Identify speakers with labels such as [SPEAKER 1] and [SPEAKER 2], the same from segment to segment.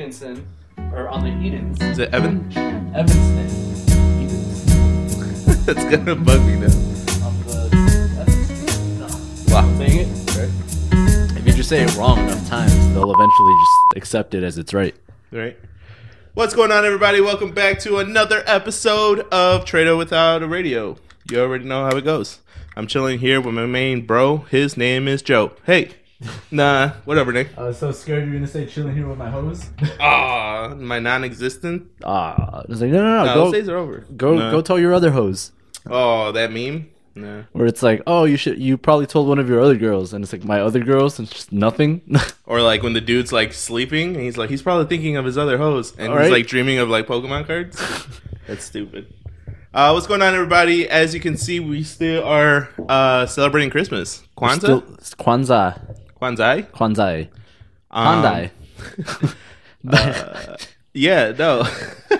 [SPEAKER 1] Edenson, or on the Edens,
[SPEAKER 2] Is it Evan?
[SPEAKER 1] Evanston, Edens,
[SPEAKER 2] That's gonna bug me now.
[SPEAKER 1] on the Evanston. No,
[SPEAKER 2] Wow.
[SPEAKER 1] saying it.
[SPEAKER 2] Right.
[SPEAKER 3] If you just say it wrong enough times, they'll eventually just accept it as it's right.
[SPEAKER 2] Right. What's going on, everybody? Welcome back to another episode of Trader Without a Radio. You already know how it goes. I'm chilling here with my main bro. His name is Joe. Hey. Nah, whatever, Nick.
[SPEAKER 4] I was so scared you were gonna say chilling here with my hose.
[SPEAKER 2] Ah, my non-existent.
[SPEAKER 3] Ah, it's like no, no,
[SPEAKER 2] No,
[SPEAKER 3] no,
[SPEAKER 2] those days
[SPEAKER 3] go,
[SPEAKER 2] are over.
[SPEAKER 3] go,
[SPEAKER 2] Nah.
[SPEAKER 3] go, tell your other hose.
[SPEAKER 2] Oh, that meme. Nah.
[SPEAKER 3] Where it's like, oh, you should, you probably told one of your other girls, and it's like my other girls, and it's just nothing.
[SPEAKER 2] Or like when the dude's like sleeping, and he's like, he's probably thinking of his other hoes, and
[SPEAKER 3] All
[SPEAKER 2] he's
[SPEAKER 3] right.
[SPEAKER 2] like dreaming of like Pokemon cards. That's stupid. Uh, what's going on, everybody? As you can see, we still are uh, celebrating Christmas. Kwanzaa,
[SPEAKER 3] Still, it's Kwanzaa,
[SPEAKER 2] Kwanzaa,
[SPEAKER 3] Kwanzaa,
[SPEAKER 2] Um,
[SPEAKER 3] Hyundai.
[SPEAKER 2] uh, yeah, no.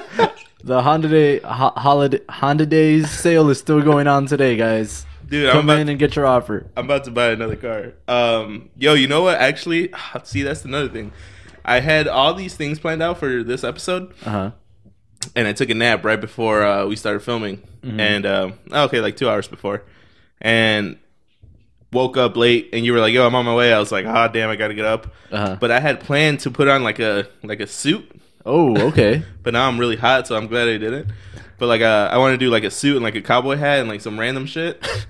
[SPEAKER 3] the Honda Day ho- holiday Honda Days sale is still going on today, guys.
[SPEAKER 2] Dude, I'm
[SPEAKER 3] Come
[SPEAKER 2] about,
[SPEAKER 3] in and get your offer.
[SPEAKER 2] I'm about to buy another car. Um, yo, you know what? Actually, see, that's another thing. I had all these things planned out for this episode,
[SPEAKER 3] Uh huh.
[SPEAKER 2] and I took a nap right before uh, we started filming,
[SPEAKER 3] Mm-hmm.
[SPEAKER 2] and um, okay, like two hours before, and woke up late. And you were like, "Yo, I'm on my way." I was like, "Ah, damn, I gotta get up."
[SPEAKER 3] Uh-huh.
[SPEAKER 2] But I had planned to put on like a like a suit,
[SPEAKER 3] Oh, okay.
[SPEAKER 2] but now I'm really hot, so I'm glad I didn't. But like, uh, I want to do like a suit and like a cowboy hat and like some random shit.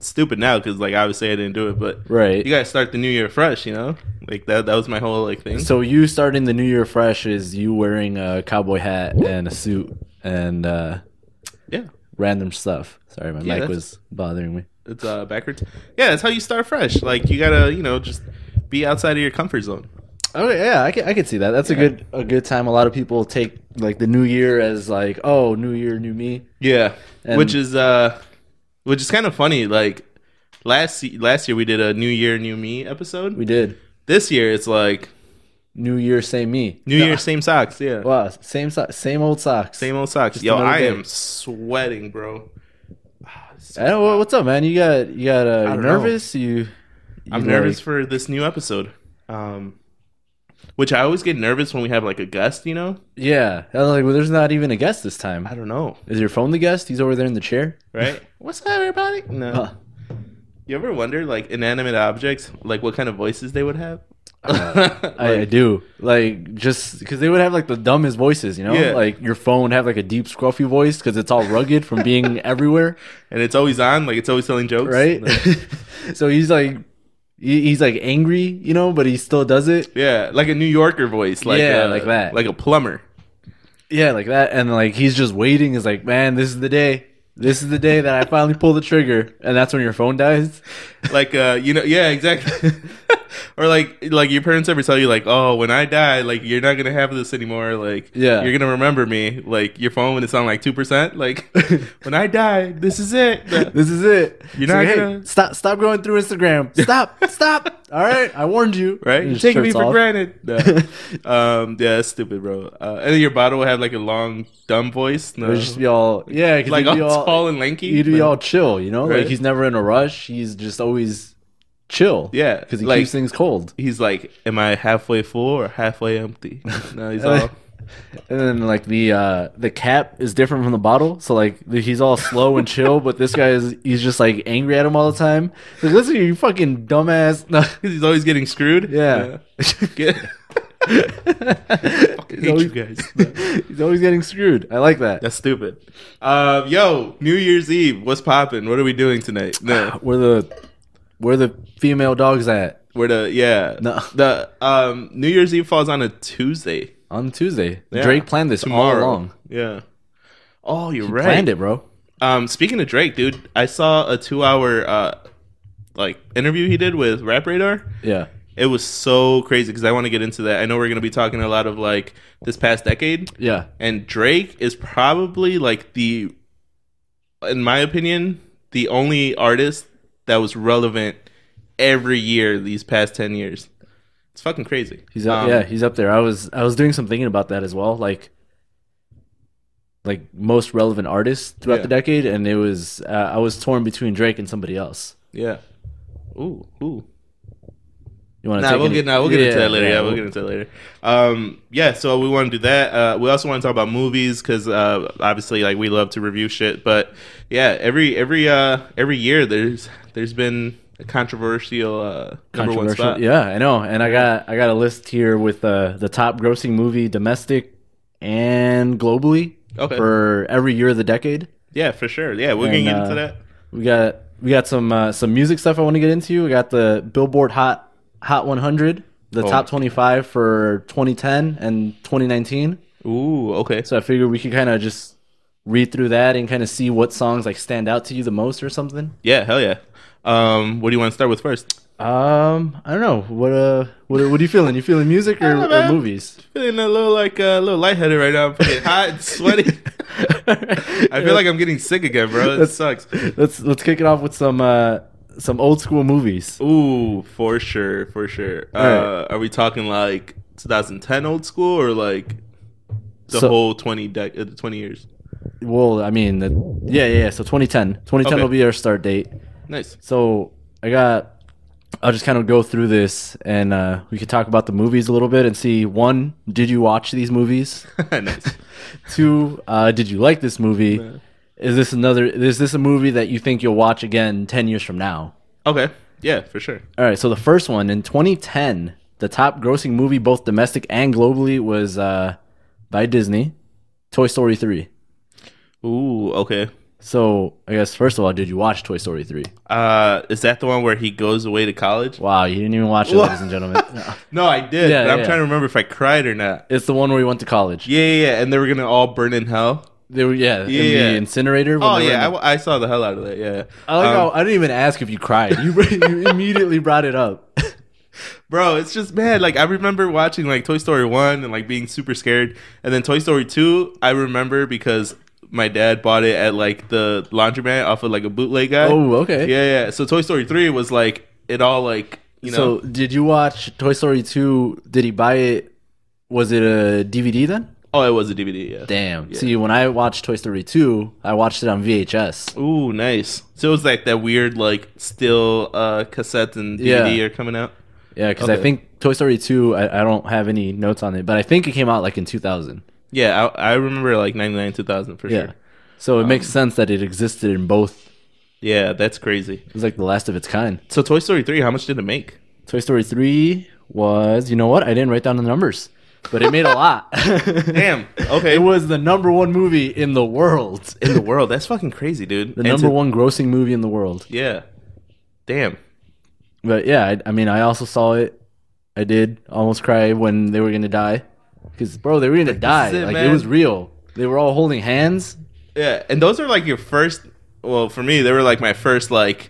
[SPEAKER 2] Stupid now because like obviously I didn't do it, but
[SPEAKER 3] right.
[SPEAKER 2] you gotta start the new year fresh, you know. Like that that was my whole like thing.
[SPEAKER 3] So you starting the new year fresh is you wearing a cowboy hat and a suit and uh,
[SPEAKER 2] yeah.
[SPEAKER 3] random stuff. Sorry, my
[SPEAKER 2] Yeah,
[SPEAKER 3] mic
[SPEAKER 2] that's-
[SPEAKER 3] was bothering me.
[SPEAKER 2] It's uh backwards. Yeah, that's how you start fresh. Like you gotta, you know, just be outside of your comfort zone.
[SPEAKER 3] Okay, Oh, yeah, I can, I can see that. That's a good a good time. A lot of people take like the new year as like, oh, new year, new me.
[SPEAKER 2] Yeah,
[SPEAKER 3] And-
[SPEAKER 2] which is uh, which is kind of funny. Like last y- last year we did a New Year, New Me episode.
[SPEAKER 3] We did
[SPEAKER 2] this year it's like
[SPEAKER 3] new year, same me.
[SPEAKER 2] New Year, same socks. Yeah,
[SPEAKER 3] Wow, same so- same old socks.
[SPEAKER 2] same old socks. Yo,
[SPEAKER 3] another
[SPEAKER 2] I
[SPEAKER 3] day. Uh,
[SPEAKER 2] am sweating, bro.
[SPEAKER 3] I don't, wha- what's up, man? You got you got uh,
[SPEAKER 2] don't
[SPEAKER 3] nervous? You, you
[SPEAKER 2] I'm
[SPEAKER 3] like-
[SPEAKER 2] nervous for this new episode. Um, which I always get nervous when we have like a guest. You know,
[SPEAKER 3] yeah, I was like, well, there's not even a guest this time.
[SPEAKER 2] I don't know,
[SPEAKER 3] Is your phone the guest? He's over there in the chair.
[SPEAKER 2] right? What's up, everybody? No.
[SPEAKER 3] Huh.
[SPEAKER 2] You ever wonder, like, inanimate objects, like what kind of voices they would have?
[SPEAKER 3] I, I do like just because they would have like the dumbest voices, you know.
[SPEAKER 2] Yeah.
[SPEAKER 3] Like your phone would have like a deep scruffy voice because it's all rugged from being everywhere,
[SPEAKER 2] and it's always on, like it's always telling jokes,
[SPEAKER 3] right?
[SPEAKER 2] Like,
[SPEAKER 3] so he's like, he- he's like angry, you know, but he still does it.
[SPEAKER 2] yeah, like a New Yorker voice, like
[SPEAKER 3] Yeah,
[SPEAKER 2] uh,
[SPEAKER 3] like that.
[SPEAKER 2] like a plumber.
[SPEAKER 3] Yeah, like that, and like he's just waiting. Is like, man, this is the day. This is the day that I finally pull the trigger, and that's when your phone dies.
[SPEAKER 2] Like uh, you know, yeah, exactly. or like, like your parents ever tell you, like, oh, when I die, like you're not gonna have this anymore. Like,
[SPEAKER 3] Yeah.
[SPEAKER 2] you're gonna remember me. Like your phone when it's on like two percent. Like when I die, this is it.
[SPEAKER 3] This is it.
[SPEAKER 2] You're
[SPEAKER 3] It's
[SPEAKER 2] not
[SPEAKER 3] like, hey,
[SPEAKER 2] gonna-
[SPEAKER 3] stop. Stop going through Instagram. Stop. stop. All right, I warned you.
[SPEAKER 2] Right,
[SPEAKER 3] And
[SPEAKER 2] you're
[SPEAKER 3] his
[SPEAKER 2] taking me
[SPEAKER 3] shirt's
[SPEAKER 2] for
[SPEAKER 3] off.
[SPEAKER 2] granted. No. um, yeah, that's stupid, bro. Uh, and then your bottle would have like a long, dumb voice.
[SPEAKER 3] It
[SPEAKER 2] No,
[SPEAKER 3] would just be all yeah, cause
[SPEAKER 2] like
[SPEAKER 3] he'd
[SPEAKER 2] all
[SPEAKER 3] be all,
[SPEAKER 2] tall and lanky.
[SPEAKER 3] he'd be
[SPEAKER 2] No.
[SPEAKER 3] all chill, you know.
[SPEAKER 2] Right.
[SPEAKER 3] Like he's never in a rush. He's just always chill.
[SPEAKER 2] Yeah,
[SPEAKER 3] because he
[SPEAKER 2] like-
[SPEAKER 3] keeps things cold.
[SPEAKER 2] he's like, "Am I halfway full or halfway empty?" No, he's all.
[SPEAKER 3] And then like the uh the cap is different from the bottle, so like the- he's all slow and chill. But this guy is he's just like angry at him all the time. Like listen, you fucking dumbass. No.
[SPEAKER 2] Because he's always getting screwed.
[SPEAKER 3] Yeah.
[SPEAKER 2] Get-
[SPEAKER 3] Fucking
[SPEAKER 2] hate you guys.
[SPEAKER 3] he's always getting screwed. I like that.
[SPEAKER 2] That's stupid. Um, yo, New Year's Eve. What's popping? What are we doing tonight? No,
[SPEAKER 3] Where the where the female dogs at
[SPEAKER 2] we're the yeah.
[SPEAKER 3] No.
[SPEAKER 2] The um, New Year's Eve falls on a Tuesday.
[SPEAKER 3] on Tuesday?
[SPEAKER 2] Yeah.
[SPEAKER 3] Drake planned this
[SPEAKER 2] Tomorrow.
[SPEAKER 3] all along.
[SPEAKER 2] Yeah. Oh, you're right.
[SPEAKER 3] Planned it, bro.
[SPEAKER 2] Um, speaking of Drake, dude, I saw a two-hour uh, like interview he did with Rap Radar.
[SPEAKER 3] Yeah.
[SPEAKER 2] It was so crazy because I want to get into that. I know we're going to be talking a lot of like this past decade,
[SPEAKER 3] Yeah.
[SPEAKER 2] and Drake is probably like the, in my opinion, the only artist that was relevant every year these past ten years. It's fucking crazy.
[SPEAKER 3] He's up,
[SPEAKER 2] Um,
[SPEAKER 3] yeah, he's up there. I was I was doing some thinking about that as well, like like most relevant artists throughout
[SPEAKER 2] Yeah.
[SPEAKER 3] the decade, and it was uh, I was torn between Drake and somebody else.
[SPEAKER 2] yeah. Ooh, ooh.
[SPEAKER 3] You want
[SPEAKER 2] Nah, we'll get nah, we'll get into that later. Yeah, we'll get into that later. Um, yeah, so we want to do that. Uh, we also want to talk about movies because uh, obviously, like we love to review shit. But yeah, every every uh, every year there's there's been a controversial uh, number one spot.
[SPEAKER 3] Yeah, I know. And I got I got a list here with uh, the top grossing movie domestic and globally
[SPEAKER 2] Okay.
[SPEAKER 3] for every year of the decade.
[SPEAKER 2] yeah, for sure. Yeah, we're
[SPEAKER 3] And,
[SPEAKER 2] gonna get
[SPEAKER 3] uh,
[SPEAKER 2] into that.
[SPEAKER 3] We got we got some uh, some music stuff I want to get into. We got the Billboard Hot Hot 100, the
[SPEAKER 2] Oh.
[SPEAKER 3] top 25 for 2010 and 2019.
[SPEAKER 2] Ooh, okay.
[SPEAKER 3] So I figured we could kind of just read through that and kind of see what songs like stand out to you the most or something.
[SPEAKER 2] Yeah, hell yeah. Um, what do you want to start with first?
[SPEAKER 3] Um, I don't know. What uh, what what are you feeling? You feeling music or,
[SPEAKER 2] don't know,
[SPEAKER 3] or
[SPEAKER 2] man.
[SPEAKER 3] movies?
[SPEAKER 2] Feeling a little like uh, a little lightheaded right now. I'm fucking hot and sweaty. I feel like I'm getting sick again, bro. It
[SPEAKER 3] That's-
[SPEAKER 2] sucks.
[SPEAKER 3] let's let's kick it off with some uh some old school movies.
[SPEAKER 2] Ooh, for sure, for sure. Uh, Are we talking like 2010 old school or like the
[SPEAKER 3] So-
[SPEAKER 2] whole 20 dec- uh, 20 years?
[SPEAKER 3] Well, I mean, the, yeah, yeah, yeah. So 2010, 2010
[SPEAKER 2] Okay.
[SPEAKER 3] will be our start date.
[SPEAKER 2] Nice.
[SPEAKER 3] So I got. I'll just kind of go through this, and uh, we could talk about the movies a little bit and see one: did you watch these movies?
[SPEAKER 2] nice.
[SPEAKER 3] Two, uh, did you like this movie? Is this another? Is this a movie that you think you'll watch again ten years from now?
[SPEAKER 2] Okay. Yeah, for sure.
[SPEAKER 3] All right. So the first one in 2010, the top-grossing movie both domestic and globally was uh, by Disney, Toy Story three.
[SPEAKER 2] Ooh, okay.
[SPEAKER 3] So I guess first of all, did you watch Toy Story three?
[SPEAKER 2] Uh, is that the one where he goes away to college?
[SPEAKER 3] Wow, you didn't even watch it,
[SPEAKER 2] Wha-
[SPEAKER 3] ladies and gentlemen. No.
[SPEAKER 2] No, I did.
[SPEAKER 3] Yeah,
[SPEAKER 2] but I'm
[SPEAKER 3] yeah.
[SPEAKER 2] trying to remember if I cried or not.
[SPEAKER 3] It's the one where he went to college.
[SPEAKER 2] Yeah, yeah, yeah. And they were gonna all burn in hell.
[SPEAKER 3] They were, yeah, in
[SPEAKER 2] Yeah.
[SPEAKER 3] the incinerator. when
[SPEAKER 2] Oh
[SPEAKER 3] they were in
[SPEAKER 2] yeah, I
[SPEAKER 3] the-
[SPEAKER 2] w- I, saw the hell out of that. Yeah,
[SPEAKER 3] I like
[SPEAKER 2] Um,
[SPEAKER 3] how I didn't even ask if you cried. You you immediately brought it up.
[SPEAKER 2] bro it's just bad like i remember watching like toy story 1 and like being super scared and then toy story 2 i remember because my dad bought it at like the laundromat off of like a bootleg guy
[SPEAKER 3] Oh, okay.
[SPEAKER 2] yeah yeah so toy story 3 was like it all like you know
[SPEAKER 3] So, did you watch Toy Story two? Did he buy it? Was it a DVD then?
[SPEAKER 2] oh it was a dvd yeah
[SPEAKER 3] Damn. See, when I watched Toy Story two, I watched it on VHS.
[SPEAKER 2] ooh nice so it was like that weird like still uh cassette and dvd
[SPEAKER 3] Yeah.
[SPEAKER 2] are coming out
[SPEAKER 3] Yeah, because I
[SPEAKER 2] Okay.
[SPEAKER 3] think Toy Story two. I, I don't have any notes on it, but I think it came out like in two thousand.
[SPEAKER 2] yeah i, I remember like 99 2000 for
[SPEAKER 3] Yeah.
[SPEAKER 2] sure Um,
[SPEAKER 3] So it makes sense that it existed in both.
[SPEAKER 2] yeah that's crazy
[SPEAKER 3] It was like the last of its kind.
[SPEAKER 2] so toy story 3 how much did it make
[SPEAKER 3] Toy Story 3 was, you know what? I didn't write down the numbers, but it made a lot.
[SPEAKER 2] damn okay
[SPEAKER 3] It was the number one movie in the world.
[SPEAKER 2] in the world. That's fucking crazy, dude.
[SPEAKER 3] The number one grossing movie in the world.
[SPEAKER 2] Yeah. Damn.
[SPEAKER 3] But yeah, I, I mean, I also saw it. I did almost cry when they were going to die. Because, bro, they were going to die.
[SPEAKER 2] it,
[SPEAKER 3] like, it
[SPEAKER 2] man.
[SPEAKER 3] was real. They were all holding hands.
[SPEAKER 2] Yeah, and those are like your first. Well, for me, they were like my first like,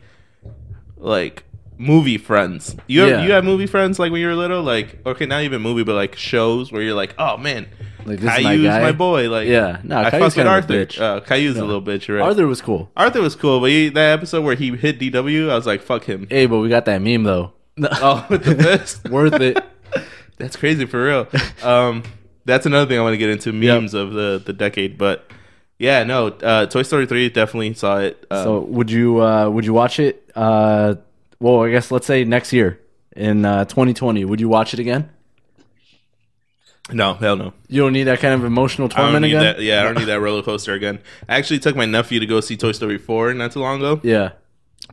[SPEAKER 2] like movie friends. You have,
[SPEAKER 3] Yeah.
[SPEAKER 2] you have movie friends like when you were little. Like okay, not even movie, but like shows where you're like, oh man,
[SPEAKER 3] Like, this is my
[SPEAKER 2] Caillou's
[SPEAKER 3] guy.
[SPEAKER 2] my, boy. Like
[SPEAKER 3] Yeah. No,
[SPEAKER 2] I
[SPEAKER 3] Caillou's
[SPEAKER 2] fucked
[SPEAKER 3] kind of
[SPEAKER 2] with
[SPEAKER 3] a
[SPEAKER 2] Arthur.
[SPEAKER 3] bitch.
[SPEAKER 2] Uh, Caillou's a little bitch, you're right?
[SPEAKER 3] Arthur
[SPEAKER 2] Arthur,
[SPEAKER 3] was cool.
[SPEAKER 2] was cool, but he, that episode where he hit DW, I was like, fuck him.
[SPEAKER 3] Hey, but we got that meme, though.
[SPEAKER 2] oh, with the fist.
[SPEAKER 3] Worth it.
[SPEAKER 2] Uh, That's crazy for real. Um, that's another thing I want to get into memes of the the decade, but yeah, no, uh, Toy Story three definitely saw it. Uh,
[SPEAKER 3] So would you uh, would you watch it? Uh, well, I guess let's say next year in uh, 2020, would you watch it again?
[SPEAKER 2] no, hell no,
[SPEAKER 3] You don't need that kind of emotional
[SPEAKER 2] I don't
[SPEAKER 3] torment
[SPEAKER 2] need
[SPEAKER 3] again.
[SPEAKER 2] that. Yeah, I don't need that roller coaster again. I actually took my nephew to go see Toy Story four not too long ago,
[SPEAKER 3] Yeah.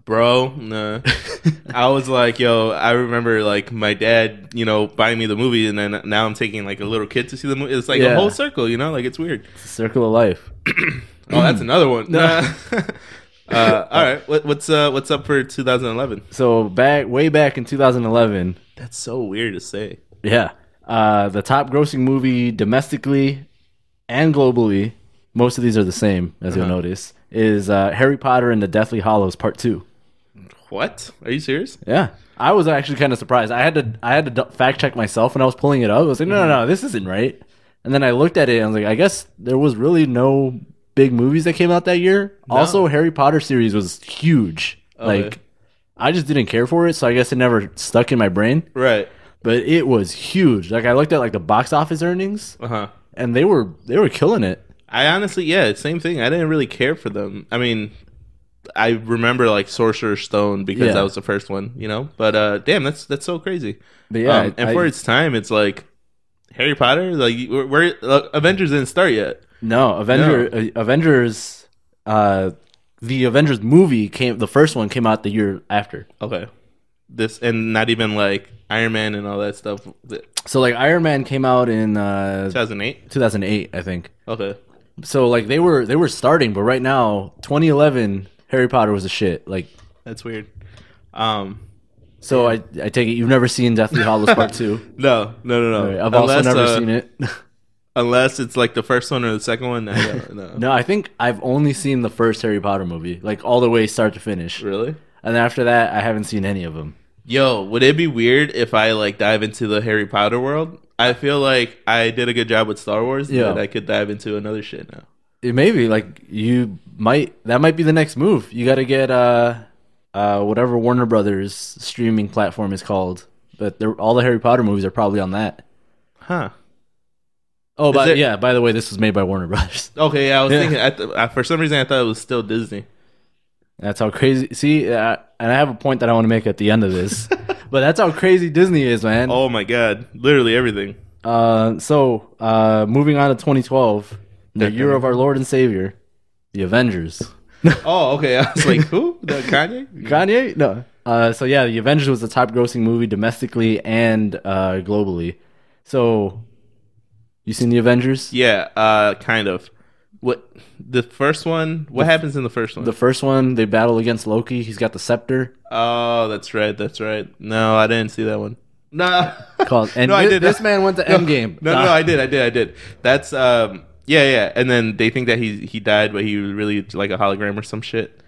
[SPEAKER 2] bro. Nah. I was like, yo, I remember like my dad, you know, buying me the movie, and then now I'm taking like a little kid to see the movie. It's like a
[SPEAKER 3] Yeah.
[SPEAKER 2] whole circle, you know, like it's weird.
[SPEAKER 3] It's a circle of life.
[SPEAKER 2] Oh, that's another one. Nah. uh, all right, what, what's uh, what's up for 2011?
[SPEAKER 3] So back way back in 2011,
[SPEAKER 2] That's so weird to say.
[SPEAKER 3] yeah, uh, the top grossing movie domestically and globally, most of these are the same as
[SPEAKER 2] Uh-huh.
[SPEAKER 3] you'll notice, is uh, Harry Potter and the Deathly Hollows Part Two.
[SPEAKER 2] What? Are you serious?
[SPEAKER 3] Yeah. I was actually kind of surprised. I had to I had to du- fact check myself when I was pulling it up. I was like, no, no, no, this isn't right. And then I looked at it and I was like, I guess there was really no big movies that came out that year. Also, Harry Potter series was huge. like, I just didn't care for it, so I guess it never stuck in my brain.
[SPEAKER 2] Right.
[SPEAKER 3] But it was huge. Like I looked at like the box office earnings,
[SPEAKER 2] Uh huh.
[SPEAKER 3] and they were they were killing it.
[SPEAKER 2] I honestly, yeah, same thing. I didn't really care for them. I mean, I remember like Sorcerer's Stone because
[SPEAKER 3] Yeah.
[SPEAKER 2] that was the first one, you know. But uh, damn, that's that's so crazy.
[SPEAKER 3] But yeah,
[SPEAKER 2] um, and
[SPEAKER 3] I-
[SPEAKER 2] for its time, it's like Harry Potter. Like we're, we're uh, Avengers didn't start yet.
[SPEAKER 3] No, Avenger, uh, Avengers, uh, the Avengers movie came. The first one came out the year after.
[SPEAKER 2] Okay, this and not even like Iron Man and all that stuff.
[SPEAKER 3] So like Iron Man came out in uh,
[SPEAKER 2] 2008.
[SPEAKER 3] 2008, I think.
[SPEAKER 2] Okay,
[SPEAKER 3] So like they were they were starting, but right now 2011, Harry Potter was a shit. Like
[SPEAKER 2] that's weird. Um,
[SPEAKER 3] so, I I take it you've never seen Deathly Hollows Part Two.
[SPEAKER 2] no, no, no, no.
[SPEAKER 3] Right, I've also
[SPEAKER 2] Unless,
[SPEAKER 3] never
[SPEAKER 2] uh,
[SPEAKER 3] seen it.
[SPEAKER 2] unless it's like the first one or the second one. I don't- no.
[SPEAKER 3] no, I think I've only seen the first Harry Potter movie, like all the way start to finish,
[SPEAKER 2] really.
[SPEAKER 3] and after that I haven't seen any of them.
[SPEAKER 2] Yo, would it be weird if I like dive into the Harry Potter world? I feel like I did a good job with Star Wars,
[SPEAKER 3] Yeah.
[SPEAKER 2] that I could dive into another shit now.
[SPEAKER 3] It may be like you might that might be the next move. You got to get uh uh whatever Warner Brothers streaming platform is called, but they're, all the Harry Potter movies are probably on that.
[SPEAKER 2] Huh.
[SPEAKER 3] Oh, but
[SPEAKER 2] there-
[SPEAKER 3] yeah. By the way, this was made by Warner Brothers.
[SPEAKER 2] Okay, yeah, I was
[SPEAKER 3] Yeah.
[SPEAKER 2] thinking, I th- I, for some reason, I thought it was still Disney.
[SPEAKER 3] That's how crazy. See, uh, and I have a point that I want to make at the end of this, but that's how crazy Disney is, man.
[SPEAKER 2] Oh my god, literally everything.
[SPEAKER 3] Uh, so uh, moving on to 2012, the
[SPEAKER 2] Okay.
[SPEAKER 3] year of our Lord and Savior, the Avengers.
[SPEAKER 2] Oh, okay, I was like, who? The Kanye?
[SPEAKER 3] Kanye? No. Uh, so yeah, The Avengers was the top grossing movie domestically and uh, globally. So you seen The Avengers?
[SPEAKER 2] Yeah, uh, kind of. What the first one? What happens in the first one?
[SPEAKER 3] The first one, they battle against Loki. He's got the scepter.
[SPEAKER 2] oh, that's right, that's right. No, I didn't see that one. No,
[SPEAKER 3] Called and
[SPEAKER 2] no, I
[SPEAKER 3] thi-
[SPEAKER 2] did.
[SPEAKER 3] this
[SPEAKER 2] not.
[SPEAKER 3] man went to
[SPEAKER 2] No,
[SPEAKER 3] Endgame. Ah,
[SPEAKER 2] No, no, no, I did, I did, I did. That's um, yeah, yeah. And then they think that he he died, but he was really like a hologram or some shit.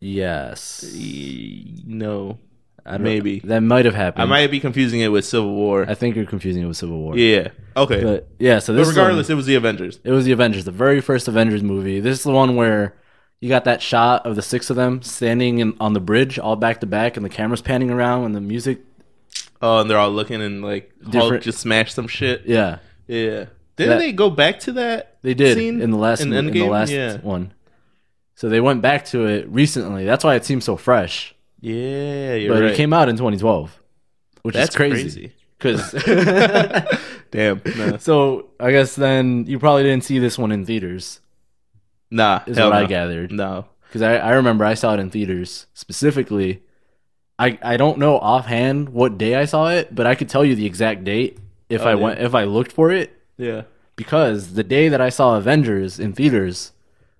[SPEAKER 3] yes,
[SPEAKER 2] E- No,
[SPEAKER 3] I don't-
[SPEAKER 2] maybe.
[SPEAKER 3] that might have happened.
[SPEAKER 2] I might be confusing it with Civil War.
[SPEAKER 3] I think you're confusing it with Civil War.
[SPEAKER 2] yeah. Okay.
[SPEAKER 3] But
[SPEAKER 2] But,
[SPEAKER 3] yeah, so this
[SPEAKER 2] regardless,
[SPEAKER 3] one-
[SPEAKER 2] it was the Avengers.
[SPEAKER 3] it was the Avengers, the very first Avengers movie. This is the one where you got that shot of the six of them standing in, on the bridge, all back to back, and the camera's panning around, and the music.
[SPEAKER 2] Oh, and they're all looking and like Hulk
[SPEAKER 3] Different-
[SPEAKER 2] just smashed some shit. Yeah.
[SPEAKER 3] Yeah,
[SPEAKER 2] Didn't
[SPEAKER 3] That-
[SPEAKER 2] they go back to that?
[SPEAKER 3] They did
[SPEAKER 2] scene
[SPEAKER 3] in the last in, in the
[SPEAKER 2] Endgame?
[SPEAKER 3] last
[SPEAKER 2] yeah.
[SPEAKER 3] one. So they went back to it recently. That's why it seems so fresh.
[SPEAKER 2] Yeah, you're
[SPEAKER 3] But
[SPEAKER 2] right.
[SPEAKER 3] it came out in 2012, which
[SPEAKER 2] That's
[SPEAKER 3] is crazy.
[SPEAKER 2] crazy.
[SPEAKER 3] Because
[SPEAKER 2] Damn. No.
[SPEAKER 3] so I guess then you probably didn't see this one in theaters,
[SPEAKER 2] Nah.
[SPEAKER 3] is
[SPEAKER 2] hell
[SPEAKER 3] what I
[SPEAKER 2] no.
[SPEAKER 3] gathered.
[SPEAKER 2] No.
[SPEAKER 3] Because I, I remember I saw it in theaters specifically. I I don't know offhand what day I saw it, but I could tell you the exact date if I
[SPEAKER 2] Oh, yeah.
[SPEAKER 3] went if I looked for it
[SPEAKER 2] Yeah.
[SPEAKER 3] because the day that I saw Avengers in theaters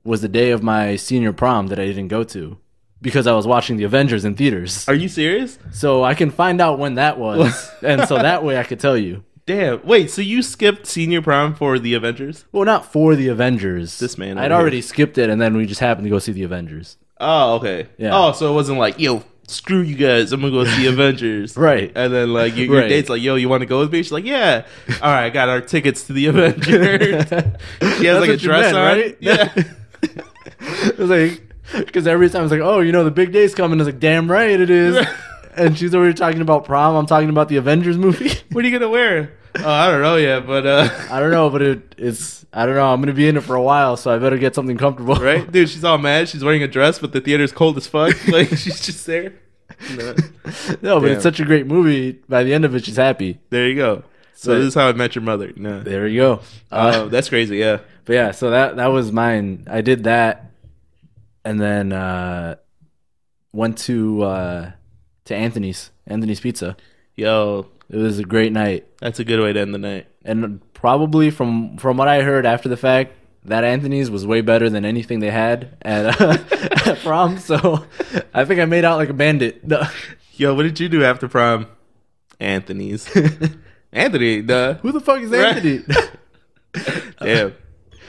[SPEAKER 3] was the day of my senior prom that I didn't go to because I was watching the Avengers in theaters.
[SPEAKER 2] Are you serious?
[SPEAKER 3] So I can find out when that was, and so that way I could tell you.
[SPEAKER 2] Damn. Wait, so you skipped senior prom for the Avengers?
[SPEAKER 3] Well, not for the Avengers.
[SPEAKER 2] This man
[SPEAKER 3] I'd
[SPEAKER 2] over
[SPEAKER 3] already skipped it, and then we just happened to go see the Avengers.
[SPEAKER 2] Oh, okay.
[SPEAKER 3] Yeah.
[SPEAKER 2] Oh, so it wasn't like, yo, screw you guys, I'm gonna go see Avengers.
[SPEAKER 3] Right.
[SPEAKER 2] And then like your, your
[SPEAKER 3] Right.
[SPEAKER 2] date's like, yo, you wanna go with me? She's like, Yeah. All right, I got our tickets to the Avengers. she has
[SPEAKER 3] That's
[SPEAKER 2] like a
[SPEAKER 3] what you
[SPEAKER 2] dress
[SPEAKER 3] meant,
[SPEAKER 2] on.
[SPEAKER 3] right?
[SPEAKER 2] Yeah.
[SPEAKER 3] It was like because every time I was like, "Oh, you know, the big day's coming." I was like, "Damn right it is." and she's already talking about prom. I'm talking about the Avengers movie.
[SPEAKER 2] what are you gonna wear? Oh, I don't know yet, but uh
[SPEAKER 3] I don't know, but it, it's I don't know. I'm gonna be in it for a while, so I better get something comfortable.
[SPEAKER 2] Right? Dude, she's all mad, she's wearing a dress, but the theater's cold as fuck. Like she's just there. No.
[SPEAKER 3] no, but
[SPEAKER 2] Damn.
[SPEAKER 3] it's such a great movie. By the end of it, she's happy.
[SPEAKER 2] There you go. So
[SPEAKER 3] But-
[SPEAKER 2] this is how I met your mother. No.
[SPEAKER 3] There you go. Uh,
[SPEAKER 2] Oh, that's crazy, yeah.
[SPEAKER 3] but yeah, so that that was mine. I did that, and then uh, went to uh, to Anthony's Anthony's Pizza.
[SPEAKER 2] Yo,
[SPEAKER 3] It was a great night,
[SPEAKER 2] that's a good way to end the night.
[SPEAKER 3] and probably from from what I heard after the fact. That Anthony's was way better than anything they had at, uh, at prom, so I think I made out like a bandit. No.
[SPEAKER 2] Yo, what did you do after prom? Anthony's. Anthony, duh.
[SPEAKER 3] Who the fuck is
[SPEAKER 2] Right.
[SPEAKER 3] Anthony?
[SPEAKER 2] Damn.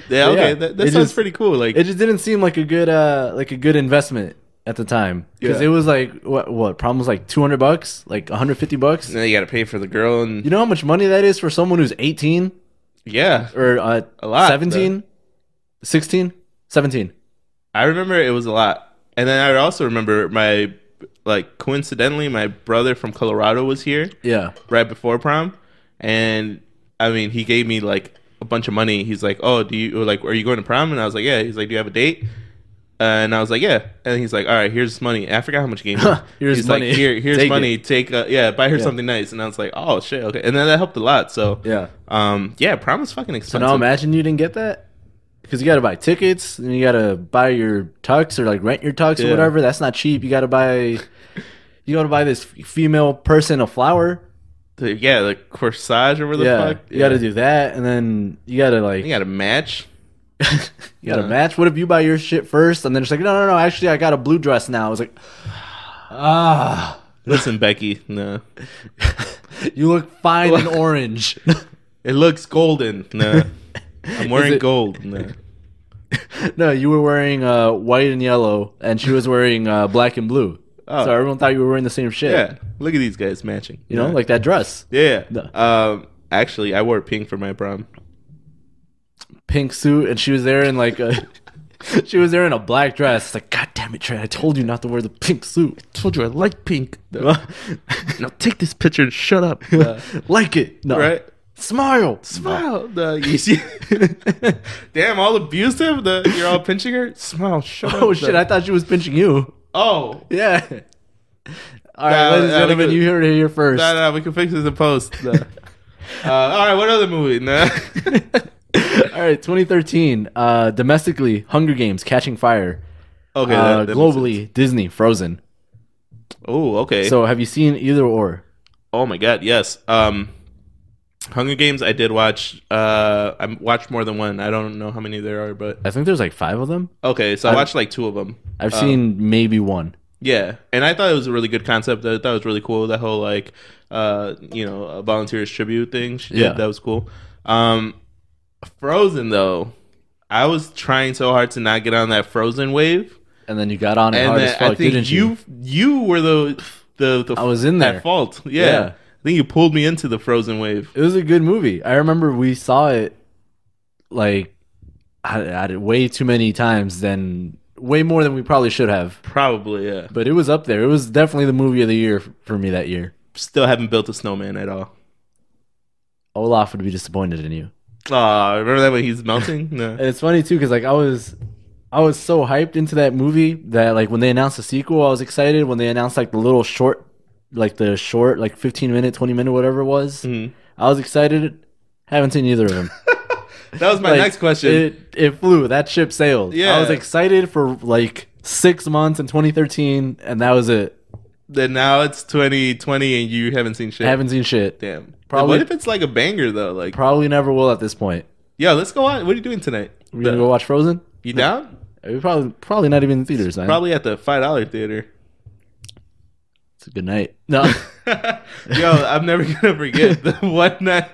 [SPEAKER 2] Yeah, okay.
[SPEAKER 3] yeah,
[SPEAKER 2] that that
[SPEAKER 3] it
[SPEAKER 2] sounds
[SPEAKER 3] just-
[SPEAKER 2] pretty cool. Like,
[SPEAKER 3] it just didn't seem like a good uh like a good investment at the time because
[SPEAKER 2] Yeah.
[SPEAKER 3] it was like what what problem was like 200 bucks like 150 bucks
[SPEAKER 2] now you got to pay for the girl, and
[SPEAKER 3] you know how much money that is for someone who's 18
[SPEAKER 2] yeah,
[SPEAKER 3] or uh
[SPEAKER 2] A lot,
[SPEAKER 3] 17 16 17
[SPEAKER 2] I remember it was a lot. And then I also remember my, like, coincidentally, my brother from Colorado was here
[SPEAKER 3] yeah
[SPEAKER 2] right before prom, and I mean, he gave me like a bunch of money. He's like, "Oh, do you or, like, are you going to prom?" And I was like, "Yeah." He's like, "Do you have a date?" and I was like, yeah. And he's like, all right, here's money. I forgot how much he gave me.
[SPEAKER 3] Here's
[SPEAKER 2] he's
[SPEAKER 3] money.
[SPEAKER 2] like, here, here's
[SPEAKER 3] Take
[SPEAKER 2] money. Take, uh, yeah, buy her
[SPEAKER 3] Yeah.
[SPEAKER 2] something nice. And I was like, oh shit, okay. And then that helped a lot. So
[SPEAKER 3] Yeah.
[SPEAKER 2] um, yeah, prom was fucking
[SPEAKER 3] So
[SPEAKER 2] expensive.
[SPEAKER 3] now imagine you didn't get that because you got to buy tickets and you got to buy your tux or like rent your tux or
[SPEAKER 2] Yeah.
[SPEAKER 3] whatever. That's not cheap. You got to buy. You got to buy this female person a flower.
[SPEAKER 2] The- yeah, the corsage or whatever
[SPEAKER 3] yeah,
[SPEAKER 2] the fuck.
[SPEAKER 3] you got to do that, and then you got to like
[SPEAKER 2] You got to match.
[SPEAKER 3] you got to
[SPEAKER 2] Yeah.
[SPEAKER 3] match. What if you buy your shit first, and then it's like no, no, no. Actually, I got a blue dress now. I was like, ah,
[SPEAKER 2] Listen, Becky, no,
[SPEAKER 3] you look fine in orange.
[SPEAKER 2] it looks golden. No, I'm wearing
[SPEAKER 3] it-
[SPEAKER 2] gold. No.
[SPEAKER 3] no, you were wearing uh, white and yellow, and she was wearing uh, black and blue.
[SPEAKER 2] Oh.
[SPEAKER 3] So everyone thought you were wearing the same shit.
[SPEAKER 2] Yeah, look at these guys matching.
[SPEAKER 3] You know,
[SPEAKER 2] No.
[SPEAKER 3] like that dress.
[SPEAKER 2] yeah.
[SPEAKER 3] No.
[SPEAKER 2] Um, actually, I wore pink for my prom.
[SPEAKER 3] pink suit and she was there in like a she was there in a black dress. It's like, God damn it, Trey, I told you not to wear the pink suit.
[SPEAKER 2] Told you I like pink. now take this picture and shut up.
[SPEAKER 3] like it. No.
[SPEAKER 2] Uh. right?
[SPEAKER 3] Smile.
[SPEAKER 2] Smile. No, you see- Damn, all abusive. The, you're all pinching her. Smile. Shut up.
[SPEAKER 3] Oh shit, I thought she was pinching you.
[SPEAKER 2] oh,
[SPEAKER 3] Yeah. All right,
[SPEAKER 2] Nah,
[SPEAKER 3] ladies and
[SPEAKER 2] nah, we
[SPEAKER 3] gentlemen,
[SPEAKER 2] could-
[SPEAKER 3] you heard it here first.
[SPEAKER 2] no, no, uh, we can fix this in post. No. uh, all right, what other movie? No.
[SPEAKER 3] All right, 2013, uh, domestically, Hunger Games, Catching Fire.
[SPEAKER 2] Okay,
[SPEAKER 3] uh,
[SPEAKER 2] that- that makes sense.
[SPEAKER 3] globally, Disney, Frozen.
[SPEAKER 2] Oh, okay.
[SPEAKER 3] So, have you seen either or?
[SPEAKER 2] Oh my god, yes. Um Hunger Games I did watch uh I watched more than one. I don't know how many there are, but
[SPEAKER 3] I think there's like five of them.
[SPEAKER 2] okay, so I watched like two of them.
[SPEAKER 3] I've seen maybe one.
[SPEAKER 2] Yeah. And I thought it was a really good concept. I thought it was really cool that whole like uh you know, a volunteers tribute thing. She did.
[SPEAKER 3] Yeah.
[SPEAKER 2] That was cool. Um Frozen though. I was trying so hard to not get on that Frozen wave.
[SPEAKER 3] And then you got on it
[SPEAKER 2] And
[SPEAKER 3] hard
[SPEAKER 2] then
[SPEAKER 3] as fuck,
[SPEAKER 2] I think
[SPEAKER 3] didn't you?
[SPEAKER 2] you you were the the, the
[SPEAKER 3] I was in
[SPEAKER 2] at
[SPEAKER 3] there.
[SPEAKER 2] fault. Yeah.
[SPEAKER 3] Yeah.
[SPEAKER 2] I think you pulled me into the Frozen wave.
[SPEAKER 3] It was a good movie. I remember we saw it like I, I did way too many times than way more than we probably should have.
[SPEAKER 2] Probably, yeah.
[SPEAKER 3] But it was up there. It was definitely the movie of the year f- for me that year.
[SPEAKER 2] still haven't built a snowman at all.
[SPEAKER 3] Olaf would be disappointed in you.
[SPEAKER 2] Ah, remember that when he's melting? No.
[SPEAKER 3] And it's funny too because like I was, I was so hyped into that movie that like when they announced the sequel, I was excited. When they announced like the little short, like the short like fifteen minute, twenty minute, whatever it was,
[SPEAKER 2] Mm-hmm.
[SPEAKER 3] I was excited. Haven't seen either of them.
[SPEAKER 2] That was my
[SPEAKER 3] Like,
[SPEAKER 2] next question.
[SPEAKER 3] It, it flew. That ship sailed.
[SPEAKER 2] Yeah.
[SPEAKER 3] I was excited for like six months in 2013, and that was it.
[SPEAKER 2] then now it's 2020 and you haven't seen shit.
[SPEAKER 3] I haven't seen shit.
[SPEAKER 2] Damn.
[SPEAKER 3] Probably-
[SPEAKER 2] What if it's like a banger though? Like,
[SPEAKER 3] Probably never will at this point.
[SPEAKER 2] yeah, let's go out. What are you doing tonight?
[SPEAKER 3] We gonna go watch Frozen?
[SPEAKER 2] you down?
[SPEAKER 3] We probably probably not even in theaters, man.
[SPEAKER 2] Probably at the five dollar theater.
[SPEAKER 3] It's a good night. No,
[SPEAKER 2] yo, I'm never gonna forget the one night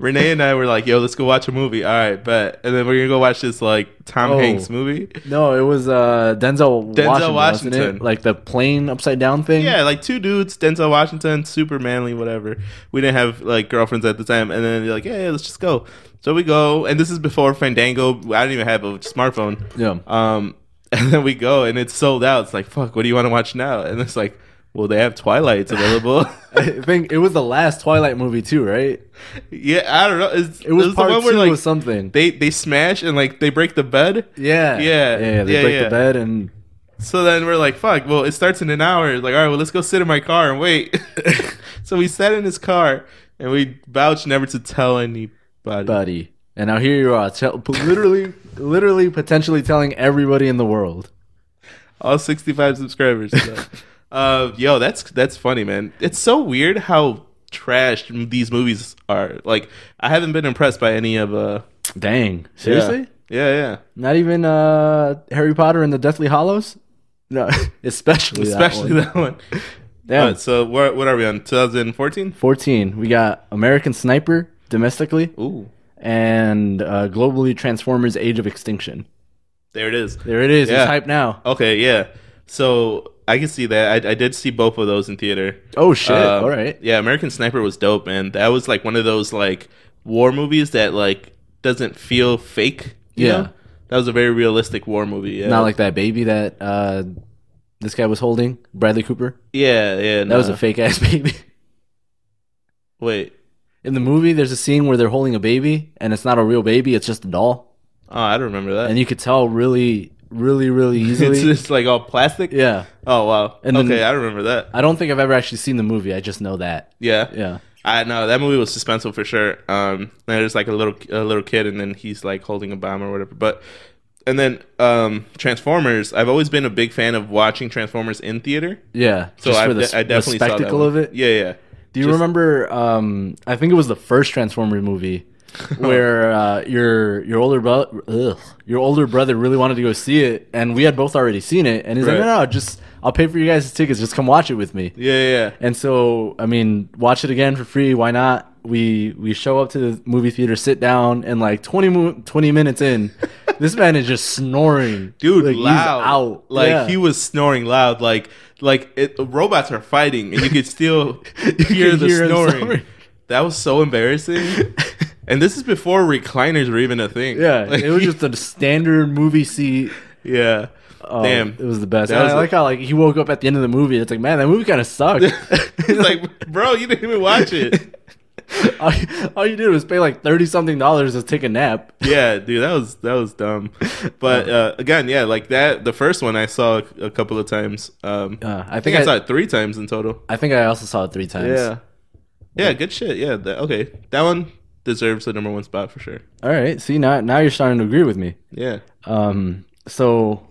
[SPEAKER 2] Renee and I were like, "Yo, let's go watch a movie." All right, but and then we're gonna go watch this like Tom
[SPEAKER 3] Oh.
[SPEAKER 2] Hanks movie.
[SPEAKER 3] no, it was uh, Denzel, Washington,
[SPEAKER 2] Denzel
[SPEAKER 3] wasn't
[SPEAKER 2] Washington.
[SPEAKER 3] it? Like the plane upside down thing.
[SPEAKER 2] Yeah, like two dudes, Denzel Washington, super manly, whatever. We didn't have like girlfriends at the time, and then they're like, "Yeah, yeah, let's just go." So we go, and this is before Fandango. I didn't even have a smartphone.
[SPEAKER 3] Yeah.
[SPEAKER 2] Um, and then we go, and it's sold out. It's like, fuck, what do you want to watch now? And it's like, well, they have Twilight's available.
[SPEAKER 3] I think it was the last Twilight movie too, right?
[SPEAKER 2] yeah, I don't know. It's,
[SPEAKER 3] It was
[SPEAKER 2] it's
[SPEAKER 3] part two
[SPEAKER 2] like
[SPEAKER 3] or something.
[SPEAKER 2] they they smash and like they break the bed.
[SPEAKER 3] yeah,
[SPEAKER 2] Yeah,
[SPEAKER 3] yeah. They
[SPEAKER 2] yeah,
[SPEAKER 3] break
[SPEAKER 2] yeah.
[SPEAKER 3] the bed and
[SPEAKER 2] So then we're like, fuck, well, it starts in an hour. Like, all right, well, let's go sit in my car and wait. so we sat in his car and we vouched never to tell anybody.
[SPEAKER 3] buddy. And now here you are, tell, literally, literally, potentially telling everybody in the world.
[SPEAKER 2] All 65 subscribers. So, uh, yo, that's that's funny, man. It's so weird how trashed m- these movies are. Like, I haven't been impressed by any of. uh
[SPEAKER 3] Dang, seriously?
[SPEAKER 2] Yeah, yeah. yeah.
[SPEAKER 3] Not even uh, Harry Potter and the Deathly Hollows? No, especially,
[SPEAKER 2] Especially
[SPEAKER 3] that one.
[SPEAKER 2] that one.
[SPEAKER 3] Damn.
[SPEAKER 2] Alright, so what, what are we on? 2014?
[SPEAKER 3] Fourteen. We got American Sniper domestically
[SPEAKER 2] Ooh,
[SPEAKER 3] and uh, globally Transformers: Age of Extinction.
[SPEAKER 2] there it is.
[SPEAKER 3] There it is.
[SPEAKER 2] Yeah.
[SPEAKER 3] It's hype now.
[SPEAKER 2] Okay, yeah. So I can see that. I, I did see both of those in theater.
[SPEAKER 3] Oh shit!
[SPEAKER 2] Uh,
[SPEAKER 3] All right.
[SPEAKER 2] Yeah, American Sniper was dope, man. That was like one of those like war movies that like doesn't feel fake. you
[SPEAKER 3] Yeah.
[SPEAKER 2] know? That was a very realistic war movie. Yeah.
[SPEAKER 3] Not like that baby that uh, this guy was holding, Bradley Cooper.
[SPEAKER 2] Yeah, yeah.
[SPEAKER 3] That was a fake ass baby.
[SPEAKER 2] Wait.
[SPEAKER 3] In the movie, there's a scene where they're holding a baby, and it's not a real baby; it's just a doll.
[SPEAKER 2] Oh, I don't remember that.
[SPEAKER 3] And you could tell really, really, really
[SPEAKER 2] It's
[SPEAKER 3] easily.
[SPEAKER 2] just like all plastic.
[SPEAKER 3] yeah.
[SPEAKER 2] Oh wow.
[SPEAKER 3] And then-
[SPEAKER 2] okay, I remember that.
[SPEAKER 3] I don't think I've ever actually seen the movie. I just know that.
[SPEAKER 2] Yeah.
[SPEAKER 3] Yeah.
[SPEAKER 2] I know that movie was suspenseful for sure. Um, and there's like a little a little kid, and then he's like holding a bomb or whatever. But and then um, Transformers. I've always been a big fan of watching Transformers in theater.
[SPEAKER 3] Yeah.
[SPEAKER 2] So I, de-
[SPEAKER 3] s-
[SPEAKER 2] I definitely
[SPEAKER 3] the spectacle
[SPEAKER 2] saw that
[SPEAKER 3] of
[SPEAKER 2] one.
[SPEAKER 3] it.
[SPEAKER 2] Yeah, yeah.
[SPEAKER 3] Do you
[SPEAKER 2] Just-
[SPEAKER 3] remember? Um, I think it was the first Transformers movie where uh, your your older brother your older brother really wanted to go see it, and we had both already seen it, and he's
[SPEAKER 2] Right.
[SPEAKER 3] like, "No, no, just I'll pay for you guys' tickets. Just come watch it with me."
[SPEAKER 2] Yeah, yeah, yeah.
[SPEAKER 3] And so, I mean, watch it again for free. Why not? We we show up to the movie theater, sit down, and like 20, mo- 20 minutes in, this man is just snoring,
[SPEAKER 2] dude
[SPEAKER 3] Like, he's
[SPEAKER 2] loud
[SPEAKER 3] out.
[SPEAKER 2] like
[SPEAKER 3] Yeah.
[SPEAKER 2] he was snoring loud like like it, robots are fighting and you could still hear
[SPEAKER 3] could
[SPEAKER 2] the
[SPEAKER 3] hear him
[SPEAKER 2] snoring.
[SPEAKER 3] snoring.
[SPEAKER 2] that was so embarrassing and this is before recliners were even a thing
[SPEAKER 3] Yeah,
[SPEAKER 2] Like,
[SPEAKER 3] it was just a standard movie seat.
[SPEAKER 2] yeah
[SPEAKER 3] Oh,
[SPEAKER 2] damn
[SPEAKER 3] it was the best.
[SPEAKER 2] That
[SPEAKER 3] And
[SPEAKER 2] was
[SPEAKER 3] I
[SPEAKER 2] a-
[SPEAKER 3] like how like he woke up at the end of the movie. It's like, man, that movie kind of sucked.
[SPEAKER 2] it's like bro you didn't even watch it
[SPEAKER 3] all, you- all you did was pay like thirty something dollars to take a nap.
[SPEAKER 2] yeah dude that was that was dumb but uh again yeah like that the first one i saw a, a couple of times um
[SPEAKER 3] Uh, I
[SPEAKER 2] i think
[SPEAKER 3] think
[SPEAKER 2] I,
[SPEAKER 3] I,
[SPEAKER 2] saw it three times in total
[SPEAKER 3] I think I also saw it three times.
[SPEAKER 2] yeah yeah good shit yeah that, okay that one deserves the number one spot for sure
[SPEAKER 3] All right. See now now you're starting to agree with me.
[SPEAKER 2] Yeah.
[SPEAKER 3] Um. So,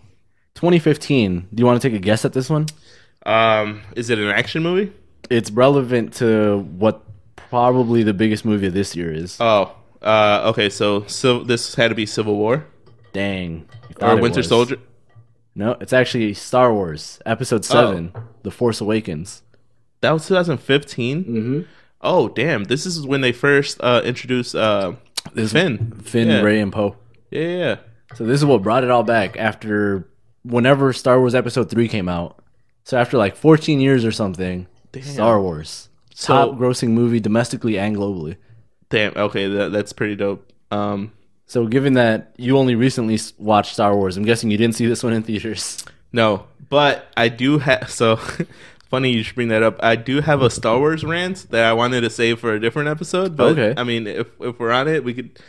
[SPEAKER 3] 2015. Do you want to take a guess at this one?
[SPEAKER 2] Um, is it an action movie?
[SPEAKER 3] It's relevant to what probably the biggest movie of this year is.
[SPEAKER 2] Oh, uh, okay. So, so this had to be Civil War
[SPEAKER 3] Dang. I thought
[SPEAKER 2] or
[SPEAKER 3] it
[SPEAKER 2] Winter
[SPEAKER 3] was.
[SPEAKER 2] Soldier. Oh.
[SPEAKER 3] No, it's actually Star Wars Episode Seven: The Force Awakens.
[SPEAKER 2] That was 2015.
[SPEAKER 3] Mm.
[SPEAKER 2] Mm-hmm. Oh, damn! This is when they first uh, introduced uh,
[SPEAKER 3] This
[SPEAKER 2] Finn.
[SPEAKER 3] Finn,
[SPEAKER 2] yeah.
[SPEAKER 3] Ray, and Poe.
[SPEAKER 2] Yeah, yeah, yeah.
[SPEAKER 3] So this is what brought it all back after whenever Star Wars Episode Three came out. So after like 14 years or something, Star Wars top grossing movie domestically and globally.
[SPEAKER 2] Damn. Okay, that, that's pretty dope. Um,
[SPEAKER 3] So given that you only recently s- watched Star Wars, I'm guessing you didn't see this one in theaters.
[SPEAKER 2] no, but I do have. So, funny you should bring that up. I do have a Star Wars rant that I wanted to save for a different episode. But
[SPEAKER 3] Okay.
[SPEAKER 2] I mean, if if we're on it, we could.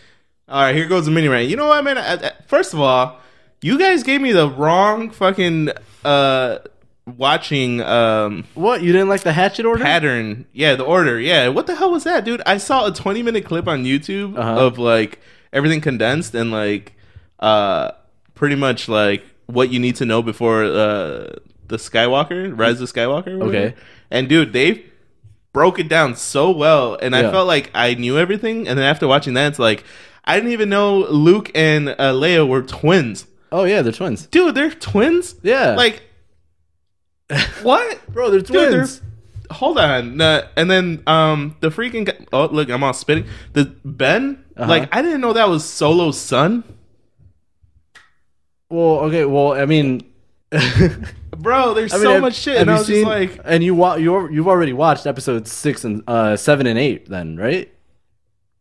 [SPEAKER 2] All right, here goes the mini rant. You know what, man? I, I, first of all, you guys gave me the wrong fucking uh watching um
[SPEAKER 3] What? You didn't like the Hatchet Order?
[SPEAKER 2] pattern. Yeah, the order. Yeah, what the hell was that, dude? I saw a 20 minute clip on YouTube
[SPEAKER 3] Uh-huh.
[SPEAKER 2] of like everything condensed and like uh pretty much like what you need to know before uh the Skywalker, Rise of Skywalker.
[SPEAKER 3] Okay.
[SPEAKER 2] or whatever. And dude, they broke it down so well and I
[SPEAKER 3] Yeah.
[SPEAKER 2] felt like I knew everything and then after watching that it's like I didn't even know Luke and uh, Leia were twins.
[SPEAKER 3] oh yeah, they're twins.
[SPEAKER 2] Dude, they're twins?
[SPEAKER 3] Yeah,
[SPEAKER 2] Like what?
[SPEAKER 3] bro, they're
[SPEAKER 2] Dude, they're-
[SPEAKER 3] twins.
[SPEAKER 2] hold on. Uh, and then um the freaking guy, oh look, I'm all spitting. The Ben,
[SPEAKER 3] Uh-huh.
[SPEAKER 2] like I didn't know that was Solo's son,
[SPEAKER 3] well, okay. Well, I mean.
[SPEAKER 2] bro. There's
[SPEAKER 3] I mean,
[SPEAKER 2] so
[SPEAKER 3] have-
[SPEAKER 2] much shit,
[SPEAKER 3] have
[SPEAKER 2] and I
[SPEAKER 3] you
[SPEAKER 2] was
[SPEAKER 3] seen-
[SPEAKER 2] just like,
[SPEAKER 3] and you wa- you al- you've already watched episodes six and uh, seven and eight, then right?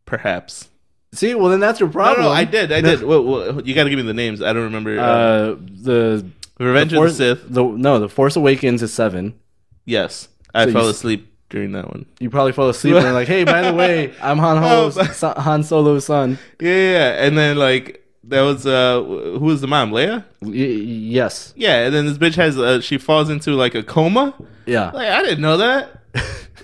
[SPEAKER 2] perhaps.
[SPEAKER 3] See, well then that's your
[SPEAKER 2] I
[SPEAKER 3] problem.
[SPEAKER 2] don't know. I did. I did. Well, well, you got to give me the names. I don't remember. Uh,
[SPEAKER 3] Uh, the
[SPEAKER 2] Revenge
[SPEAKER 3] the Force,
[SPEAKER 2] of the Sith.
[SPEAKER 3] the- no, the Force Awakens is seven.
[SPEAKER 2] Yes, I
[SPEAKER 3] So you
[SPEAKER 2] fell
[SPEAKER 3] s-
[SPEAKER 2] asleep during that one.
[SPEAKER 3] You probably fell asleep and you're like, hey, by the way, I'm Han,
[SPEAKER 2] Oh,
[SPEAKER 3] Holo's, so- Han Solo's son.
[SPEAKER 2] Yeah, yeah, yeah. And then like that was uh who was the mom, Leia?
[SPEAKER 3] Y- y- yes,
[SPEAKER 2] Yeah. And then this bitch has uh, she falls into like a coma.
[SPEAKER 3] yeah.
[SPEAKER 2] Like I didn't know that.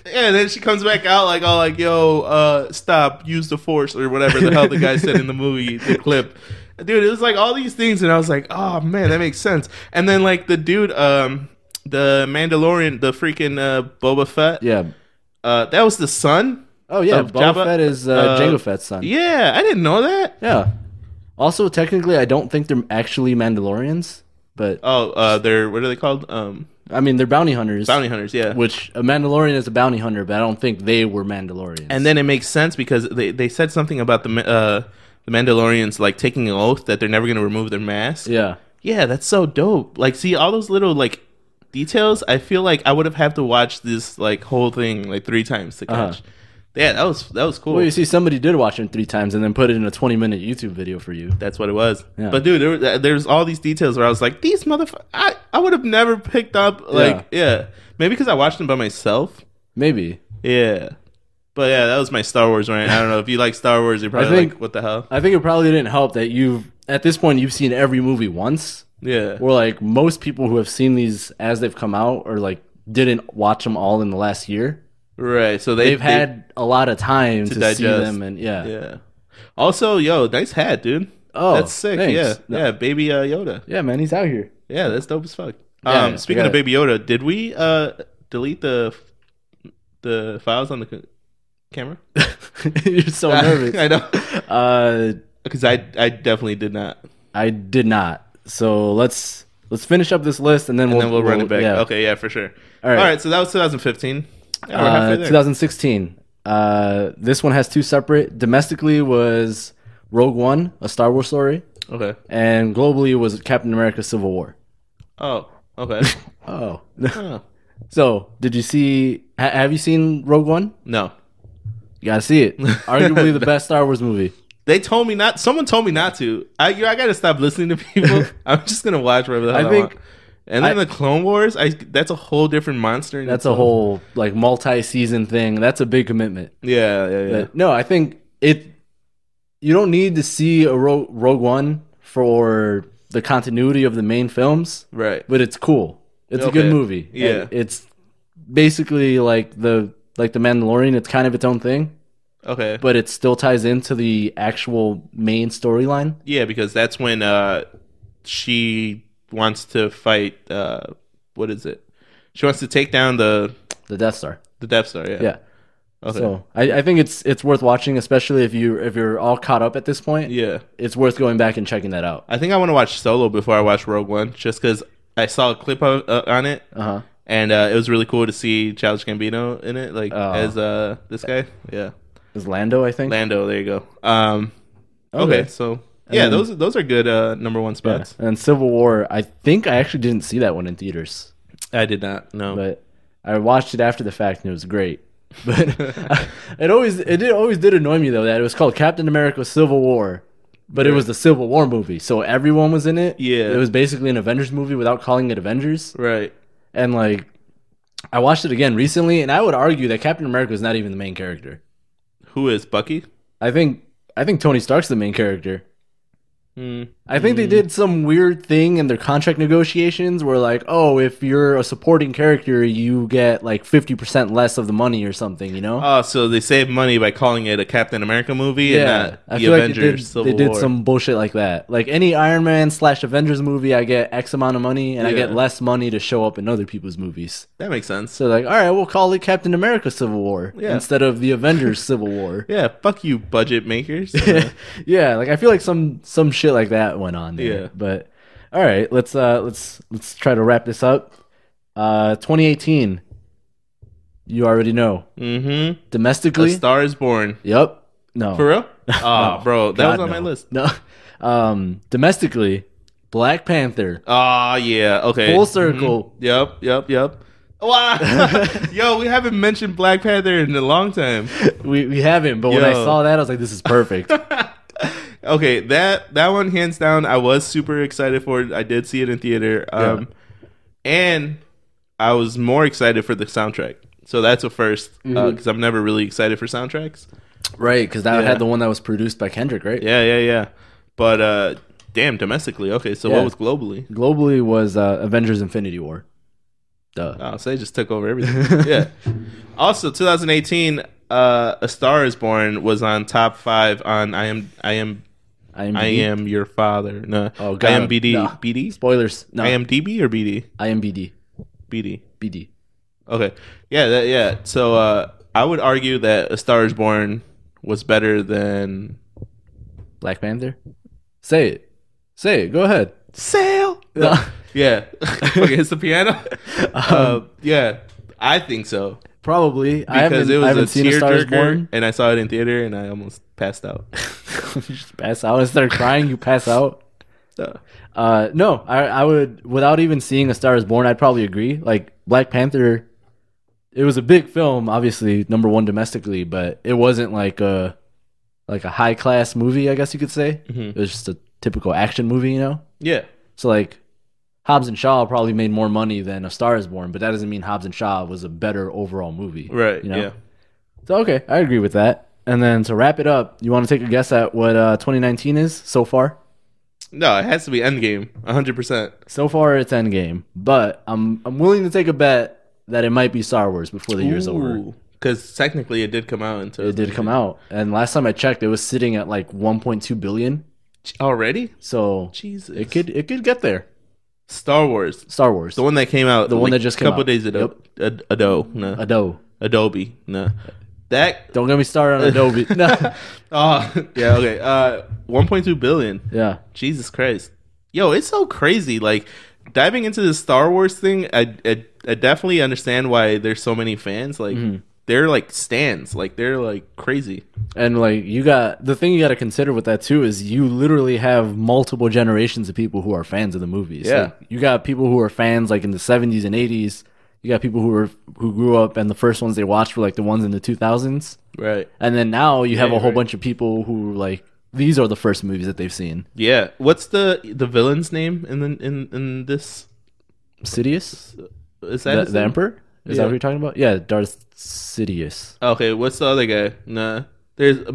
[SPEAKER 2] yeah, and then she comes back out like all like, "Yo, uh, stop! Use the force or whatever the hell the guy said in the movie, the clip." Dude, it was like all these things, and I was like, "Oh man, that makes sense." And then like the dude, um, the Mandalorian, the freaking uh, Boba Fett,
[SPEAKER 3] yeah.
[SPEAKER 2] uh, that was the son.
[SPEAKER 3] Oh yeah,
[SPEAKER 2] Of
[SPEAKER 3] Boba
[SPEAKER 2] Jabba-
[SPEAKER 3] Fett is uh,
[SPEAKER 2] uh,
[SPEAKER 3] Jango Fett's son. Yeah.
[SPEAKER 2] Yeah, I didn't know that.
[SPEAKER 3] Also, technically, I don't think they're actually Mandalorians, but
[SPEAKER 2] Oh, uh, they're what are they called? Um,
[SPEAKER 3] I mean they're bounty hunters.
[SPEAKER 2] bounty hunters. Yeah,
[SPEAKER 3] Which a Mandalorian is a bounty hunter, but I don't think they were Mandalorians.
[SPEAKER 2] And then it makes sense because they, they said something about the Ma- uh, the Mandalorians like taking an oath that they're never going to remove their mask.
[SPEAKER 3] yeah,
[SPEAKER 2] Yeah, that's so dope. Like, see all those little like details. I feel like I would have had to watch this like whole thing like three times to catch.
[SPEAKER 3] Uh-huh.
[SPEAKER 2] Yeah, that was that was cool.
[SPEAKER 3] well, you see, somebody did watch it three times and then put it in a twenty-minute YouTube video for you.
[SPEAKER 2] that's what it was.
[SPEAKER 3] Yeah.
[SPEAKER 2] But dude, there, were- there's all these details where I was like, these motherfuckers. I I would have never picked up. Like, yeah, maybe because I watched them by myself.
[SPEAKER 3] Maybe.
[SPEAKER 2] Yeah. But yeah, that was my Star Wars rant. I don't know if you like Star Wars, you're probably
[SPEAKER 3] think-
[SPEAKER 2] like, "What the hell?"
[SPEAKER 3] I think it probably didn't help that you've at this point you've seen every movie once.
[SPEAKER 2] Yeah.
[SPEAKER 3] Where like most people who have seen these as they've come out or like didn't watch them all in the last year.
[SPEAKER 2] Right. So they,
[SPEAKER 3] They've
[SPEAKER 2] they-
[SPEAKER 3] had a lot of time to, see
[SPEAKER 2] digest.
[SPEAKER 3] them and yeah. yeah.
[SPEAKER 2] Yeah. Also, yo, nice hat, dude.
[SPEAKER 3] Oh,
[SPEAKER 2] that's sick.
[SPEAKER 3] thanks.
[SPEAKER 2] Yeah,
[SPEAKER 3] No.
[SPEAKER 2] yeah, baby uh, Yoda.
[SPEAKER 3] man, he's out here.
[SPEAKER 2] Yeah, that's dope as fuck.
[SPEAKER 3] Yeah,
[SPEAKER 2] um, speaking
[SPEAKER 3] yeah.
[SPEAKER 2] of baby Yoda, did we uh delete the the files on the c- camera?
[SPEAKER 3] You're so nervous.
[SPEAKER 2] I know,
[SPEAKER 3] Uh
[SPEAKER 2] because I I definitely did not.
[SPEAKER 3] I did not. So let's let's finish up this list and then
[SPEAKER 2] And
[SPEAKER 3] we'll,
[SPEAKER 2] then we'll, run it back.
[SPEAKER 3] yeah.
[SPEAKER 2] Okay, yeah, for sure. All
[SPEAKER 3] right.
[SPEAKER 2] All right so that was 2015. Yeah, we're
[SPEAKER 3] Uh,
[SPEAKER 2] halfway there.
[SPEAKER 3] 2016. Uh, this one has two separate. Domestically was Rogue One, a Star Wars story,
[SPEAKER 2] okay.
[SPEAKER 3] and globally was Captain America: Civil War.
[SPEAKER 2] Oh, okay.
[SPEAKER 3] Oh,
[SPEAKER 2] Huh.
[SPEAKER 3] so did you see? Ha- have you seen Rogue One?
[SPEAKER 2] No,
[SPEAKER 3] You gotta see it. Arguably the best Star Wars movie.
[SPEAKER 2] they told me not. Someone told me not to. I you, I gotta stop listening to people. I'm just gonna watch whatever the hell I,
[SPEAKER 3] I think-
[SPEAKER 2] want. And then
[SPEAKER 3] I-
[SPEAKER 2] the Clone Wars. I that's a whole different monster. in
[SPEAKER 3] That's a
[SPEAKER 2] itself.
[SPEAKER 3] whole like multi-season thing. That's a big commitment.
[SPEAKER 2] Yeah, yeah, yeah.
[SPEAKER 3] But no, I think it. You don't need to see a Rogue, Rogue One for the continuity of the main films.
[SPEAKER 2] right.
[SPEAKER 3] but it's cool. It's a
[SPEAKER 2] Okay.
[SPEAKER 3] good movie.
[SPEAKER 2] Yeah.
[SPEAKER 3] And it's basically like the like the Mandalorian. It's kind of its own thing,
[SPEAKER 2] Okay.
[SPEAKER 3] but it still ties into the actual main storyline.
[SPEAKER 2] Yeah, because that's when uh she wants to fight uh what is it? She wants to take down the
[SPEAKER 3] The Death Star.
[SPEAKER 2] the Death Star, yeah.
[SPEAKER 3] Yeah.
[SPEAKER 2] Okay.
[SPEAKER 3] So I, I think it's it's worth watching, especially if you if you're all caught up at this point.
[SPEAKER 2] Yeah.
[SPEAKER 3] It's worth going back and checking that out.
[SPEAKER 2] I think I want to watch Solo before I watch Rogue One just cuz I saw a clip of, uh, on it
[SPEAKER 3] Uh huh.
[SPEAKER 2] and uh it was really cool to see Childish Gambino in it like
[SPEAKER 3] Oh.
[SPEAKER 2] as uh this guy. Yeah.
[SPEAKER 3] Is Lando? I think.
[SPEAKER 2] Lando, there you go. Um okay,
[SPEAKER 3] Okay.
[SPEAKER 2] so yeah,
[SPEAKER 3] then-
[SPEAKER 2] those those are good uh number 1
[SPEAKER 3] Yeah.
[SPEAKER 2] spots.
[SPEAKER 3] And Civil War. I think I actually didn't see that one in theaters.
[SPEAKER 2] I did not know.
[SPEAKER 3] but I watched it after the fact and it was great. But it always it did, always did annoy me though that it was called Captain America: Civil War, but it was the Civil War movie, so everyone was in it.
[SPEAKER 2] Yeah.
[SPEAKER 3] it was basically an Avengers movie without calling it Avengers.
[SPEAKER 2] right.
[SPEAKER 3] And like, I watched it again recently, and I would argue that Captain America is not even the main character.
[SPEAKER 2] Who is Bucky?
[SPEAKER 3] I think I think Tony Stark's the main character.
[SPEAKER 2] Hmm.
[SPEAKER 3] I think they did some weird thing in their contract negotiations where like, oh, if you're a supporting character, you get like 50% less of the money or something, you know?
[SPEAKER 2] Oh, so they save money by calling it a Captain America movie and not
[SPEAKER 3] I
[SPEAKER 2] the
[SPEAKER 3] feel like they
[SPEAKER 2] Avengers
[SPEAKER 3] did,
[SPEAKER 2] Civil
[SPEAKER 3] they did
[SPEAKER 2] War.
[SPEAKER 3] some bullshit like that. Like any Iron Man slash Avengers movie, I get X amount of money and I get
[SPEAKER 2] Yeah.
[SPEAKER 3] less money to show up in other people's movies.
[SPEAKER 2] That makes sense.
[SPEAKER 3] So like, all right, we'll call it Captain America Civil War
[SPEAKER 2] Yeah.
[SPEAKER 3] instead of the Avengers Civil War.
[SPEAKER 2] Yeah, fuck you, budget makers.
[SPEAKER 3] yeah, like I feel like some some shit like that went on there.
[SPEAKER 2] Yeah.
[SPEAKER 3] But all right, let's uh let's let's try to wrap this up. Uh 2018. You already know.
[SPEAKER 2] mm-hmm. A
[SPEAKER 3] Domestically?
[SPEAKER 2] Star is Born.
[SPEAKER 3] yep. No.
[SPEAKER 2] For real? Oh, bro, that was
[SPEAKER 3] God,
[SPEAKER 2] on my
[SPEAKER 3] no.
[SPEAKER 2] list.
[SPEAKER 3] No. Um domestically, Black Panther.
[SPEAKER 2] Oh, yeah. Okay.
[SPEAKER 3] Full circle.
[SPEAKER 2] Yep, yep, yep. Wow. Yo, we haven't mentioned Black Panther in a long time.
[SPEAKER 3] We we haven't, but when I
[SPEAKER 2] Yo.
[SPEAKER 3] saw that I was like this is perfect.
[SPEAKER 2] Okay, that that one hands down I was super excited for it. I did see it in theater. Um and I was more excited for the soundtrack. So that's a first because
[SPEAKER 3] Mm-hmm.
[SPEAKER 2] I'm never really excited for soundtracks.
[SPEAKER 3] right, cuz that
[SPEAKER 2] Yeah.
[SPEAKER 3] had the one that was produced by Kendrick, right?
[SPEAKER 2] Yeah, yeah, yeah. But uh damn, domestically. Okay, so
[SPEAKER 3] Yeah.
[SPEAKER 2] what was globally?
[SPEAKER 3] Globally was uh, Avengers Infinity War. Duh.
[SPEAKER 2] Oh, so they just took over everything. yeah. Also, 2018 uh A Star is Born was on top 5 on I am I am
[SPEAKER 3] I am
[SPEAKER 2] I am your father. No.
[SPEAKER 3] Oh, God.
[SPEAKER 2] I am BD
[SPEAKER 3] No.
[SPEAKER 2] BD?
[SPEAKER 3] spoilers. No.
[SPEAKER 2] I am DB or BD?
[SPEAKER 3] IMBD.
[SPEAKER 2] BD.
[SPEAKER 3] BD.
[SPEAKER 2] Okay. Yeah, that, yeah. So uh, I would argue that A Star is Born was better than
[SPEAKER 3] Black Panther. Say it. Say it. Go ahead.
[SPEAKER 2] Sail. Yeah. okay, it's the piano.
[SPEAKER 3] Um,
[SPEAKER 2] uh, yeah, I think so
[SPEAKER 3] Probably. I
[SPEAKER 2] because
[SPEAKER 3] haven't,
[SPEAKER 2] it
[SPEAKER 3] I
[SPEAKER 2] was
[SPEAKER 3] haven't
[SPEAKER 2] a
[SPEAKER 3] seen a Star is
[SPEAKER 2] tearjerker,
[SPEAKER 3] Born.
[SPEAKER 2] and I saw it in theater, and I almost passed out.
[SPEAKER 3] you just pass out. Instead of crying, you pass out.
[SPEAKER 2] So,
[SPEAKER 3] Uh, no, I, I would, without even seeing A Star is Born, I'd probably agree. Like, Black Panther, it was a big film, obviously, number one domestically, but it wasn't like a, like a high class movie, I guess you could say.
[SPEAKER 2] Mm-hmm.
[SPEAKER 3] It was just a typical action movie, you know?
[SPEAKER 2] yeah.
[SPEAKER 3] So like Hobbs and Shaw probably made more money than A Star Is Born, but that doesn't mean Hobbs and Shaw was a better overall movie.
[SPEAKER 2] Right.
[SPEAKER 3] you know?
[SPEAKER 2] Yeah.
[SPEAKER 3] So okay, I agree with that. And then to wrap it up, you want to take a guess at what uh, 2019 is so far?
[SPEAKER 2] No, it has to be Endgame, 100%.
[SPEAKER 3] So far, it's Endgame, but I'm I'm willing to take a bet that it might be Star Wars before the year's over.
[SPEAKER 2] Because technically it did come out into.
[SPEAKER 3] It did come out, and last time I checked, it was sitting at like 1.2 billion.
[SPEAKER 2] Already?
[SPEAKER 3] So
[SPEAKER 2] Jesus.
[SPEAKER 3] it could it could get there.
[SPEAKER 2] Star Wars.
[SPEAKER 3] Star Wars,
[SPEAKER 2] The one that came out.
[SPEAKER 3] The one that just came
[SPEAKER 2] A couple
[SPEAKER 3] out.
[SPEAKER 2] days ago. Ad- Ado. No.
[SPEAKER 3] Adobe.
[SPEAKER 2] Adobe. No. That.
[SPEAKER 3] Don't get me started on Adobe. No.
[SPEAKER 2] Oh, yeah, okay. Uh, 1.2 billion.
[SPEAKER 3] Yeah,
[SPEAKER 2] Jesus Christ. Yo, it's so crazy. Like, diving into the Star Wars thing, I, I, I definitely understand why there's so many fans. Like,
[SPEAKER 3] Mm-hmm.
[SPEAKER 2] they're like stands. Like, they're like crazy.
[SPEAKER 3] and like you got the thing you got to consider with that too is you literally have multiple generations of people who are fans of the movies.
[SPEAKER 2] Yeah.
[SPEAKER 3] Like, you got people who are fans like in the 70s and 80s. You got people who were who grew up and the first ones they watched were like the ones in the 2000s.
[SPEAKER 2] Right.
[SPEAKER 3] And then now you have
[SPEAKER 2] Yeah,
[SPEAKER 3] a whole
[SPEAKER 2] right.
[SPEAKER 3] bunch of people who like these are the first movies that they've seen.
[SPEAKER 2] Yeah. What's the the villain's name in the, in in this?
[SPEAKER 3] Sidious,
[SPEAKER 2] Is that
[SPEAKER 3] the,
[SPEAKER 2] his
[SPEAKER 3] the
[SPEAKER 2] name?
[SPEAKER 3] Emperor, is that
[SPEAKER 2] Yeah.
[SPEAKER 3] what you're talking about? Yeah, Darth Sidious.
[SPEAKER 2] Okay. What's the other guy? Nah. There's uh,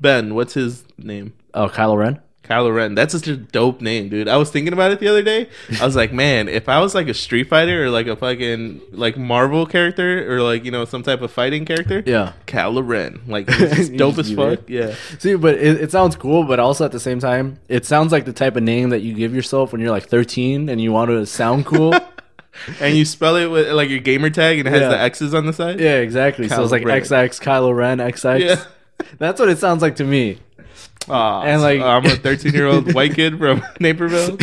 [SPEAKER 2] Ben. What's his name?
[SPEAKER 3] Oh, Kylo Ren.
[SPEAKER 2] Kylo Ren. That's such a dope name, dude. I was thinking about it the other day. I was like, man, if I was like a Street Fighter or like a fucking like Marvel character or like you know some type of fighting character,
[SPEAKER 3] Yeah.
[SPEAKER 2] Kylo Ren. Like it's
[SPEAKER 3] You
[SPEAKER 2] dope
[SPEAKER 3] just
[SPEAKER 2] as
[SPEAKER 3] do
[SPEAKER 2] fuck.
[SPEAKER 3] it.
[SPEAKER 2] Yeah.
[SPEAKER 3] See, but it, it sounds cool, but also at the same time, it sounds like the type of name that you give yourself when you're like 13 and you want to sound cool.
[SPEAKER 2] And you spell it with like your gamer tag and it has
[SPEAKER 3] Yeah.
[SPEAKER 2] the X's on the side.
[SPEAKER 3] yeah, exactly. so it's like
[SPEAKER 2] Kylo Ren.
[SPEAKER 3] XX Kylo Ren XX.
[SPEAKER 2] Yeah.
[SPEAKER 3] That's what it sounds like to me.
[SPEAKER 2] Aw,
[SPEAKER 3] And, like-
[SPEAKER 2] I'm a 13 year old white kid from Naperville.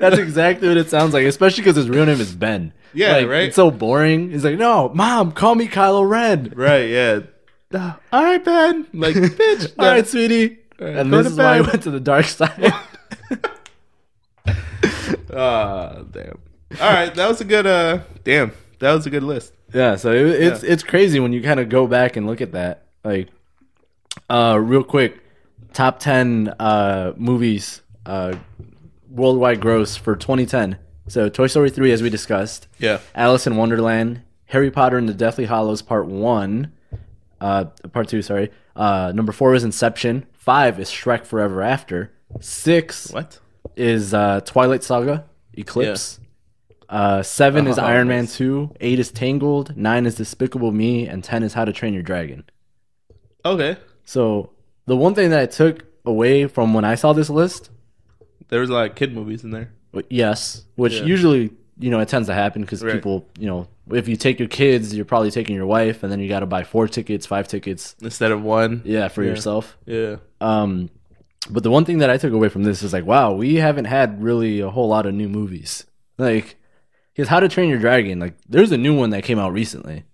[SPEAKER 3] That's exactly what it sounds like, especially because his real name is Ben.
[SPEAKER 2] Yeah,
[SPEAKER 3] Like,
[SPEAKER 2] right?
[SPEAKER 3] It's so boring. He's like, no, mom, call me Kylo Ren.
[SPEAKER 2] Right, yeah. Uh, All right, Ben. Like, bitch.
[SPEAKER 3] All right, sweetie.
[SPEAKER 2] right,
[SPEAKER 3] and
[SPEAKER 2] go
[SPEAKER 3] this
[SPEAKER 2] to
[SPEAKER 3] is why I
[SPEAKER 2] bed.
[SPEAKER 3] went to the dark side.
[SPEAKER 2] Ah, damn. All right, that was a good. uh Damn, that was a good list.
[SPEAKER 3] Yeah, so it, it's it's crazy when you kind of go back and look at that. Like, uh, real quick, top ten uh movies uh worldwide gross for 2010. So Toy Story three, as we discussed,
[SPEAKER 2] Yeah.
[SPEAKER 3] Alice in Wonderland, Harry Potter and the Deathly Hollows Part One, uh, Part Two, sorry. Uh, number four is Inception. Five is Shrek Forever After. Six
[SPEAKER 2] What?
[SPEAKER 3] is uh, Twilight Saga, Eclipse. Uh, seven is
[SPEAKER 2] Oh,
[SPEAKER 3] Iron Man Two. Eight is Tangled. Nine is Despicable Me, and ten is How to Train Your Dragon.
[SPEAKER 2] Okay,
[SPEAKER 3] So the one thing that I took away from when I saw this list,
[SPEAKER 2] there was a lot of kid movies in there.
[SPEAKER 3] w- yes, which
[SPEAKER 2] Yeah.
[SPEAKER 3] usually you know it tends to happen because
[SPEAKER 2] Right.
[SPEAKER 3] people, you know, if you take your kids, you're probably taking your wife, and then you got to buy four tickets, five tickets,
[SPEAKER 2] Instead of one.
[SPEAKER 3] yeah, for yourself.
[SPEAKER 2] Yeah.
[SPEAKER 3] Um, but the one thing that I took away from this is like, wow, we haven't had really a whole lot of new movies. Like, because How to Train Your Dragon, like, there's a new one that came out recently.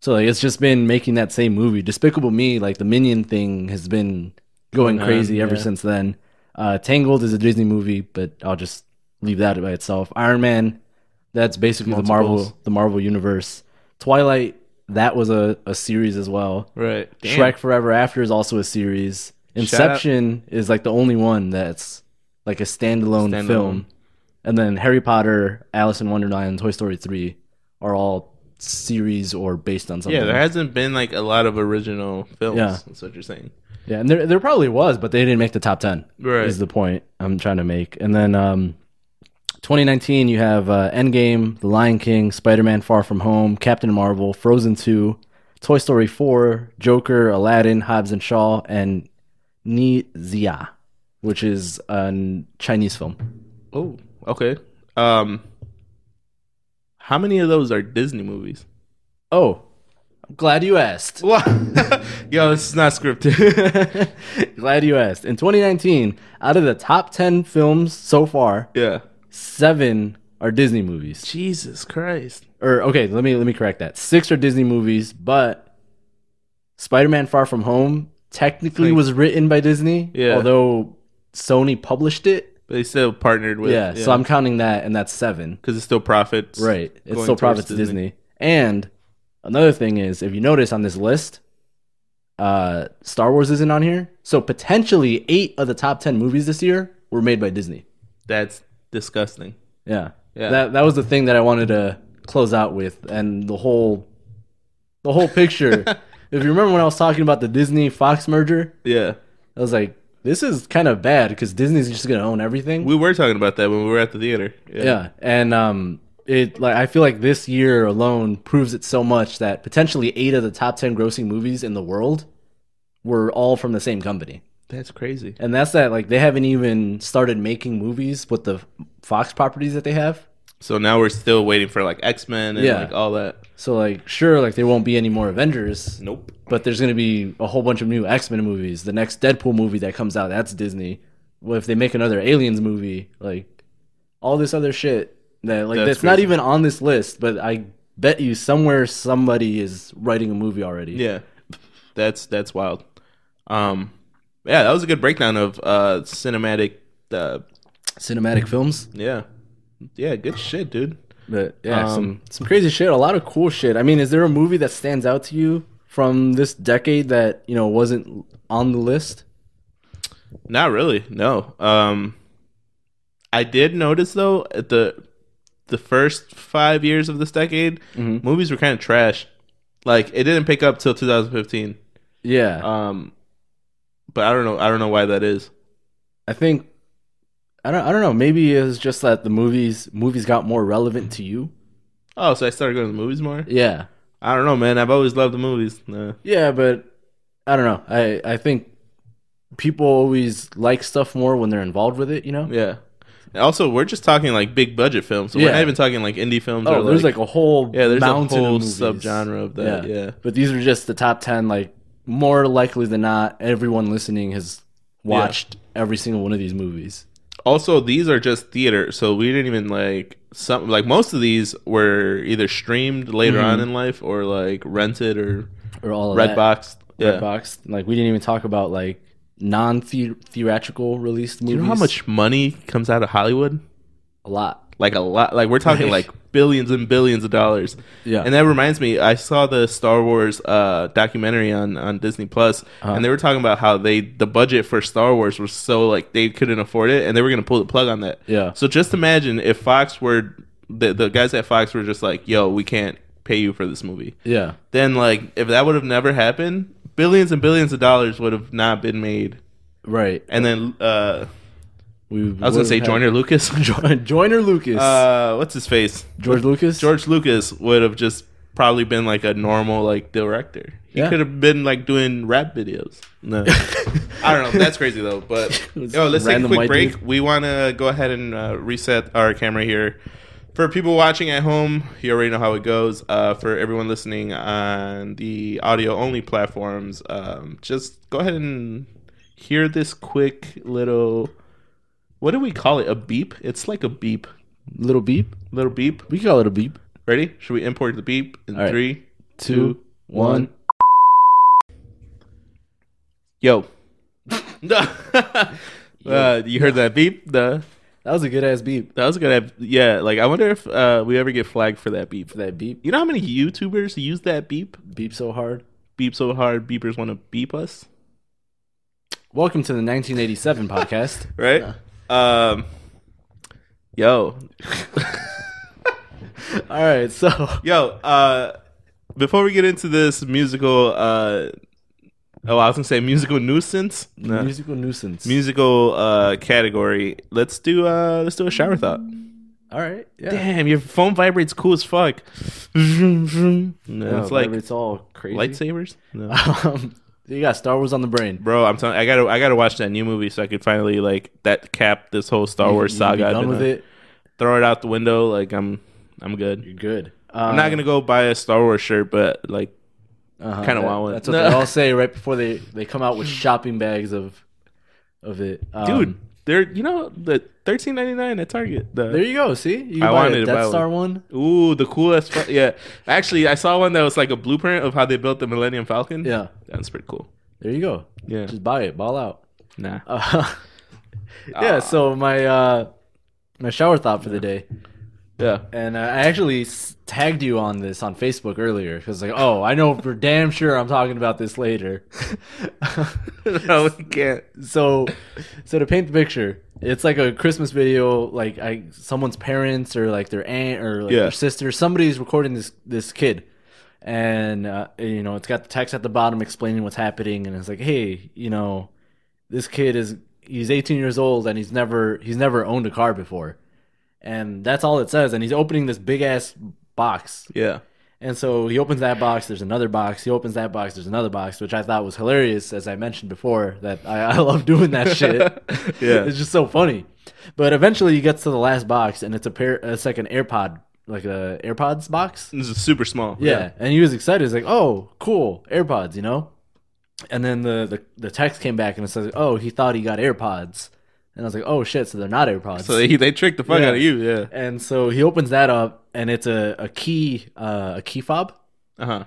[SPEAKER 3] So like, it's just been making that same movie. Despicable Me, like the Minion thing, has been going
[SPEAKER 2] Going on,
[SPEAKER 3] crazy ever
[SPEAKER 2] yeah.
[SPEAKER 3] since then. Uh, Tangled is a Disney movie, but I'll just leave that by itself. Iron Man, that's basically the Marvel,
[SPEAKER 2] Multiples.
[SPEAKER 3] the Marvel universe. Twilight, that was a, a series as well.
[SPEAKER 2] Right. Damn.
[SPEAKER 3] Shrek Forever After is also a series. Inception is like the only one that's like a standalone,
[SPEAKER 2] Standalone.
[SPEAKER 3] film. And then Harry Potter, Alice in Wonderland, Toy Story 3 are all series or based on something.
[SPEAKER 2] Yeah, there hasn't been like a lot of original films.
[SPEAKER 3] Yeah.
[SPEAKER 2] That's what you're saying.
[SPEAKER 3] Yeah, and there there probably was, but they didn't make the top 10.
[SPEAKER 2] Right.
[SPEAKER 3] Is the point I'm trying to make. And then um 2019 you have uh, Endgame, The Lion King, Spider-Man Far From Home, Captain Marvel, Frozen 2, Toy Story 4, Joker, Aladdin, Hobbs and Shaw and Ni Zia, which is a Chinese film.
[SPEAKER 2] Oh, okay. Um, how many of those are Disney movies?
[SPEAKER 3] Oh, I'm glad you asked.
[SPEAKER 2] What? Yo, this is not scripted.
[SPEAKER 3] glad you asked. In 2019, out of the top 10 films so far,
[SPEAKER 2] yeah.
[SPEAKER 3] 7 are Disney movies.
[SPEAKER 2] Jesus Christ.
[SPEAKER 3] or okay, let me let me correct that. Six are Disney movies, but Spider-Man: Far From Home technically
[SPEAKER 2] Like-
[SPEAKER 3] was written by Disney,
[SPEAKER 2] Yeah.
[SPEAKER 3] although Sony published it.
[SPEAKER 2] But they still partnered with.
[SPEAKER 3] yeah, so I'm counting that, and that's seven.
[SPEAKER 2] because it's still profits.
[SPEAKER 3] Right, it
[SPEAKER 2] going
[SPEAKER 3] still
[SPEAKER 2] towards
[SPEAKER 3] profits to Disney. And another thing is, if you notice on this list, uh, Star Wars isn't on here. So potentially eight of the top ten movies this year were made by Disney.
[SPEAKER 2] That's disgusting.
[SPEAKER 3] Yeah.
[SPEAKER 2] Yeah.
[SPEAKER 3] That that was the thing that I wanted to close out with and the whole the whole picture. if you remember when I was talking about the Disney Fox merger,
[SPEAKER 2] Yeah.
[SPEAKER 3] I was like this is kind of bad because Disney's just gonna own everything.
[SPEAKER 2] We were talking about that when we were at the theater.
[SPEAKER 3] yeah. and um, it like I feel like this year alone proves it so much that potentially eight of the top ten grossing movies in the world were all from the same company,
[SPEAKER 2] That's crazy.
[SPEAKER 3] and that's that like they haven't even started making movies with the Fox properties that they have.
[SPEAKER 2] So now we're still waiting for like X Men and
[SPEAKER 3] Yeah.
[SPEAKER 2] like all that.
[SPEAKER 3] So like sure like there won't be any more Avengers,
[SPEAKER 2] Nope.
[SPEAKER 3] but there's going to be a whole bunch of new X Men movies. The next Deadpool movie that comes out, that's Disney. Well, if they make another Aliens movie, like all this other shit that like that's,
[SPEAKER 2] That's
[SPEAKER 3] not
[SPEAKER 2] crazy.
[SPEAKER 3] even on this list, but I bet you somewhere somebody is writing a movie already.
[SPEAKER 2] Yeah, that's that's wild. Um, yeah, that was a good breakdown of uh cinematic. Uh,
[SPEAKER 3] Cinematic films,
[SPEAKER 2] yeah, yeah, good shit, dude.
[SPEAKER 3] Mm-hmm. but yeah,
[SPEAKER 2] Um,
[SPEAKER 3] some some crazy shit. A lot of cool shit. I mean, is there a movie that stands out to you from this decade that you know wasn't on the list?
[SPEAKER 2] Not really. No. Um, I did notice though at the the first five years of this decade,
[SPEAKER 3] Mm-hmm.
[SPEAKER 2] movies were kind of trash. Like it didn't pick up till 2015.
[SPEAKER 3] Yeah,
[SPEAKER 2] Um, but I don't know. I don't know why that is.
[SPEAKER 3] I think I don't I don't know. Maybe it was just that the movies movies got more relevant to you.
[SPEAKER 2] Oh, so I started going to the movies more.
[SPEAKER 3] Yeah.
[SPEAKER 2] I don't know, man. I've always loved the movies. Nah.
[SPEAKER 3] Yeah, but I don't know. I I think people always like stuff more when they're involved with it, you know?
[SPEAKER 2] Yeah. And also, we're just talking like big budget films. So We're
[SPEAKER 3] Yeah.
[SPEAKER 2] not even talking like indie films.
[SPEAKER 3] Oh,
[SPEAKER 2] or,
[SPEAKER 3] there's like a whole
[SPEAKER 2] yeah, there's a
[SPEAKER 3] mountain
[SPEAKER 2] whole
[SPEAKER 3] of movies.
[SPEAKER 2] subgenre of that. Yeah.
[SPEAKER 3] But these are just the top 10 like more likely than not everyone listening has watched every single one of these movies.
[SPEAKER 2] Also, these are just theater, so we didn't even like some like most of these were either streamed later
[SPEAKER 3] Mm-hmm.
[SPEAKER 2] on in life or like rented or
[SPEAKER 3] Or all of that.
[SPEAKER 2] Redbox. Yeah.
[SPEAKER 3] Redbox. Like we didn't even talk about like non-theatrical released movies.
[SPEAKER 2] You know how much money comes out of Hollywood?
[SPEAKER 3] a lot.
[SPEAKER 2] Like a lot. Like we're talking
[SPEAKER 3] Like-
[SPEAKER 2] like billions and billions of dollars.
[SPEAKER 3] Yeah.
[SPEAKER 2] And that reminds me, I saw the Star Wars uh, documentary on on Disney Plus,
[SPEAKER 3] Uh-huh.
[SPEAKER 2] and they were talking about how they the budget for Star Wars was so like they couldn't afford it, and they were going to pull the plug on that.
[SPEAKER 3] Yeah.
[SPEAKER 2] So just imagine if Fox were the the guys at Fox were just like, "Yo, we can't pay you for this movie."
[SPEAKER 3] Yeah.
[SPEAKER 2] Then like if that would have never happened, billions and billions of dollars would have not been made.
[SPEAKER 3] Right.
[SPEAKER 2] And then uh,
[SPEAKER 3] We
[SPEAKER 2] I was going to say Joyner Lucas.
[SPEAKER 3] Joiner Lucas.
[SPEAKER 2] uh, what's his face?
[SPEAKER 3] George Lucas.
[SPEAKER 2] George Lucas would have just probably been like a normal like director. He
[SPEAKER 3] Yeah.
[SPEAKER 2] could have been like doing rap videos. No. I don't know. That's crazy though. But
[SPEAKER 3] was
[SPEAKER 2] yo, let's take a
[SPEAKER 3] random
[SPEAKER 2] quick
[SPEAKER 3] white
[SPEAKER 2] break.
[SPEAKER 3] dude.
[SPEAKER 2] We want to go ahead and uh, reset our camera here. For people watching at home, you already know how it goes. Uh, for everyone listening on the audio only platforms, um, just go ahead and hear this quick little. What do we call it? A beep? It's like a beep.
[SPEAKER 3] Little beep.
[SPEAKER 2] Little beep.
[SPEAKER 3] We call it a beep.
[SPEAKER 2] Ready? Should we import the beep in
[SPEAKER 3] All right.
[SPEAKER 2] three?
[SPEAKER 3] Two, one.
[SPEAKER 2] Yo. uh, you heard that beep? The
[SPEAKER 3] That was a good ass beep.
[SPEAKER 2] that was gonna yeah. Like I wonder if uh, we ever get flagged for that beep.
[SPEAKER 3] That beep
[SPEAKER 2] You know how many YouTubers use that beep?
[SPEAKER 3] beep so hard.
[SPEAKER 2] Beep so hard, beepers want to beep us,
[SPEAKER 3] Welcome to the 1987 podcast.
[SPEAKER 2] right? Um, yo,
[SPEAKER 3] All right, so
[SPEAKER 2] yo. Uh, before we get into this musical, uh, oh, I was gonna say musical nuisance. Nah.
[SPEAKER 3] musical nuisance.
[SPEAKER 2] musical uh category let's do uh let's do a shower thought
[SPEAKER 3] All right, yeah.
[SPEAKER 2] damn your phone vibrates cool as fuck Vroom, vroom. no,
[SPEAKER 3] No,
[SPEAKER 2] it's like
[SPEAKER 3] whatever, it's all crazy.
[SPEAKER 2] lightsabers no.
[SPEAKER 3] Um, you got Star Wars on the brain.
[SPEAKER 2] bro i'm telling i gotta i gotta watch that new movie so i could finally like that cap this whole star
[SPEAKER 3] You-
[SPEAKER 2] wars
[SPEAKER 3] you
[SPEAKER 2] saga
[SPEAKER 3] be
[SPEAKER 2] I've
[SPEAKER 3] done
[SPEAKER 2] been
[SPEAKER 3] with
[SPEAKER 2] on.
[SPEAKER 3] it.
[SPEAKER 2] throw it out the window like i'm i'm good
[SPEAKER 3] You're good.
[SPEAKER 2] i'm not gonna go buy a star wars shirt but like kinda want
[SPEAKER 3] Uh-huh.
[SPEAKER 2] one.
[SPEAKER 3] That's what
[SPEAKER 2] No.
[SPEAKER 3] they all say right before they they come out with shopping bags of of it. Um,
[SPEAKER 2] dude they're you know the 13.99 at target the
[SPEAKER 3] there you go. See, you can
[SPEAKER 2] I
[SPEAKER 3] buy
[SPEAKER 2] wanted to
[SPEAKER 3] a
[SPEAKER 2] buy
[SPEAKER 3] Death
[SPEAKER 2] one.
[SPEAKER 3] Star one.
[SPEAKER 2] Ooh, the coolest! Fu- yeah, actually, I saw one that was like a blueprint of how they built the Millennium Falcon.
[SPEAKER 3] Yeah,
[SPEAKER 2] that's pretty cool.
[SPEAKER 3] there you go.
[SPEAKER 2] Yeah. Ah.
[SPEAKER 3] just buy it, ball out.
[SPEAKER 2] Nah.
[SPEAKER 3] Uh, yeah, so my uh, my shower thought for the day,
[SPEAKER 2] Yeah.
[SPEAKER 3] and I actually s- tagged you on this on Facebook earlier because like, oh, I know for damn sure I'm talking about this later.
[SPEAKER 2] no, we can't.
[SPEAKER 3] so, so to paint the picture, it's like a Christmas video, like I someone's parents or like their aunt or like
[SPEAKER 2] Yeah.
[SPEAKER 3] their sister, somebody's recording this this kid. And uh, you know, it's got the text at the bottom explaining what's happening, and it's like, hey, you know, this kid is he's 18 years old and he's never he's never owned a car before, and that's all it says. And he's opening this big ass box,
[SPEAKER 2] Yeah.
[SPEAKER 3] and so he opens that box. There's another box. He opens that box. There's another box, which I thought was hilarious, as I mentioned before. That I, I love doing that shit.
[SPEAKER 2] Yeah.
[SPEAKER 3] it's just so funny. But eventually, he gets to the last box, and it's a pair. It's like an AirPod, like a AirPods box.
[SPEAKER 2] This is super small.
[SPEAKER 3] Yeah. and he was excited. He's like, "Oh, cool, AirPods," you know. And then the, the the text came back and it says, "Oh, he thought he got AirPods," and I was like, "Oh shit, so they're not AirPods."
[SPEAKER 2] So they, they tricked the fuck
[SPEAKER 3] Yeah.
[SPEAKER 2] out of you. Yeah.
[SPEAKER 3] and so he opens that up, and it's a a key uh, a key fob.
[SPEAKER 2] Uh huh.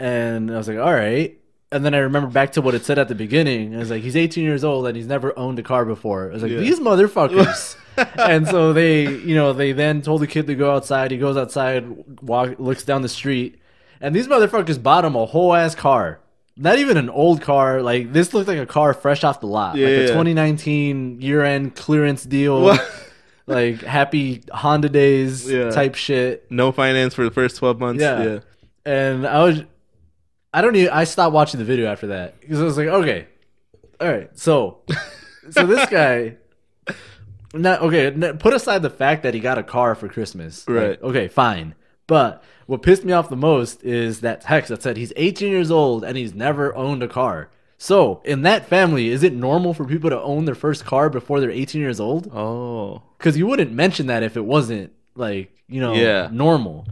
[SPEAKER 3] And I was like, all right. And then I remember back to what it said at the beginning. I was like, he's 18 years old and he's never owned a car before. I was like,
[SPEAKER 2] Yeah.
[SPEAKER 3] these motherfuckers. and so they, you know, they then told the kid to go outside. He goes outside, walk, looks down the street, and these motherfuckers bought him a whole ass car. Not even an old car. Like this looked like a car fresh off the lot, like
[SPEAKER 2] Yeah.
[SPEAKER 3] a 2019 year-end clearance deal,
[SPEAKER 2] What?
[SPEAKER 3] like happy Honda days
[SPEAKER 2] Yeah.
[SPEAKER 3] type shit.
[SPEAKER 2] No finance for the first 12 months.
[SPEAKER 3] Yeah.
[SPEAKER 2] Yeah.
[SPEAKER 3] And I was, I don't even, I stopped watching the video after that because I was like, okay, all right, so, so this guy, not okay. n- Put aside the fact that he got a car for Christmas, Like,
[SPEAKER 2] Right.
[SPEAKER 3] okay, fine. But what pissed me off the most is that text that said he's 18 years old and he's never owned a car. So in that family, is it normal for people to own their first car before they're 18 years old?
[SPEAKER 2] Oh.
[SPEAKER 3] Because you wouldn't mention that if it wasn't like you know
[SPEAKER 2] Yeah.
[SPEAKER 3] normal.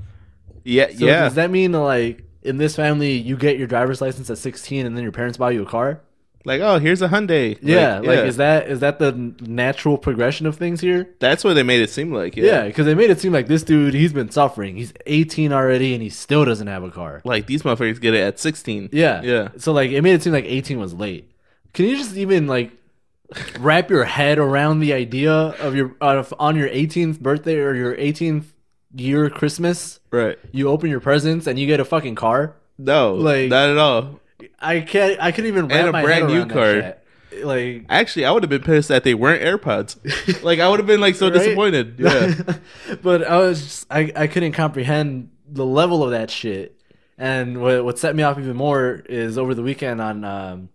[SPEAKER 2] Yeah.
[SPEAKER 3] So
[SPEAKER 2] yeah.
[SPEAKER 3] does that mean like in this family you get your driver's license at 16 and then your parents buy you a car?
[SPEAKER 2] like, oh, here's a Hyundai.
[SPEAKER 3] Yeah, like, is that is that the n- natural progression of things here?
[SPEAKER 2] That's what they made it seem like. Yeah.
[SPEAKER 3] Yeah, because they made it seem like this dude he's been suffering. He's 18 already and he still doesn't have a car.
[SPEAKER 2] Like these motherfuckers get it at 16.
[SPEAKER 3] Yeah,
[SPEAKER 2] Yeah.
[SPEAKER 3] So like it made it seem like 18 was late. Can you just even like wrap your head around the idea of your of, on your 18th birthday or your 18th year Christmas?
[SPEAKER 2] Right.
[SPEAKER 3] You open your presents and you get a fucking car.
[SPEAKER 2] No.
[SPEAKER 3] Like-
[SPEAKER 2] not at all.
[SPEAKER 3] I can't. I couldn't even wrap
[SPEAKER 2] a
[SPEAKER 3] my
[SPEAKER 2] brand
[SPEAKER 3] head
[SPEAKER 2] new
[SPEAKER 3] around
[SPEAKER 2] car.
[SPEAKER 3] that shit. Like,
[SPEAKER 2] Actually, I would have been pissed that they weren't AirPods. like I would have been like so
[SPEAKER 3] Right?
[SPEAKER 2] disappointed. Yeah.
[SPEAKER 3] but I was just, I I couldn't comprehend the level of that shit. And what what set me off even more is over the weekend on um,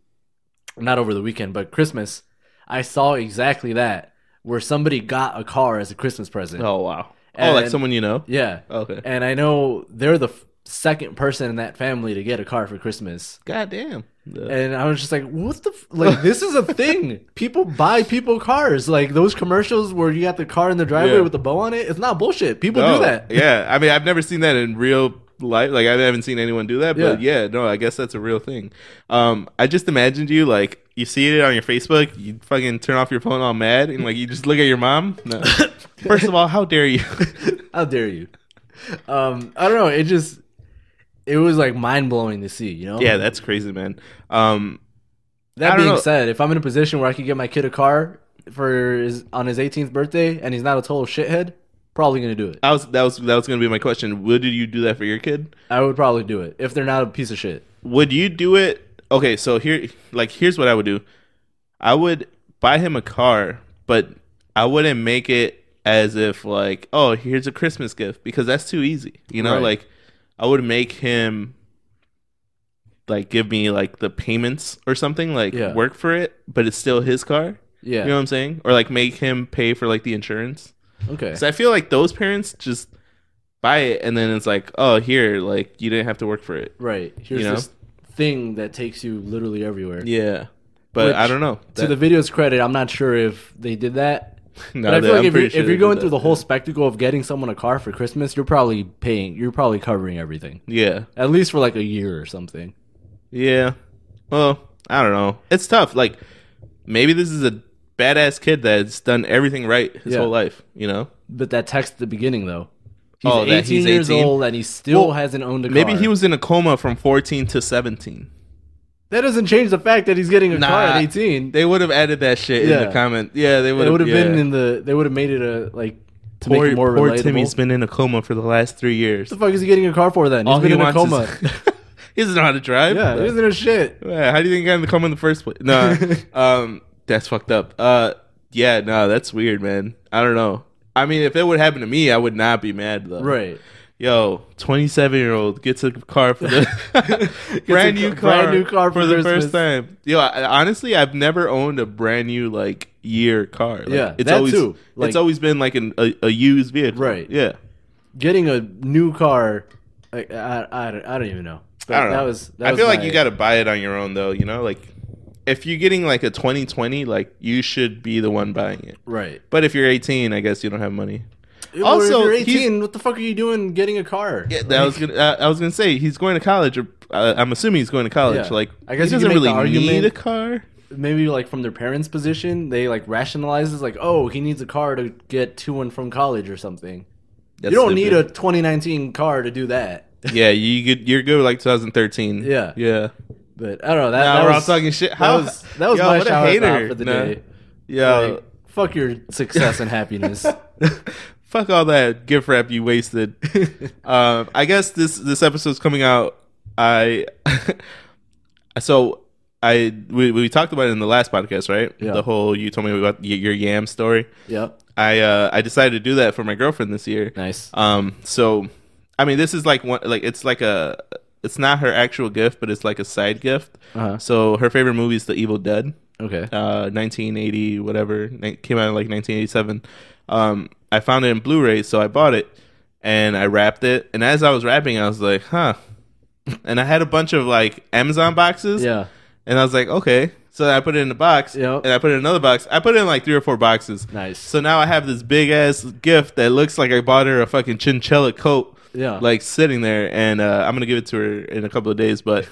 [SPEAKER 3] not over the weekend, but Christmas, I saw exactly that where somebody got a car as a Christmas present.
[SPEAKER 2] oh wow. oh,
[SPEAKER 3] And-
[SPEAKER 2] like someone you know.
[SPEAKER 3] Yeah.
[SPEAKER 2] Okay.
[SPEAKER 3] And I know they're the f- second person in that family to get a car for Christmas.
[SPEAKER 2] God damn. Yeah.
[SPEAKER 3] And I was just like, what the? F-? Like, this is a thing. People buy people cars. Like, those commercials where you got the car in the driveway
[SPEAKER 2] Yeah.
[SPEAKER 3] with the bow on it. It's not bullshit. People
[SPEAKER 2] No.
[SPEAKER 3] do that.
[SPEAKER 2] Oh, Yeah. I mean, I've never seen that in real life. Like I haven't seen anyone do that. But yeah, no, I guess that's a real thing. Um, I just imagined you like you see it on your Facebook, you fucking turn off your phone all mad, and like you just look at your mom. No. First of all, how dare you?
[SPEAKER 3] How dare you? Um, I don't know. It just, it was like mind blowing to see, you know?
[SPEAKER 2] yeah, that's crazy, man. Um, I
[SPEAKER 3] That
[SPEAKER 2] don't
[SPEAKER 3] being
[SPEAKER 2] know.
[SPEAKER 3] said, if I'm in a position where I could get my kid a car for his, on his 18th birthday and he's not a total shithead, probably going to do it.
[SPEAKER 2] I was that was that was gonna be my question. Would you do that for your kid?
[SPEAKER 3] I would probably do it if they're not a piece of shit.
[SPEAKER 2] Would you do it? Okay, so here, like, here's what I would do. I would buy him a car, but I wouldn't make it as if like, oh, here's a Christmas gift because that's too easy. You know,
[SPEAKER 3] Right.
[SPEAKER 2] like, I would make him like give me like the payments or something, like
[SPEAKER 3] Yeah.
[SPEAKER 2] work for it, but it's still his car.
[SPEAKER 3] Yeah.
[SPEAKER 2] You know what I'm saying? Or like make him pay for like the insurance.
[SPEAKER 3] okay.
[SPEAKER 2] So I feel like those parents just buy it and then it's like, oh, here, like you didn't have to work for it.
[SPEAKER 3] Right. Here's
[SPEAKER 2] You know?
[SPEAKER 3] this thing that takes you literally everywhere.
[SPEAKER 2] Yeah, but
[SPEAKER 3] Which-
[SPEAKER 2] I don't know.
[SPEAKER 3] to the video's credit, I'm not sure if they did that.
[SPEAKER 2] no,
[SPEAKER 3] But I
[SPEAKER 2] they-
[SPEAKER 3] feel like
[SPEAKER 2] I'm
[SPEAKER 3] if
[SPEAKER 2] pretty
[SPEAKER 3] you're,
[SPEAKER 2] sure
[SPEAKER 3] if
[SPEAKER 2] they
[SPEAKER 3] you're
[SPEAKER 2] did
[SPEAKER 3] going
[SPEAKER 2] that.
[SPEAKER 3] through the whole spectacle of getting someone a car for Christmas, you're probably paying. You're probably covering everything,
[SPEAKER 2] yeah,
[SPEAKER 3] at least for like a year or something.
[SPEAKER 2] yeah. Well, I don't know. It's tough. Like maybe this is a badass kid that's done everything right his
[SPEAKER 3] Yeah.
[SPEAKER 2] whole life. You know,
[SPEAKER 3] But that text at the beginning, though, he's
[SPEAKER 2] Oh,
[SPEAKER 3] 18
[SPEAKER 2] that he's
[SPEAKER 3] years
[SPEAKER 2] 18?
[SPEAKER 3] old and he still
[SPEAKER 2] Well,
[SPEAKER 3] hasn't owned a car.
[SPEAKER 2] maybe he was in a coma from 14 to 17.
[SPEAKER 3] That doesn't change the fact that he's getting a car
[SPEAKER 2] Nah.
[SPEAKER 3] at 18. They,
[SPEAKER 2] They would have added that shit in
[SPEAKER 3] Yeah.
[SPEAKER 2] the comment. Yeah, they would.
[SPEAKER 3] would have
[SPEAKER 2] yeah.
[SPEAKER 3] been in the. They would have made it a like to
[SPEAKER 2] Poor,
[SPEAKER 3] make it more
[SPEAKER 2] poor
[SPEAKER 3] relatable.
[SPEAKER 2] Timmy's been in a coma for the last three years.
[SPEAKER 3] what the fuck is he getting a car for then? He's
[SPEAKER 2] All
[SPEAKER 3] been
[SPEAKER 2] he
[SPEAKER 3] in a
[SPEAKER 2] wants
[SPEAKER 3] coma.
[SPEAKER 2] is- he doesn't know how to drive.
[SPEAKER 3] yeah,
[SPEAKER 2] Like,
[SPEAKER 3] he isn't a shit.
[SPEAKER 2] Yeah, how do you think I got in the coma in the first place? No, um, that's fucked up. Uh, yeah, no, that's weird, man. I don't know. I mean, if it would happen to me, I would not be mad though.
[SPEAKER 3] Right.
[SPEAKER 2] Yo, 27 year old gets a car for the brand
[SPEAKER 3] a
[SPEAKER 2] new
[SPEAKER 3] ca-
[SPEAKER 2] car,
[SPEAKER 3] brand new car
[SPEAKER 2] for,
[SPEAKER 3] for
[SPEAKER 2] the
[SPEAKER 3] Christmas.
[SPEAKER 2] first time. Yo, I, honestly, I've never owned a brand new like year car. Like,
[SPEAKER 3] Yeah,
[SPEAKER 2] it's
[SPEAKER 3] that
[SPEAKER 2] always
[SPEAKER 3] too. Like-
[SPEAKER 2] it's always been like an, a, a used vehicle,
[SPEAKER 3] Right.
[SPEAKER 2] Yeah,
[SPEAKER 3] Getting a new car, like, I, I, don't- I don't even know. But
[SPEAKER 2] I don't know.
[SPEAKER 3] That was. That
[SPEAKER 2] I
[SPEAKER 3] was
[SPEAKER 2] feel like
[SPEAKER 3] my-
[SPEAKER 2] you got to buy it on your own though. You know, like if you're getting like a 2020, like you should be the one buying it.
[SPEAKER 3] right.
[SPEAKER 2] But if you're 18, I guess you don't have money.
[SPEAKER 3] Also,
[SPEAKER 2] Also,
[SPEAKER 3] you're
[SPEAKER 2] he's-
[SPEAKER 3] 18. What the fuck are you doing getting a car?
[SPEAKER 2] Yeah, that was gonna. Uh, I was gonna say he's going to college, or uh, I'm assuming he's going to college.
[SPEAKER 3] Yeah.
[SPEAKER 2] Like,
[SPEAKER 3] I guess you
[SPEAKER 2] he doesn't
[SPEAKER 3] can make
[SPEAKER 2] really
[SPEAKER 3] the argument-
[SPEAKER 2] need a car.
[SPEAKER 3] maybe like from their parents' position, they like rationalizes like, oh, he needs a car to get to and from college or something.
[SPEAKER 2] That's
[SPEAKER 3] you don't
[SPEAKER 2] stupid.
[SPEAKER 3] need a 2019 car to do that.
[SPEAKER 2] Yeah, you could, you're good with like 2013.
[SPEAKER 3] Yeah.
[SPEAKER 2] yeah.
[SPEAKER 3] But I don't know. That,
[SPEAKER 2] Now
[SPEAKER 3] that
[SPEAKER 2] we're
[SPEAKER 3] was,
[SPEAKER 2] all talking shit.
[SPEAKER 3] That
[SPEAKER 2] How-
[SPEAKER 3] was that was
[SPEAKER 2] Yo,
[SPEAKER 3] my
[SPEAKER 2] what a
[SPEAKER 3] shower
[SPEAKER 2] hater.
[SPEAKER 3] thought for the
[SPEAKER 2] Nah.
[SPEAKER 3] day.
[SPEAKER 2] Yeah,
[SPEAKER 3] Like, fuck your success and happiness.
[SPEAKER 2] fuck all that gift wrap you wasted. um, I guess this this episode's coming out. I so I we, we talked about it in the last podcast, right?
[SPEAKER 3] Yeah.
[SPEAKER 2] The whole you told me about y- your yam story.
[SPEAKER 3] yep.
[SPEAKER 2] I uh, I decided to do that for my girlfriend this year.
[SPEAKER 3] Nice.
[SPEAKER 2] Um, so I mean, this is like one like it's like a it's not her actual gift, but it's like a side gift.
[SPEAKER 3] Uh-huh.
[SPEAKER 2] So her favorite movie is The Evil Dead,
[SPEAKER 3] Okay.
[SPEAKER 2] uh, 1980 whatever ni- came out in like 1987. Um, I found it in Blu-ray, so I bought it and I wrapped it. And as I was wrapping, I was like, huh. And I had a bunch of like Amazon boxes.
[SPEAKER 3] Yeah.
[SPEAKER 2] And I was like, okay. So then I put it in the box,
[SPEAKER 3] Yep.
[SPEAKER 2] and I put it in another box. I put it in like three or four boxes.
[SPEAKER 3] Nice.
[SPEAKER 2] So now I have this big ass gift that looks like I bought her a fucking chinchilla coat,
[SPEAKER 3] Yeah.
[SPEAKER 2] like sitting there, and uh, I'm gonna give it to her in a couple of days. But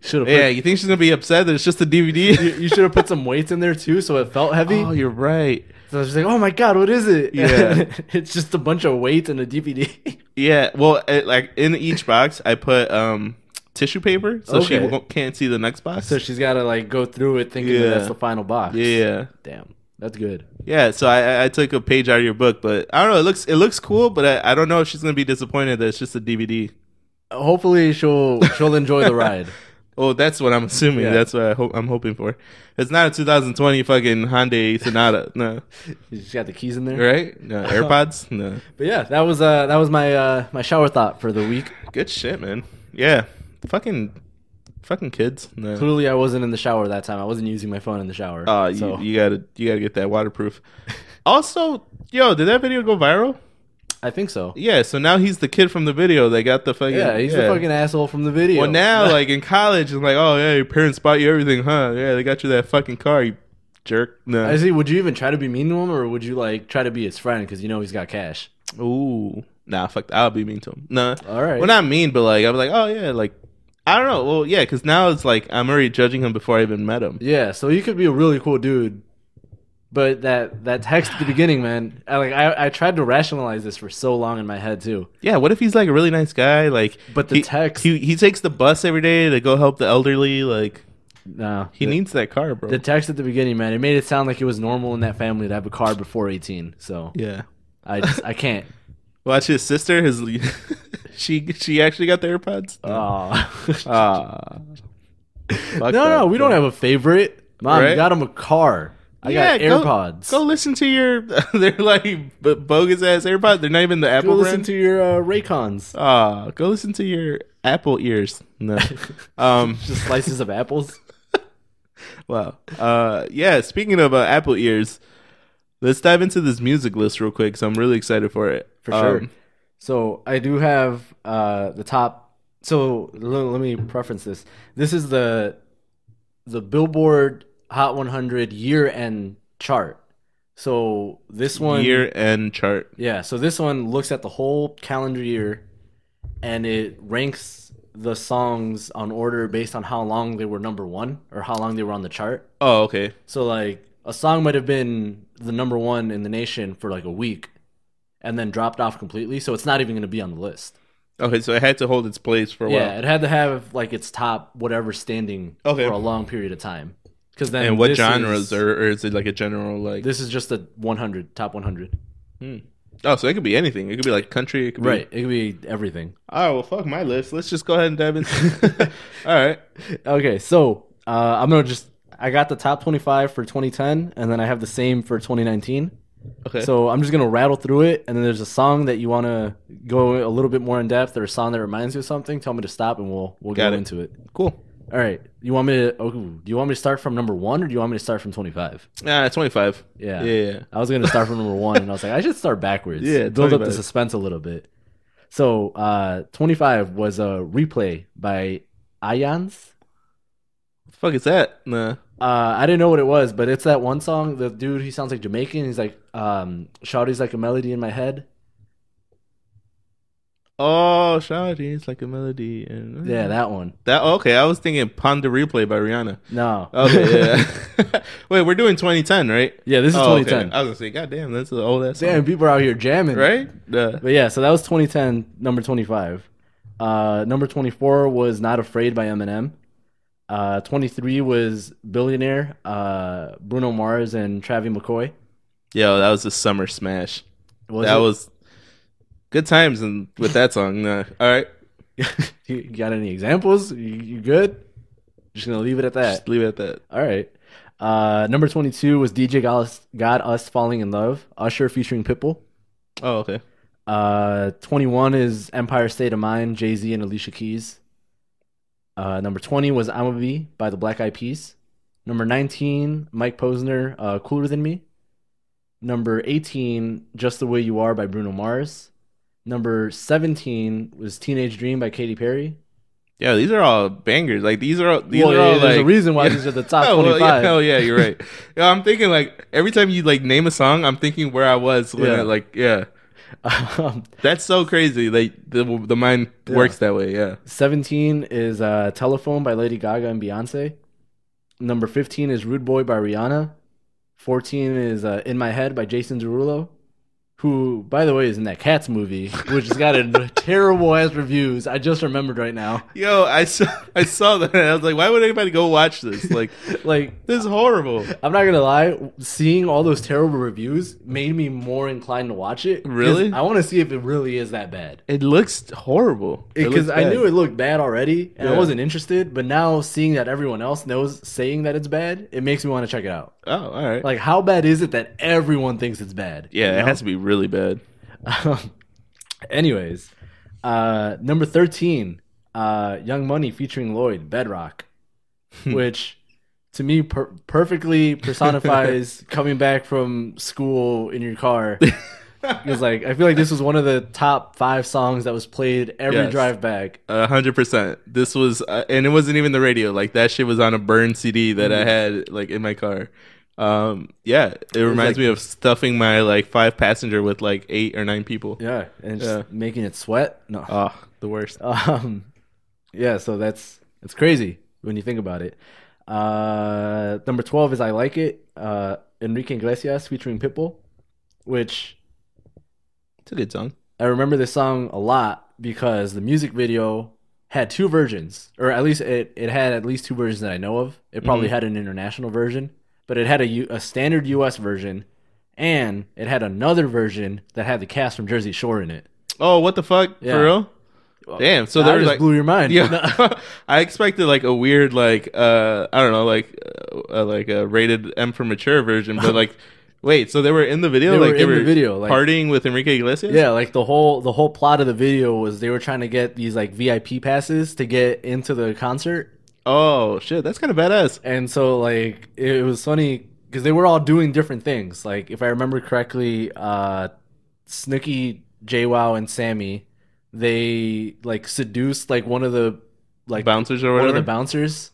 [SPEAKER 3] Should have.
[SPEAKER 2] yeah,
[SPEAKER 3] Yeah.
[SPEAKER 2] you think she's gonna be upset that it's just a
[SPEAKER 3] You,
[SPEAKER 2] DVD?
[SPEAKER 3] you should have put some weights in there too, so it felt heavy.
[SPEAKER 2] oh, you're right.
[SPEAKER 3] so I was just like, "Oh my god, what is it?"
[SPEAKER 2] Yeah.
[SPEAKER 3] it's just a bunch of weights and a DVD.
[SPEAKER 2] Yeah. Well, it, like in each box, I put um tissue paper so she
[SPEAKER 3] Okay.
[SPEAKER 2] won't, can't see the next box.
[SPEAKER 3] So she's got to like go through it thinking that
[SPEAKER 2] Yeah.
[SPEAKER 3] that's the final box.
[SPEAKER 2] yeah.
[SPEAKER 3] Damn. That's good.
[SPEAKER 2] Yeah, so I, I- I took a page out of your book, but I don't know. It looks it looks cool, but I, I don't know if she's gonna be disappointed that it's just a DVD.
[SPEAKER 3] Hopefully she'll she'll enjoy the ride.
[SPEAKER 2] Oh, that's what I'm assuming.
[SPEAKER 3] Yeah.
[SPEAKER 2] That's what I hope I'm hoping for. It's not a 2020 fucking Hyundai Sonata, no,
[SPEAKER 3] She's got the keys in there.
[SPEAKER 2] right? No AirPods, no.
[SPEAKER 3] But yeah, that was uh that was my uh my shower thought for the week.
[SPEAKER 2] Good shit, man. Yeah, fucking, fucking kids. No.
[SPEAKER 3] Clearly I wasn't in the shower that time. I wasn't using my phone in the shower.
[SPEAKER 2] Uh, you,
[SPEAKER 3] so
[SPEAKER 2] you gotta you gotta get that waterproof. Also, yo, did that video go viral?
[SPEAKER 3] I think so.
[SPEAKER 2] Yeah, so now he's the kid from the video. They got the fucking
[SPEAKER 3] Yeah, he's the fucking asshole from the video.
[SPEAKER 2] Well, now, like in college, I'm like, oh yeah, your parents bought you everything, huh? Yeah, they got you that fucking car, you jerk.
[SPEAKER 3] I
[SPEAKER 2] No,
[SPEAKER 3] see. Would you even try to be mean to him, or would you like try to be his friend because you know he's got cash?
[SPEAKER 2] ooh, nah, fuck. That. I'll be mean to him. Nah,
[SPEAKER 3] All right.
[SPEAKER 2] well, not mean, but like, I'm like, oh yeah, like, I don't know. Well, yeah, because now it's like I'm already judging him before I even met him.
[SPEAKER 3] Yeah, so you could be a really cool dude, but that that text at the beginning, man. I like I, I tried to rationalize this for so long in my head too.
[SPEAKER 2] Yeah, what if he's like a really nice guy? Like,
[SPEAKER 3] But the
[SPEAKER 2] he,
[SPEAKER 3] text-
[SPEAKER 2] he he takes the bus every day to go help the elderly. Like,
[SPEAKER 3] No,
[SPEAKER 2] he
[SPEAKER 3] the,
[SPEAKER 2] needs that car, bro.
[SPEAKER 3] the text at the beginning, man. It made it sound like it was normal in that family to have a car before eighteen. So
[SPEAKER 2] yeah.
[SPEAKER 3] I just I can't.
[SPEAKER 2] Watch his sister. His she she actually got the AirPods.
[SPEAKER 3] Oh.
[SPEAKER 2] Ah. Fuck
[SPEAKER 3] no,
[SPEAKER 2] that,
[SPEAKER 3] no, we
[SPEAKER 2] bro.
[SPEAKER 3] don't have a favorite. Mom, you
[SPEAKER 2] Right?
[SPEAKER 3] got him a car. I got
[SPEAKER 2] go-
[SPEAKER 3] AirPods.
[SPEAKER 2] Go,
[SPEAKER 3] Go,
[SPEAKER 2] listen to your. They're like b- bogus ass AirPods. They're not even the Apple
[SPEAKER 3] listen
[SPEAKER 2] brand.
[SPEAKER 3] to your uh, Raycons.
[SPEAKER 2] Ah, go listen to your Apple ears. No. um.
[SPEAKER 3] Just slices of apples.
[SPEAKER 2] Wow. Uh. Yeah. Speaking of uh, Apple ears, let's dive into this music list real quick. So I'm really excited for it.
[SPEAKER 3] for sure.
[SPEAKER 2] Um,
[SPEAKER 3] so I do have uh, the top. So l- let me preference this. This is the the Billboard Hot 100 year end chart. So this one,
[SPEAKER 2] Um, year end chart.
[SPEAKER 3] yeah. So this one looks at the whole calendar year, and it ranks the songs on order based on how long they were number one or how long they were on the chart.
[SPEAKER 2] Oh, okay.
[SPEAKER 3] So like a song might have been the number one in the nation for like a week, and then dropped off completely. So it's not even going to be on the list.
[SPEAKER 2] Okay, so it had to hold its place for a
[SPEAKER 3] yeah,
[SPEAKER 2] while.
[SPEAKER 3] it had to have like its top whatever standing
[SPEAKER 2] Okay.
[SPEAKER 3] for a long period of time. Because then
[SPEAKER 2] And what
[SPEAKER 3] this
[SPEAKER 2] genres,
[SPEAKER 3] is,
[SPEAKER 2] or, or is it like a general like?
[SPEAKER 3] This is just the 100 top 100.
[SPEAKER 2] oh, so it could be anything. It could be like country. It could be-
[SPEAKER 3] Right, it could be everything.
[SPEAKER 2] Oh well, fuck my list. Let's just go ahead and dive in. All right.
[SPEAKER 3] Okay, so uh, I'm gonna just I got the top 25 for 2010, and then I have the same for 2019.
[SPEAKER 2] Okay.
[SPEAKER 3] So I'm just gonna rattle through it, and then there's a song that you want to go a little bit more in depth, or a song that reminds you of something. Tell me to stop, and we'll we'll
[SPEAKER 2] Got
[SPEAKER 3] go
[SPEAKER 2] it.
[SPEAKER 3] into it.
[SPEAKER 2] cool.
[SPEAKER 3] All right. You want me to? Oh, do you want me to start from number one, or do you want me to start from twenty five?
[SPEAKER 2] Ah, twenty five.
[SPEAKER 3] Yeah.
[SPEAKER 2] Yeah.
[SPEAKER 3] I was gonna start from number one, and I was like, I should start backwards.
[SPEAKER 2] Yeah, tell
[SPEAKER 3] build
[SPEAKER 2] me
[SPEAKER 3] up
[SPEAKER 2] about
[SPEAKER 3] the
[SPEAKER 2] it.
[SPEAKER 3] suspense a little bit. So, uh, twenty five was a replay by Ayans.
[SPEAKER 2] The fuck is that? Nah.
[SPEAKER 3] Uh, I didn't know what it was, but it's that one song. The dude, he sounds like Jamaican. He's like, um, "Shawty's like a melody in my head."
[SPEAKER 2] Oh, Shawty, it's like a melody. And
[SPEAKER 3] Yeah, that one.
[SPEAKER 2] That oh, okay. I was thinking "Ponder Replay" by Rihanna.
[SPEAKER 3] No.
[SPEAKER 2] Okay, yeah. Wait, we're doing 2010, right?
[SPEAKER 3] Yeah, this is
[SPEAKER 2] Oh, okay.
[SPEAKER 3] 2010.
[SPEAKER 2] I was gonna say, God damn, that's an old ass
[SPEAKER 3] Damn,
[SPEAKER 2] song,
[SPEAKER 3] people are out here jamming,
[SPEAKER 2] right? Uh,
[SPEAKER 3] But yeah, so that was 2010, number 25. Uh, number 24 was Not Afraid by Eminem. Uh, 23 was Billionaire, uh, Bruno Mars and Travis McCoy.
[SPEAKER 2] yo, that was a summer smash.
[SPEAKER 3] Was
[SPEAKER 2] that
[SPEAKER 3] it-
[SPEAKER 2] was good times and with that song. Nah. All right,
[SPEAKER 3] you you got any examples? You, you good? Just gonna leave it at that.
[SPEAKER 2] just leave it at that.
[SPEAKER 3] All right. Uh, number 22 was DJ Got Us, Got Us Falling in Love, Usher featuring Pitbull.
[SPEAKER 2] Oh, okay.
[SPEAKER 3] Uh, 21 is Empire State of Mind, Jay Z and Alicia Keys. Uh, number 20 was I'm a Bee by the Black Eyed Peas. Number 19, Mike Posner, uh, Cooler Than Me. Number 18, Just the Way You Are by Bruno Mars. Number 17 was Teenage Dream by Katy Perry.
[SPEAKER 2] Yeah, these are all bangers. Like these are all, these
[SPEAKER 3] Well,
[SPEAKER 2] are
[SPEAKER 3] yeah,
[SPEAKER 2] all
[SPEAKER 3] there's a
[SPEAKER 2] like-
[SPEAKER 3] reason why these are the top
[SPEAKER 2] Oh, well,
[SPEAKER 3] 25.
[SPEAKER 2] yeah, hell yeah, you're right. yeah, I'm thinking like every time you like name a song, I'm thinking where I was when
[SPEAKER 3] Yeah.
[SPEAKER 2] I, like yeah.
[SPEAKER 3] Um,
[SPEAKER 2] That's so crazy. Like the the mind works that way. Yeah.
[SPEAKER 3] 17 is uh, Telephone by Lady Gaga and Beyonce. Number 15 is Rude Boy by Rihanna. 14 is uh, In My Head by Jason Derulo, who, by the way, is in that Cats movie, which has gotten terrible ass reviews. I just remembered right now.
[SPEAKER 2] Yo, I saw I saw that. I was like, why would anybody go watch this? Like,
[SPEAKER 3] Like,
[SPEAKER 2] this is horrible.
[SPEAKER 3] I'm not gonna lie, seeing all those terrible reviews made me more inclined to watch it. 'cause
[SPEAKER 2] Really?
[SPEAKER 3] I want to see if it really is that bad.
[SPEAKER 2] It looks horrible.
[SPEAKER 3] Because I knew it looked bad already, and I
[SPEAKER 2] Yeah.
[SPEAKER 3] wasn't interested. But now seeing that everyone else knows, saying that it's bad, it makes me want to check it out.
[SPEAKER 2] Oh, all right.
[SPEAKER 3] Like, how bad is it that everyone thinks it's bad?
[SPEAKER 2] yeah, it has to be really bad.
[SPEAKER 3] Um, anyways, uh, number 13, uh, Young Money featuring Lloyd, Bedrock, which to me per- perfectly personifies coming back from school in your car. It's like, I feel like this was one of the top five songs that was played every
[SPEAKER 2] Yes.
[SPEAKER 3] drive back.
[SPEAKER 2] A hundred percent. This was, uh, and it wasn't even the radio. Like that shit was on a burn CD that
[SPEAKER 3] Mm-hmm.
[SPEAKER 2] I had like in my car. Um, yeah, it reminds
[SPEAKER 3] like-
[SPEAKER 2] me of stuffing my like five passenger with like eight or nine people.
[SPEAKER 3] Yeah. And just
[SPEAKER 2] Yeah.
[SPEAKER 3] making it sweat. No.
[SPEAKER 2] Oh, the worst.
[SPEAKER 3] Um, yeah, so that's it's crazy when you think about it. Uh, number twelve is I like it. Uh, Enrique Iglesias featuring Pitbull, which
[SPEAKER 2] It's a good song.
[SPEAKER 3] I remember this song a lot because the music video had two versions, or at least it, it had at least two versions that I know of. It probably
[SPEAKER 2] Mm-hmm.
[SPEAKER 3] had an international version, but it had a, U- a standard U.S. version, and it had another version that had the cast from Jersey Shore in it.
[SPEAKER 2] Oh, what the fuck?
[SPEAKER 3] Yeah.
[SPEAKER 2] For real? Damn. So
[SPEAKER 3] that
[SPEAKER 2] there was
[SPEAKER 3] just
[SPEAKER 2] like
[SPEAKER 3] blew your mind.
[SPEAKER 2] Yeah, I expected like a weird, like uh, I don't know, like uh, uh, like a rated M for mature version, but like, wait, so they were in the video,
[SPEAKER 3] They
[SPEAKER 2] like
[SPEAKER 3] were in the video, like-
[SPEAKER 2] partying with Enrique Iglesias.
[SPEAKER 3] Yeah, like the whole the whole plot of the video was they were trying to get these like VIP passes to get into the concert,
[SPEAKER 2] Oh shit, that's kind of badass.
[SPEAKER 3] and so like it was funny because they were all doing different things. Like if I remember correctly, uh, Snooki, JWoww, and Sammy, they like seduced like one of the like
[SPEAKER 2] Bouncers or
[SPEAKER 3] one
[SPEAKER 2] whatever.
[SPEAKER 3] of the bouncers,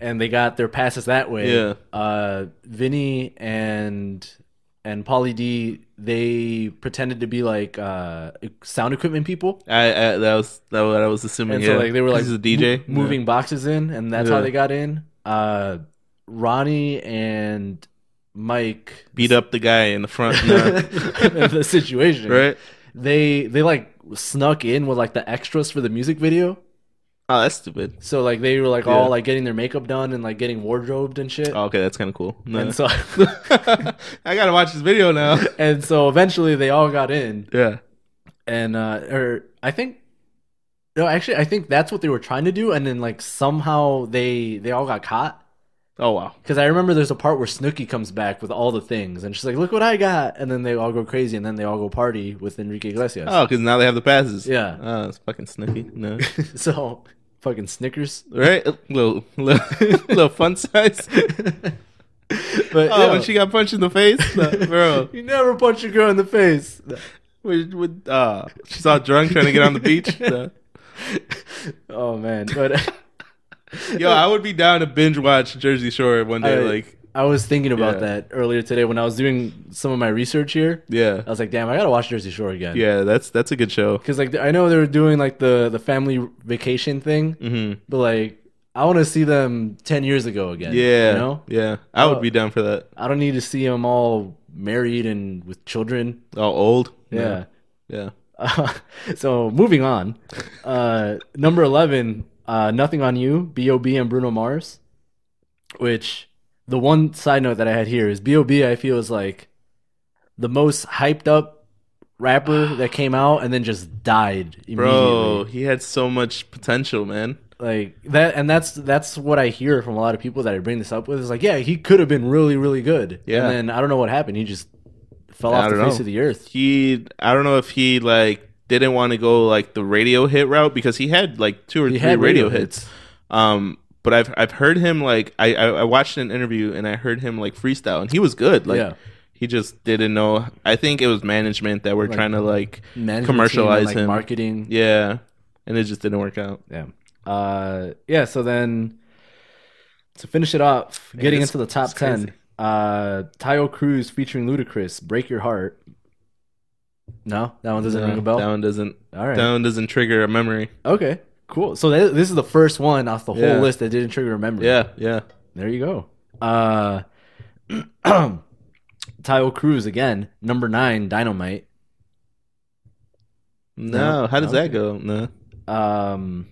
[SPEAKER 3] and they got their passes that way.
[SPEAKER 2] Yeah.
[SPEAKER 3] Uh, Vinny and and Pauly D, they pretended to be like uh, sound equipment people,
[SPEAKER 2] I, I that was that was, I was assuming.
[SPEAKER 3] and
[SPEAKER 2] yeah.
[SPEAKER 3] so like they were like
[SPEAKER 2] He's a DJ
[SPEAKER 3] mo- moving boxes in, and that's how
[SPEAKER 2] Yeah.
[SPEAKER 3] they got in. Uh, Ronnie and Mike
[SPEAKER 2] Yeah. beat up the guy in the front,
[SPEAKER 3] the situation.
[SPEAKER 2] right?
[SPEAKER 3] They they like snuck in with like the extras for the music video.
[SPEAKER 2] Oh, that's stupid.
[SPEAKER 3] So like they were like
[SPEAKER 2] Yeah.
[SPEAKER 3] all like getting their makeup done and like getting wardrobed and shit.
[SPEAKER 2] Oh, okay, that's kind of cool. No.
[SPEAKER 3] And so
[SPEAKER 2] I gotta watch this video now.
[SPEAKER 3] and so eventually they all got in
[SPEAKER 2] yeah.
[SPEAKER 3] and uh or I think no actually I think that's what they were trying to do and then like somehow they they all got caught
[SPEAKER 2] Oh wow.
[SPEAKER 3] Because I remember there's a part where Snooki comes back with all the things, and she's like, "Look what I got!" And then they all go crazy, and then they all go party with Enrique Iglesias.
[SPEAKER 2] Oh, because now they have the passes.
[SPEAKER 3] Yeah.
[SPEAKER 2] Oh, it's fucking snooky. No.
[SPEAKER 3] So, fucking Snickers.
[SPEAKER 2] right? A little, little, little fun size.
[SPEAKER 3] but
[SPEAKER 2] Oh,
[SPEAKER 3] yeah.
[SPEAKER 2] when she got punched in the face, No, bro.
[SPEAKER 3] you never punch a girl in the face.
[SPEAKER 2] With, with, uh, she's all drunk trying to get on the beach. No.
[SPEAKER 3] Oh man, but
[SPEAKER 2] Yo, I would be down to binge watch Jersey Shore one day.
[SPEAKER 3] I-
[SPEAKER 2] like,
[SPEAKER 3] I was thinking about
[SPEAKER 2] Yeah.
[SPEAKER 3] that earlier today when I was doing some of my research here. I
[SPEAKER 2] yeah,
[SPEAKER 3] was like, damn, I gotta watch Jersey Shore again.
[SPEAKER 2] yeah, that's that's a good show.
[SPEAKER 3] Because like I know they were doing like the the family vacation thing,
[SPEAKER 2] Mm-hmm.
[SPEAKER 3] but like I want to see them ten years ago again.
[SPEAKER 2] Yeah,
[SPEAKER 3] you know,
[SPEAKER 2] yeah, I would
[SPEAKER 3] Oh.
[SPEAKER 2] be down for that.
[SPEAKER 3] I don't need to see them all married and with children.
[SPEAKER 2] All old.
[SPEAKER 3] Yeah.
[SPEAKER 2] yeah.
[SPEAKER 3] so moving on, uh, number eleven, uh, nothing on you, Bob and Bruno Mars. Which the one side note that I had here is Bob. I feel is like the most hyped up rapper that came out and then just died immediately.
[SPEAKER 2] Bro, he had so much potential, man.
[SPEAKER 3] like that and that's that's what i hear from a lot of people that i bring this up with is like yeah he could have been really really good
[SPEAKER 2] Yeah.
[SPEAKER 3] and then i don't know what happened he just fell
[SPEAKER 2] I
[SPEAKER 3] off the
[SPEAKER 2] don't
[SPEAKER 3] face
[SPEAKER 2] know.
[SPEAKER 3] of the earth
[SPEAKER 2] He, I don't know if he like didn't want to go like the radio hit route because he had like two or
[SPEAKER 3] he
[SPEAKER 2] three
[SPEAKER 3] had
[SPEAKER 2] radio hits. Um, but I've I've heard him like I, I I watched an interview and I heard him like freestyle and he was good. Like
[SPEAKER 3] Yeah.
[SPEAKER 2] he just didn't know. I think it was management that were trying to like
[SPEAKER 3] Management team
[SPEAKER 2] commercialize
[SPEAKER 3] and, like,
[SPEAKER 2] him.
[SPEAKER 3] marketing
[SPEAKER 2] Yeah, and it just didn't work out.
[SPEAKER 3] yeah. Uh, yeah so then to finish it off getting
[SPEAKER 2] it's-
[SPEAKER 3] into the top
[SPEAKER 2] it's crazy.
[SPEAKER 3] 10 uh tayo cruz featuring ludacris break your heart no that one doesn't
[SPEAKER 2] No,
[SPEAKER 3] ring a bell
[SPEAKER 2] That one doesn't.
[SPEAKER 3] all right
[SPEAKER 2] That one doesn't trigger a memory.
[SPEAKER 3] okay cool so th- this is the first one off the whole
[SPEAKER 2] Yeah.
[SPEAKER 3] list that didn't trigger a memory
[SPEAKER 2] Yeah, yeah.
[SPEAKER 3] There you go. Uh Tyo Cruz again, number nine, Dynamite.
[SPEAKER 2] No,
[SPEAKER 3] No,
[SPEAKER 2] how does
[SPEAKER 3] okay.
[SPEAKER 2] that go? No.
[SPEAKER 3] Um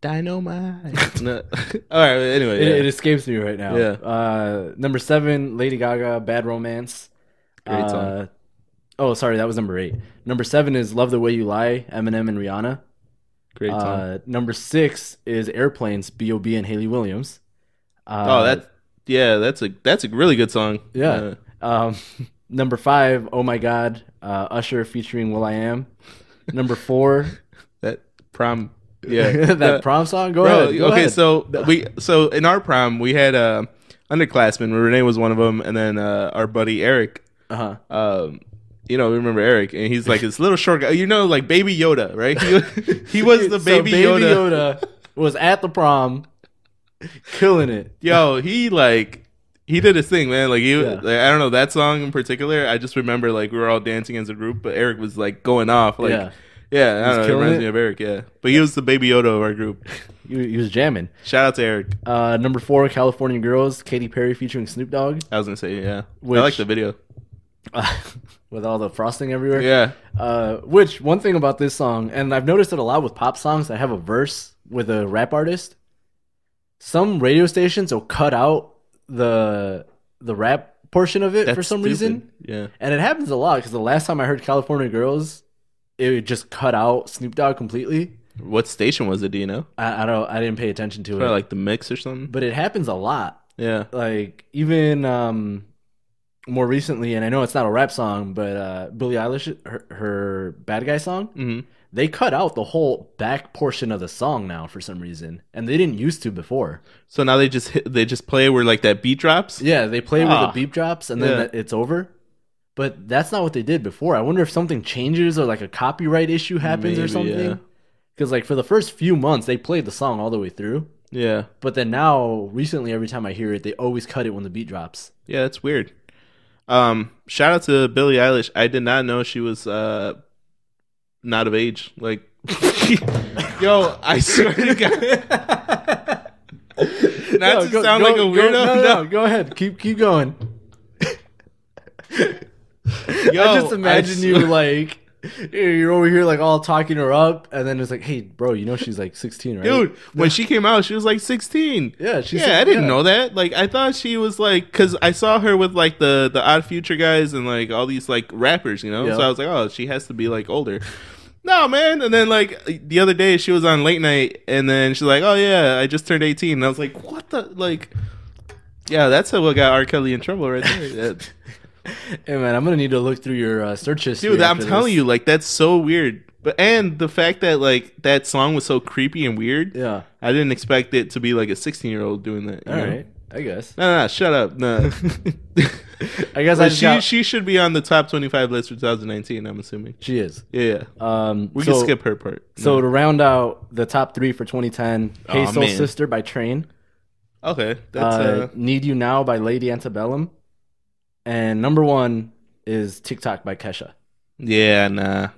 [SPEAKER 2] Dynamite. no. All right. Anyway,
[SPEAKER 3] it,
[SPEAKER 2] yeah.
[SPEAKER 3] it escapes me right now.
[SPEAKER 2] Yeah.
[SPEAKER 3] Uh number seven, Lady Gaga, Bad Romance.
[SPEAKER 2] Great song.
[SPEAKER 3] Uh, oh, sorry, that was number eight. Number seven is Love the Way You Lie, Eminem and Rihanna.
[SPEAKER 2] great song.
[SPEAKER 3] Uh, number six is Airplanes, B.O.B. and Haley Williams. Uh,
[SPEAKER 2] oh, that's yeah. That's a that's a really good song.
[SPEAKER 3] Yeah.
[SPEAKER 2] Uh,
[SPEAKER 3] Um, number five, oh my god, uh, Usher featuring Will I Am. Number four,
[SPEAKER 2] that prom. Yeah.
[SPEAKER 3] that prom song. Go
[SPEAKER 2] Bro,
[SPEAKER 3] ahead. go
[SPEAKER 2] okay,
[SPEAKER 3] ahead.
[SPEAKER 2] so we so in our prom we had uh, underclassmen. Renee was one of them, and then uh, our buddy Eric.
[SPEAKER 3] uh-huh.
[SPEAKER 2] Um, you know, we remember Eric, and he's like this little short guy. You know, like Baby Yoda, right? He, he was the
[SPEAKER 3] So
[SPEAKER 2] Baby, Yoda.
[SPEAKER 3] Yoda was at the prom, killing it.
[SPEAKER 2] Yo, he like he did his thing, man. Like he,
[SPEAKER 3] Yeah.
[SPEAKER 2] like, I don't know that song in particular. I just remember like we were all dancing as a group, but Eric was like going off, like.
[SPEAKER 3] Yeah.
[SPEAKER 2] Yeah. Yeah, I
[SPEAKER 3] was
[SPEAKER 2] don't know, it
[SPEAKER 3] killing
[SPEAKER 2] reminds
[SPEAKER 3] it.
[SPEAKER 2] me of Eric. Yeah, but he was the baby Yoda of our group.
[SPEAKER 3] He, he was jamming.
[SPEAKER 2] Shout out to Eric.
[SPEAKER 3] Uh, number four, California Girls, Katy Perry featuring Snoop Dogg,
[SPEAKER 2] I was gonna say, yeah,
[SPEAKER 3] Which-
[SPEAKER 2] I like the video.
[SPEAKER 3] uh, with all the frosting everywhere.
[SPEAKER 2] Yeah,
[SPEAKER 3] Uh, which one thing about this song, and I've noticed it a lot with pop songs that have a verse with a rap artist. Some radio stations will cut out the the rap portion of it for
[SPEAKER 2] That's
[SPEAKER 3] some
[SPEAKER 2] stupid.
[SPEAKER 3] reason,
[SPEAKER 2] Yeah.
[SPEAKER 3] and it happens a lot. Because the last time I heard California Girls, it would just cut out Snoop Dogg completely.
[SPEAKER 2] What station was it? Do you know?
[SPEAKER 3] I, I don't, I didn't pay attention to it,
[SPEAKER 2] Probably like the mix or something.
[SPEAKER 3] but it happens a lot.
[SPEAKER 2] Yeah.
[SPEAKER 3] Like even um, more recently, and I know it's not a rap song, but uh, Billie Eilish, her, her "Bad Guy" song.
[SPEAKER 2] Mm-hmm.
[SPEAKER 3] they cut out the whole back portion of the song now for some reason, and they didn't used to before.
[SPEAKER 2] So now they just hit, they just play where like that beat drops.
[SPEAKER 3] Yeah, they play with the
[SPEAKER 2] Ah.
[SPEAKER 3] beep drops and then
[SPEAKER 2] Yeah.
[SPEAKER 3] that- it's over. But that's not what they did before. I wonder if something changes or like a copyright issue happens or
[SPEAKER 2] Maybe, yeah.
[SPEAKER 3] something. Because like for the first few months, they played the song all the way through,
[SPEAKER 2] Yeah.
[SPEAKER 3] but then now recently, every time I hear it, they always cut it when the beat drops.
[SPEAKER 2] Yeah, that's weird. Um, shout out to Billie Eilish. I did not know she was uh not of age. Like, yo, I swear to God. Not
[SPEAKER 3] No,
[SPEAKER 2] to
[SPEAKER 3] go-
[SPEAKER 2] sound
[SPEAKER 3] go-
[SPEAKER 2] like a
[SPEAKER 3] go-
[SPEAKER 2] weirdo.
[SPEAKER 3] no,
[SPEAKER 2] no.
[SPEAKER 3] no, no, go ahead, keep keep going.
[SPEAKER 2] Yo,
[SPEAKER 3] I just imagine
[SPEAKER 2] I
[SPEAKER 3] you
[SPEAKER 2] swear-
[SPEAKER 3] like you're over here like all talking her up, and then it's like, hey, bro, you know she's like 16, right?
[SPEAKER 2] dude when she came out she was like 16
[SPEAKER 3] Yeah, she's-
[SPEAKER 2] yeah i didn't
[SPEAKER 3] yeah.
[SPEAKER 2] know that like i thought she was like because i saw her with like the the odd future guys and like all these like rappers you know
[SPEAKER 3] Yeah.
[SPEAKER 2] so i was like oh she has to be like older no, man. And then like the other day, she was on late night, and then she's like, "Oh yeah, I just turned 18." And I was like, "What the like?" Yeah, that's what got R. Kelly in trouble right there. That-
[SPEAKER 3] Hey man, I'm gonna need to look through your uh, search history.
[SPEAKER 2] dude i'm
[SPEAKER 3] after
[SPEAKER 2] telling
[SPEAKER 3] this.
[SPEAKER 2] you like that's so weird but and the fact that like that song was so creepy and weird
[SPEAKER 3] Yeah.
[SPEAKER 2] i didn't expect it to be like a 16 year old doing that you
[SPEAKER 3] All
[SPEAKER 2] know?
[SPEAKER 3] right. I guess.
[SPEAKER 2] no no no, shut up no
[SPEAKER 3] I guess I
[SPEAKER 2] But
[SPEAKER 3] just
[SPEAKER 2] she,
[SPEAKER 3] got-
[SPEAKER 2] she should be on the top 25 list for 2019 i'm assuming
[SPEAKER 3] She is.
[SPEAKER 2] yeah, yeah.
[SPEAKER 3] Um,
[SPEAKER 2] we
[SPEAKER 3] so,
[SPEAKER 2] can skip her part
[SPEAKER 3] So to round out the top three for 2010, Hey
[SPEAKER 2] Aw,
[SPEAKER 3] Soul
[SPEAKER 2] man.
[SPEAKER 3] Sister by Train,
[SPEAKER 2] okay that's
[SPEAKER 3] uh,
[SPEAKER 2] uh,
[SPEAKER 3] Need You Now by Lady Antebellum, and number one is TikTok by Kesha.
[SPEAKER 2] yeah nah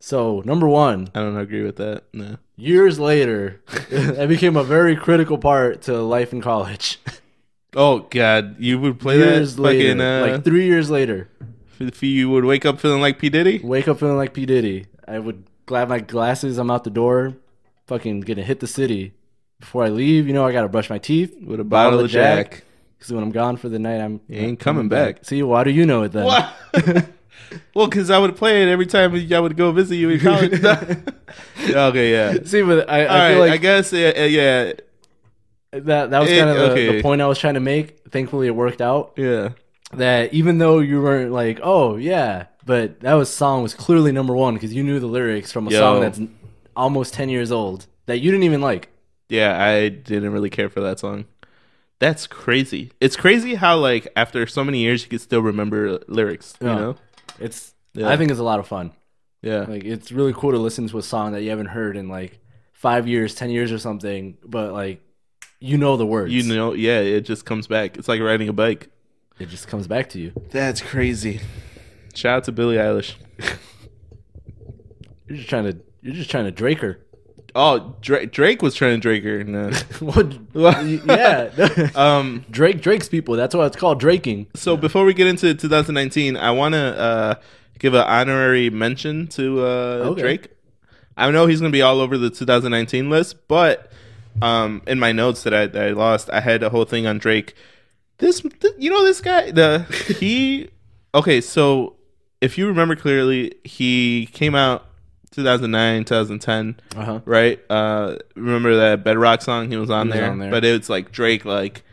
[SPEAKER 3] So number one,
[SPEAKER 2] i don't agree with that no
[SPEAKER 3] years later, that became a very critical part to life in college.
[SPEAKER 2] oh god you would play
[SPEAKER 3] years
[SPEAKER 2] that
[SPEAKER 3] later,
[SPEAKER 2] fucking uh
[SPEAKER 3] like three years later,
[SPEAKER 2] if you would wake up feeling like p diddy
[SPEAKER 3] wake up feeling like P Diddy. I would grab my glasses. I'm out the door, fucking gonna hit the city. Before I leave, you know I gotta brush my teeth
[SPEAKER 2] with a bottle, of jack,
[SPEAKER 3] Because when I'm gone for the night, I'm
[SPEAKER 2] You ain't coming back.
[SPEAKER 3] See, why do you know it then?
[SPEAKER 2] What? well, because I would play it every time I would go visit you in college. okay, yeah.
[SPEAKER 3] See, but I,
[SPEAKER 2] All right,
[SPEAKER 3] I feel
[SPEAKER 2] I
[SPEAKER 3] like
[SPEAKER 2] guess yeah, yeah, yeah,
[SPEAKER 3] that that was
[SPEAKER 2] it-
[SPEAKER 3] kind of the,
[SPEAKER 2] okay.
[SPEAKER 3] the point I was trying to make. Thankfully, it worked out.
[SPEAKER 2] yeah.
[SPEAKER 3] That even though you weren't like, oh yeah, but that was song was clearly number one because you knew the lyrics from a
[SPEAKER 2] Yo.
[SPEAKER 3] song that's n- almost ten years old that you didn't even like.
[SPEAKER 2] Yeah, I didn't really care for that song. That's crazy. It's crazy how like after so many years you can still remember lyrics. You
[SPEAKER 3] Yeah.
[SPEAKER 2] know?
[SPEAKER 3] It's
[SPEAKER 2] Yeah.
[SPEAKER 3] I think it's a lot of fun.
[SPEAKER 2] Yeah.
[SPEAKER 3] Like it's really cool to listen to a song that you haven't heard in like five years, ten years or something, but like you know the words.
[SPEAKER 2] you know? Yeah, it just comes back. It's like riding a bike.
[SPEAKER 3] it just comes back to you.
[SPEAKER 2] That's crazy. Shout out to Billie Eilish.
[SPEAKER 3] You're just trying to you're just trying to Drake her.
[SPEAKER 2] Oh, Dra- Drake was trying to Drake her. No.
[SPEAKER 3] What?
[SPEAKER 2] What?
[SPEAKER 3] yeah.
[SPEAKER 2] um.
[SPEAKER 3] Drake Drake's people. That's why it's called Draking.
[SPEAKER 2] So before we get into 2019, I want to uh, give an honorary mention to uh,
[SPEAKER 3] Okay.
[SPEAKER 2] Drake. I know he's going to be all over the 2019 list, but um, in my notes that I, that I lost, I had a whole thing on Drake. This, th- you know, this guy, the he. Okay, so if you remember clearly, he came out 2009, 2010
[SPEAKER 3] Uh huh.
[SPEAKER 2] right? Uh, remember that Bedrock song? He was on,
[SPEAKER 3] He was
[SPEAKER 2] there,
[SPEAKER 3] on there.
[SPEAKER 2] but it's like Drake, like,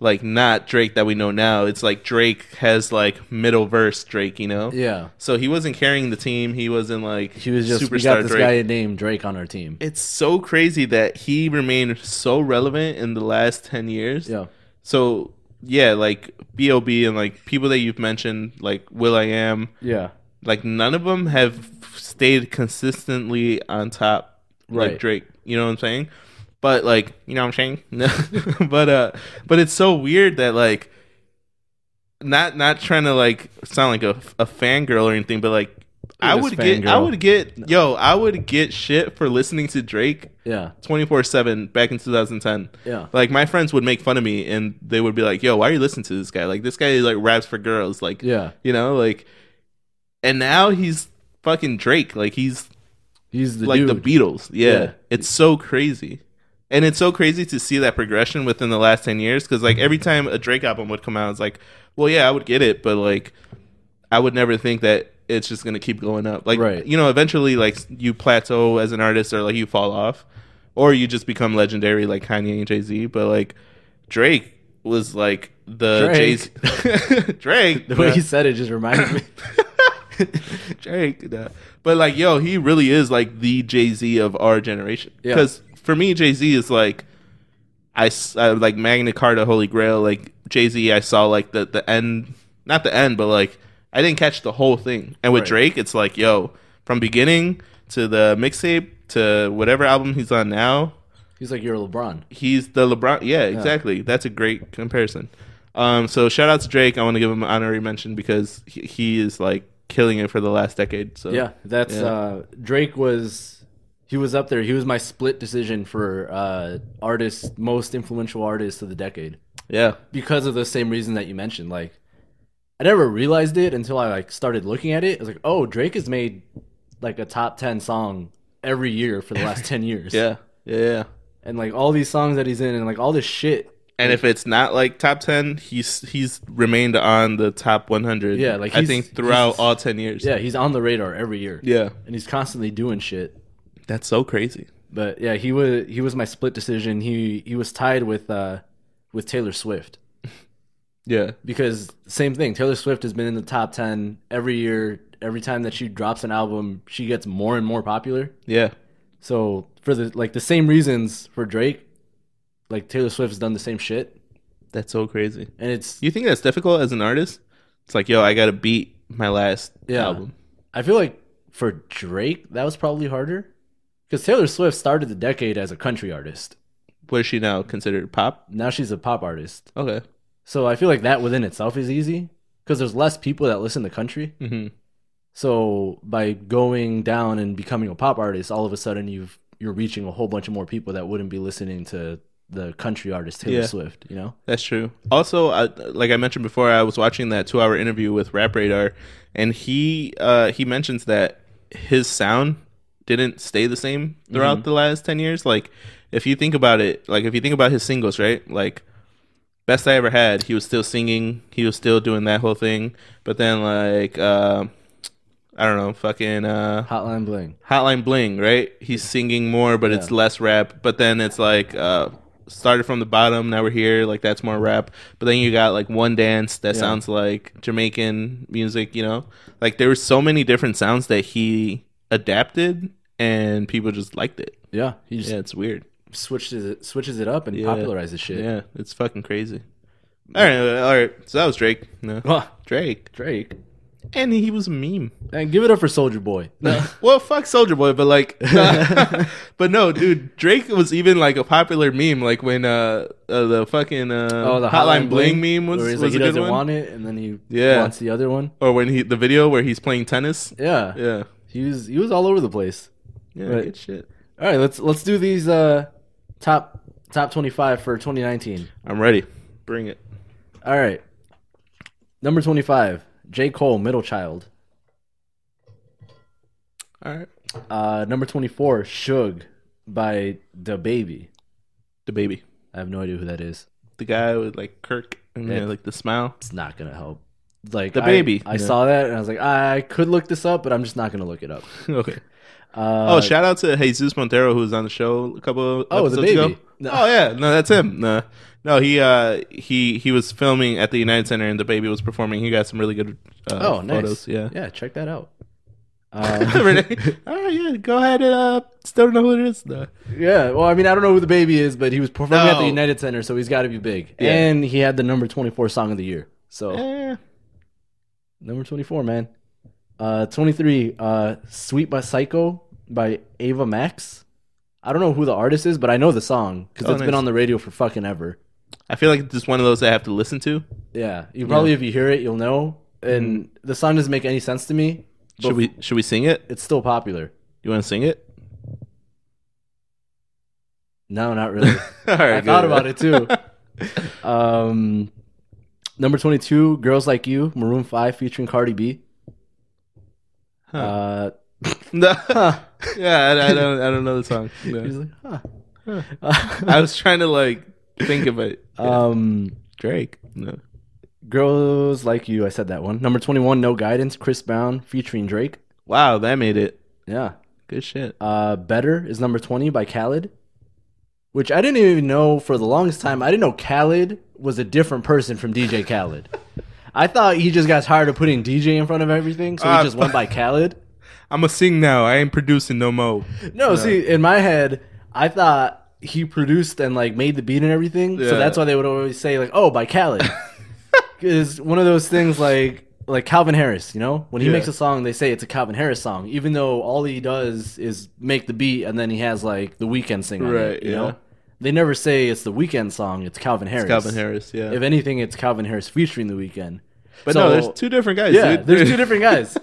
[SPEAKER 2] like not Drake that we know now. It's like Drake has like middle verse Drake, you know?
[SPEAKER 3] Yeah.
[SPEAKER 2] So he wasn't carrying the team. He wasn't like
[SPEAKER 3] She was just. we got this guy named Drake on our team.
[SPEAKER 2] It's so crazy that he remained so relevant in the last ten years.
[SPEAKER 3] Yeah.
[SPEAKER 2] So yeah, like Bob and like people that you've mentioned, like Will I Am,
[SPEAKER 3] Yeah.
[SPEAKER 2] like none of them have stayed consistently on top like
[SPEAKER 3] Right.
[SPEAKER 2] Drake. You know what I'm saying? But like, you know what I'm saying? No. but uh but it's so weird that like not not trying to like sound like a, a fangirl or anything, but like I
[SPEAKER 3] Just
[SPEAKER 2] would get I
[SPEAKER 3] fangirl.
[SPEAKER 2] would get yo, I would get shit for listening to Drake
[SPEAKER 3] Yeah.
[SPEAKER 2] 24/7 back in 2010.
[SPEAKER 3] Yeah.
[SPEAKER 2] Like my friends would make fun of me and they would be like, "Yo, why are you listening to this guy? Like this guy like raps for girls." Like
[SPEAKER 3] Yeah.
[SPEAKER 2] you know, like, and now he's fucking Drake. Like he's
[SPEAKER 3] He's the
[SPEAKER 2] like
[SPEAKER 3] dude.
[SPEAKER 2] the Beatles. Yeah.
[SPEAKER 3] Yeah.
[SPEAKER 2] it's so crazy, and it's so crazy to see that progression within the last ten years. Because like every time a Drake album would come out, it's like, well, yeah, I would get it, but like, I would never think that it's just gonna keep going up. Like,
[SPEAKER 3] Right.
[SPEAKER 2] you know, eventually, like you plateau as an artist, or like you fall off, or you just become legendary like Kanye and Jay Z. But like Drake was like the
[SPEAKER 3] Drake.
[SPEAKER 2] Jay Z. Drake.
[SPEAKER 3] the way
[SPEAKER 2] Yeah.
[SPEAKER 3] he said it just reminded me.
[SPEAKER 2] Drake. nah. But like, yo, he really is like the Jay Z of our generation.
[SPEAKER 3] Yeah.
[SPEAKER 2] Because for me, Jay Z is like, I, s- I- like Magna Carta, Holy Grail. Like Jay Z, I saw like the the end, not the end, but like I didn't catch the whole thing. And with
[SPEAKER 3] Right.
[SPEAKER 2] Drake, it's like, yo, from beginning to the mixtape to whatever album he's on now,
[SPEAKER 3] He's like you're LeBron.
[SPEAKER 2] he's the LeBron. Yeah, exactly. That's a great comparison. Um, so shout out to Drake. I want to give him an honorary mention because he, he is like killing it for the last decade. So
[SPEAKER 3] Yeah. That's
[SPEAKER 2] Yeah.
[SPEAKER 3] uh Drake was. He was up there. He was my split decision for uh artist most influential artist of the decade.
[SPEAKER 2] yeah,
[SPEAKER 3] because of the same reason that you mentioned. Like, I never realized it until I like started looking at it. I was like, oh, Drake has made like a top ten song every year for the last ten years.
[SPEAKER 2] yeah, yeah, yeah.
[SPEAKER 3] and like all these songs that he's in, and like all this shit
[SPEAKER 2] And if it's not like top ten, he's he's remained on the top 100.
[SPEAKER 3] Yeah, like,
[SPEAKER 2] I
[SPEAKER 3] he's-
[SPEAKER 2] think throughout
[SPEAKER 3] he's-
[SPEAKER 2] all 10 years.
[SPEAKER 3] Yeah, he's on the radar every year.
[SPEAKER 2] yeah,
[SPEAKER 3] and he's constantly doing shit.
[SPEAKER 2] that's so crazy.
[SPEAKER 3] But yeah, he was he was my split decision. He he was tied with uh with Taylor Swift
[SPEAKER 2] Yeah,
[SPEAKER 3] because same thing. Taylor Swift has been in the top 10 every year. Every time that she drops an album, she gets more and more popular.
[SPEAKER 2] yeah,
[SPEAKER 3] So for the like the same reasons for Drake, like Taylor Swift's done the same shit
[SPEAKER 2] that's so crazy.
[SPEAKER 3] and it's
[SPEAKER 2] You think that's difficult as an artist? It's like, yo, I gotta beat my last
[SPEAKER 3] Yeah.
[SPEAKER 2] album.
[SPEAKER 3] I feel like for Drake, that was probably harder cuz Taylor Swift started the decade as a country artist.
[SPEAKER 2] What is she now considered pop?
[SPEAKER 3] Now she's a pop artist.
[SPEAKER 2] Okay,
[SPEAKER 3] So I feel like that within itself is easy because there's less people that listen to country.
[SPEAKER 2] hmm
[SPEAKER 3] So by going down and becoming a pop artist, all of a sudden you've you're reaching a whole bunch of more people that wouldn't be listening to the country artist Taylor
[SPEAKER 2] Yeah.
[SPEAKER 3] Swift. You know?
[SPEAKER 2] that's true. Also, I, like I mentioned before, I was watching that two-hour interview with Rap Radar, and he uh, he mentions that his sound didn't stay the same throughout the last ten years. Like, if you think about it, like if you think about his singles, right? Like, best I ever had, he was still singing, he was still doing that whole thing. But then, like, uh, I don't know, fucking. Uh,
[SPEAKER 3] Hotline Bling.
[SPEAKER 2] Hotline Bling, right? He's singing more, but it's
[SPEAKER 3] Yeah.
[SPEAKER 2] less rap. But then it's like uh started from the bottom, now we're here, like that's more rap. But then you got like one dance that
[SPEAKER 3] Yeah.
[SPEAKER 2] sounds like Jamaican music, you know? Like there were so many different sounds that he adapted and people just liked it.
[SPEAKER 3] Yeah, he just
[SPEAKER 2] Yeah, it's weird.
[SPEAKER 3] switches it switches it up and
[SPEAKER 2] Yeah.
[SPEAKER 3] popularizes shit.
[SPEAKER 2] Yeah, it's fucking crazy. All right, all right. So that was Drake. No.
[SPEAKER 3] Huh,
[SPEAKER 2] Drake.
[SPEAKER 3] Drake.
[SPEAKER 2] And he was a meme.
[SPEAKER 3] And give it up for Soldier Boy.
[SPEAKER 2] well, fuck Soldier Boy, but like, but no, dude, Drake was even like a popular meme, like when uh, uh the fucking uh,
[SPEAKER 3] Oh, the
[SPEAKER 2] Hotline, Bling, meme was,
[SPEAKER 3] where he's
[SPEAKER 2] was
[SPEAKER 3] like,
[SPEAKER 2] a
[SPEAKER 3] he
[SPEAKER 2] good
[SPEAKER 3] doesn't
[SPEAKER 2] one,
[SPEAKER 3] want it, and then he
[SPEAKER 2] Yeah.
[SPEAKER 3] wants the other one.
[SPEAKER 2] or when he the video where he's playing tennis.
[SPEAKER 3] Yeah.
[SPEAKER 2] Yeah,
[SPEAKER 3] he was he was all over the place.
[SPEAKER 2] yeah,
[SPEAKER 3] Right.
[SPEAKER 2] good shit.
[SPEAKER 3] All right, let's let's do these uh, top top twenty five for twenty nineteen.
[SPEAKER 2] I'm ready. Bring it.
[SPEAKER 3] All right, number twenty five, J Cole, Middle Child.
[SPEAKER 2] All right,
[SPEAKER 3] Uh, number twenty four, Suge by the Baby.
[SPEAKER 2] the baby,
[SPEAKER 3] I have no idea who that is.
[SPEAKER 2] the guy with like Kirk and you know,
[SPEAKER 3] Yeah.
[SPEAKER 2] like the smile.
[SPEAKER 3] It's not gonna help. Like
[SPEAKER 2] Da
[SPEAKER 3] I-
[SPEAKER 2] Baby.
[SPEAKER 3] I,
[SPEAKER 2] Yeah.
[SPEAKER 3] saw that and I was like, I could look this up, but I'm just not gonna look it up.
[SPEAKER 2] okay.
[SPEAKER 3] Uh,
[SPEAKER 2] Oh, shout out to Jesus Montero who was on the show a couple
[SPEAKER 3] Oh, the
[SPEAKER 2] episodes
[SPEAKER 3] baby.
[SPEAKER 2] ago.
[SPEAKER 3] No.
[SPEAKER 2] Oh yeah, no, that's him. No, no, he uh, he he was filming at the United Center and the baby was performing. He got some really good uh,
[SPEAKER 3] oh, nice.
[SPEAKER 2] photos. Yeah.
[SPEAKER 3] yeah, check that out. Uh,
[SPEAKER 2] Renee, all right, yeah, go ahead and uh, still don't know who it is. No.
[SPEAKER 3] Yeah, well, I mean, I don't know who the baby is, but he was performing at the
[SPEAKER 2] No.
[SPEAKER 3] United Center, so he's got to be big.
[SPEAKER 2] Yeah.
[SPEAKER 3] And he had the number 24 song of the year. So,
[SPEAKER 2] Eh,
[SPEAKER 3] number 24, man. Uh, 23, uh, Sweet by Psycho by Ava Max. I don't know who the artist is, but I know the song because
[SPEAKER 2] Oh,
[SPEAKER 3] it's been
[SPEAKER 2] nice.
[SPEAKER 3] on the radio for fucking ever.
[SPEAKER 2] I feel like it's just one of those I have to listen to.
[SPEAKER 3] Yeah, you probably, if you hear it, you'll know. And the song doesn't make any sense to me. But
[SPEAKER 2] Mm-hmm. Should we should we sing it?
[SPEAKER 3] It's still popular.
[SPEAKER 2] You want to sing it?
[SPEAKER 3] No, not really.
[SPEAKER 2] All right,
[SPEAKER 3] I
[SPEAKER 2] good.
[SPEAKER 3] thought about it too. um, number twenty-two, "Girls Like You," Maroon Five featuring Cardi B. Uh,
[SPEAKER 2] No. yeah, I, I don't I don't know the song. No.
[SPEAKER 3] he's like, huh.
[SPEAKER 2] I was trying to like think of it.
[SPEAKER 3] um,
[SPEAKER 2] Drake. No.
[SPEAKER 3] "Girls Like You." I said that one. Number twenty-one, "No Guidance," Chris Brown featuring Drake.
[SPEAKER 2] Wow, that made it.
[SPEAKER 3] Yeah.
[SPEAKER 2] Good shit.
[SPEAKER 3] Uh, "Better" is number twenty by Khaled, which I didn't even know for the longest time. I didn't know Khaled was a different person from DJ Khaled. I thought he just got tired of putting DJ in front of everything, so he
[SPEAKER 2] Ah,
[SPEAKER 3] just went by Khaled.
[SPEAKER 2] I'm gonna sing now. I ain't producing no more.
[SPEAKER 3] No, see, in my head, I thought he produced and like made the beat and everything.
[SPEAKER 2] Yeah.
[SPEAKER 3] So that's why they would always say like, "Oh, by Khaled," is one of those things like like Calvin Harris. You know, when he
[SPEAKER 2] Yeah.
[SPEAKER 3] makes a song, they say it's a Calvin Harris song, even though all he does is make the beat and then he has like the weekend sing on
[SPEAKER 2] Right,
[SPEAKER 3] it. You
[SPEAKER 2] yeah.
[SPEAKER 3] know, they never say it's the weekend song. It's Calvin Harris.
[SPEAKER 2] Calvin Harris. Yeah.
[SPEAKER 3] If anything, it's Calvin Harris featuring the weekend.
[SPEAKER 2] but no, there's two different guys.
[SPEAKER 3] Yeah,
[SPEAKER 2] dude.
[SPEAKER 3] there's two different guys,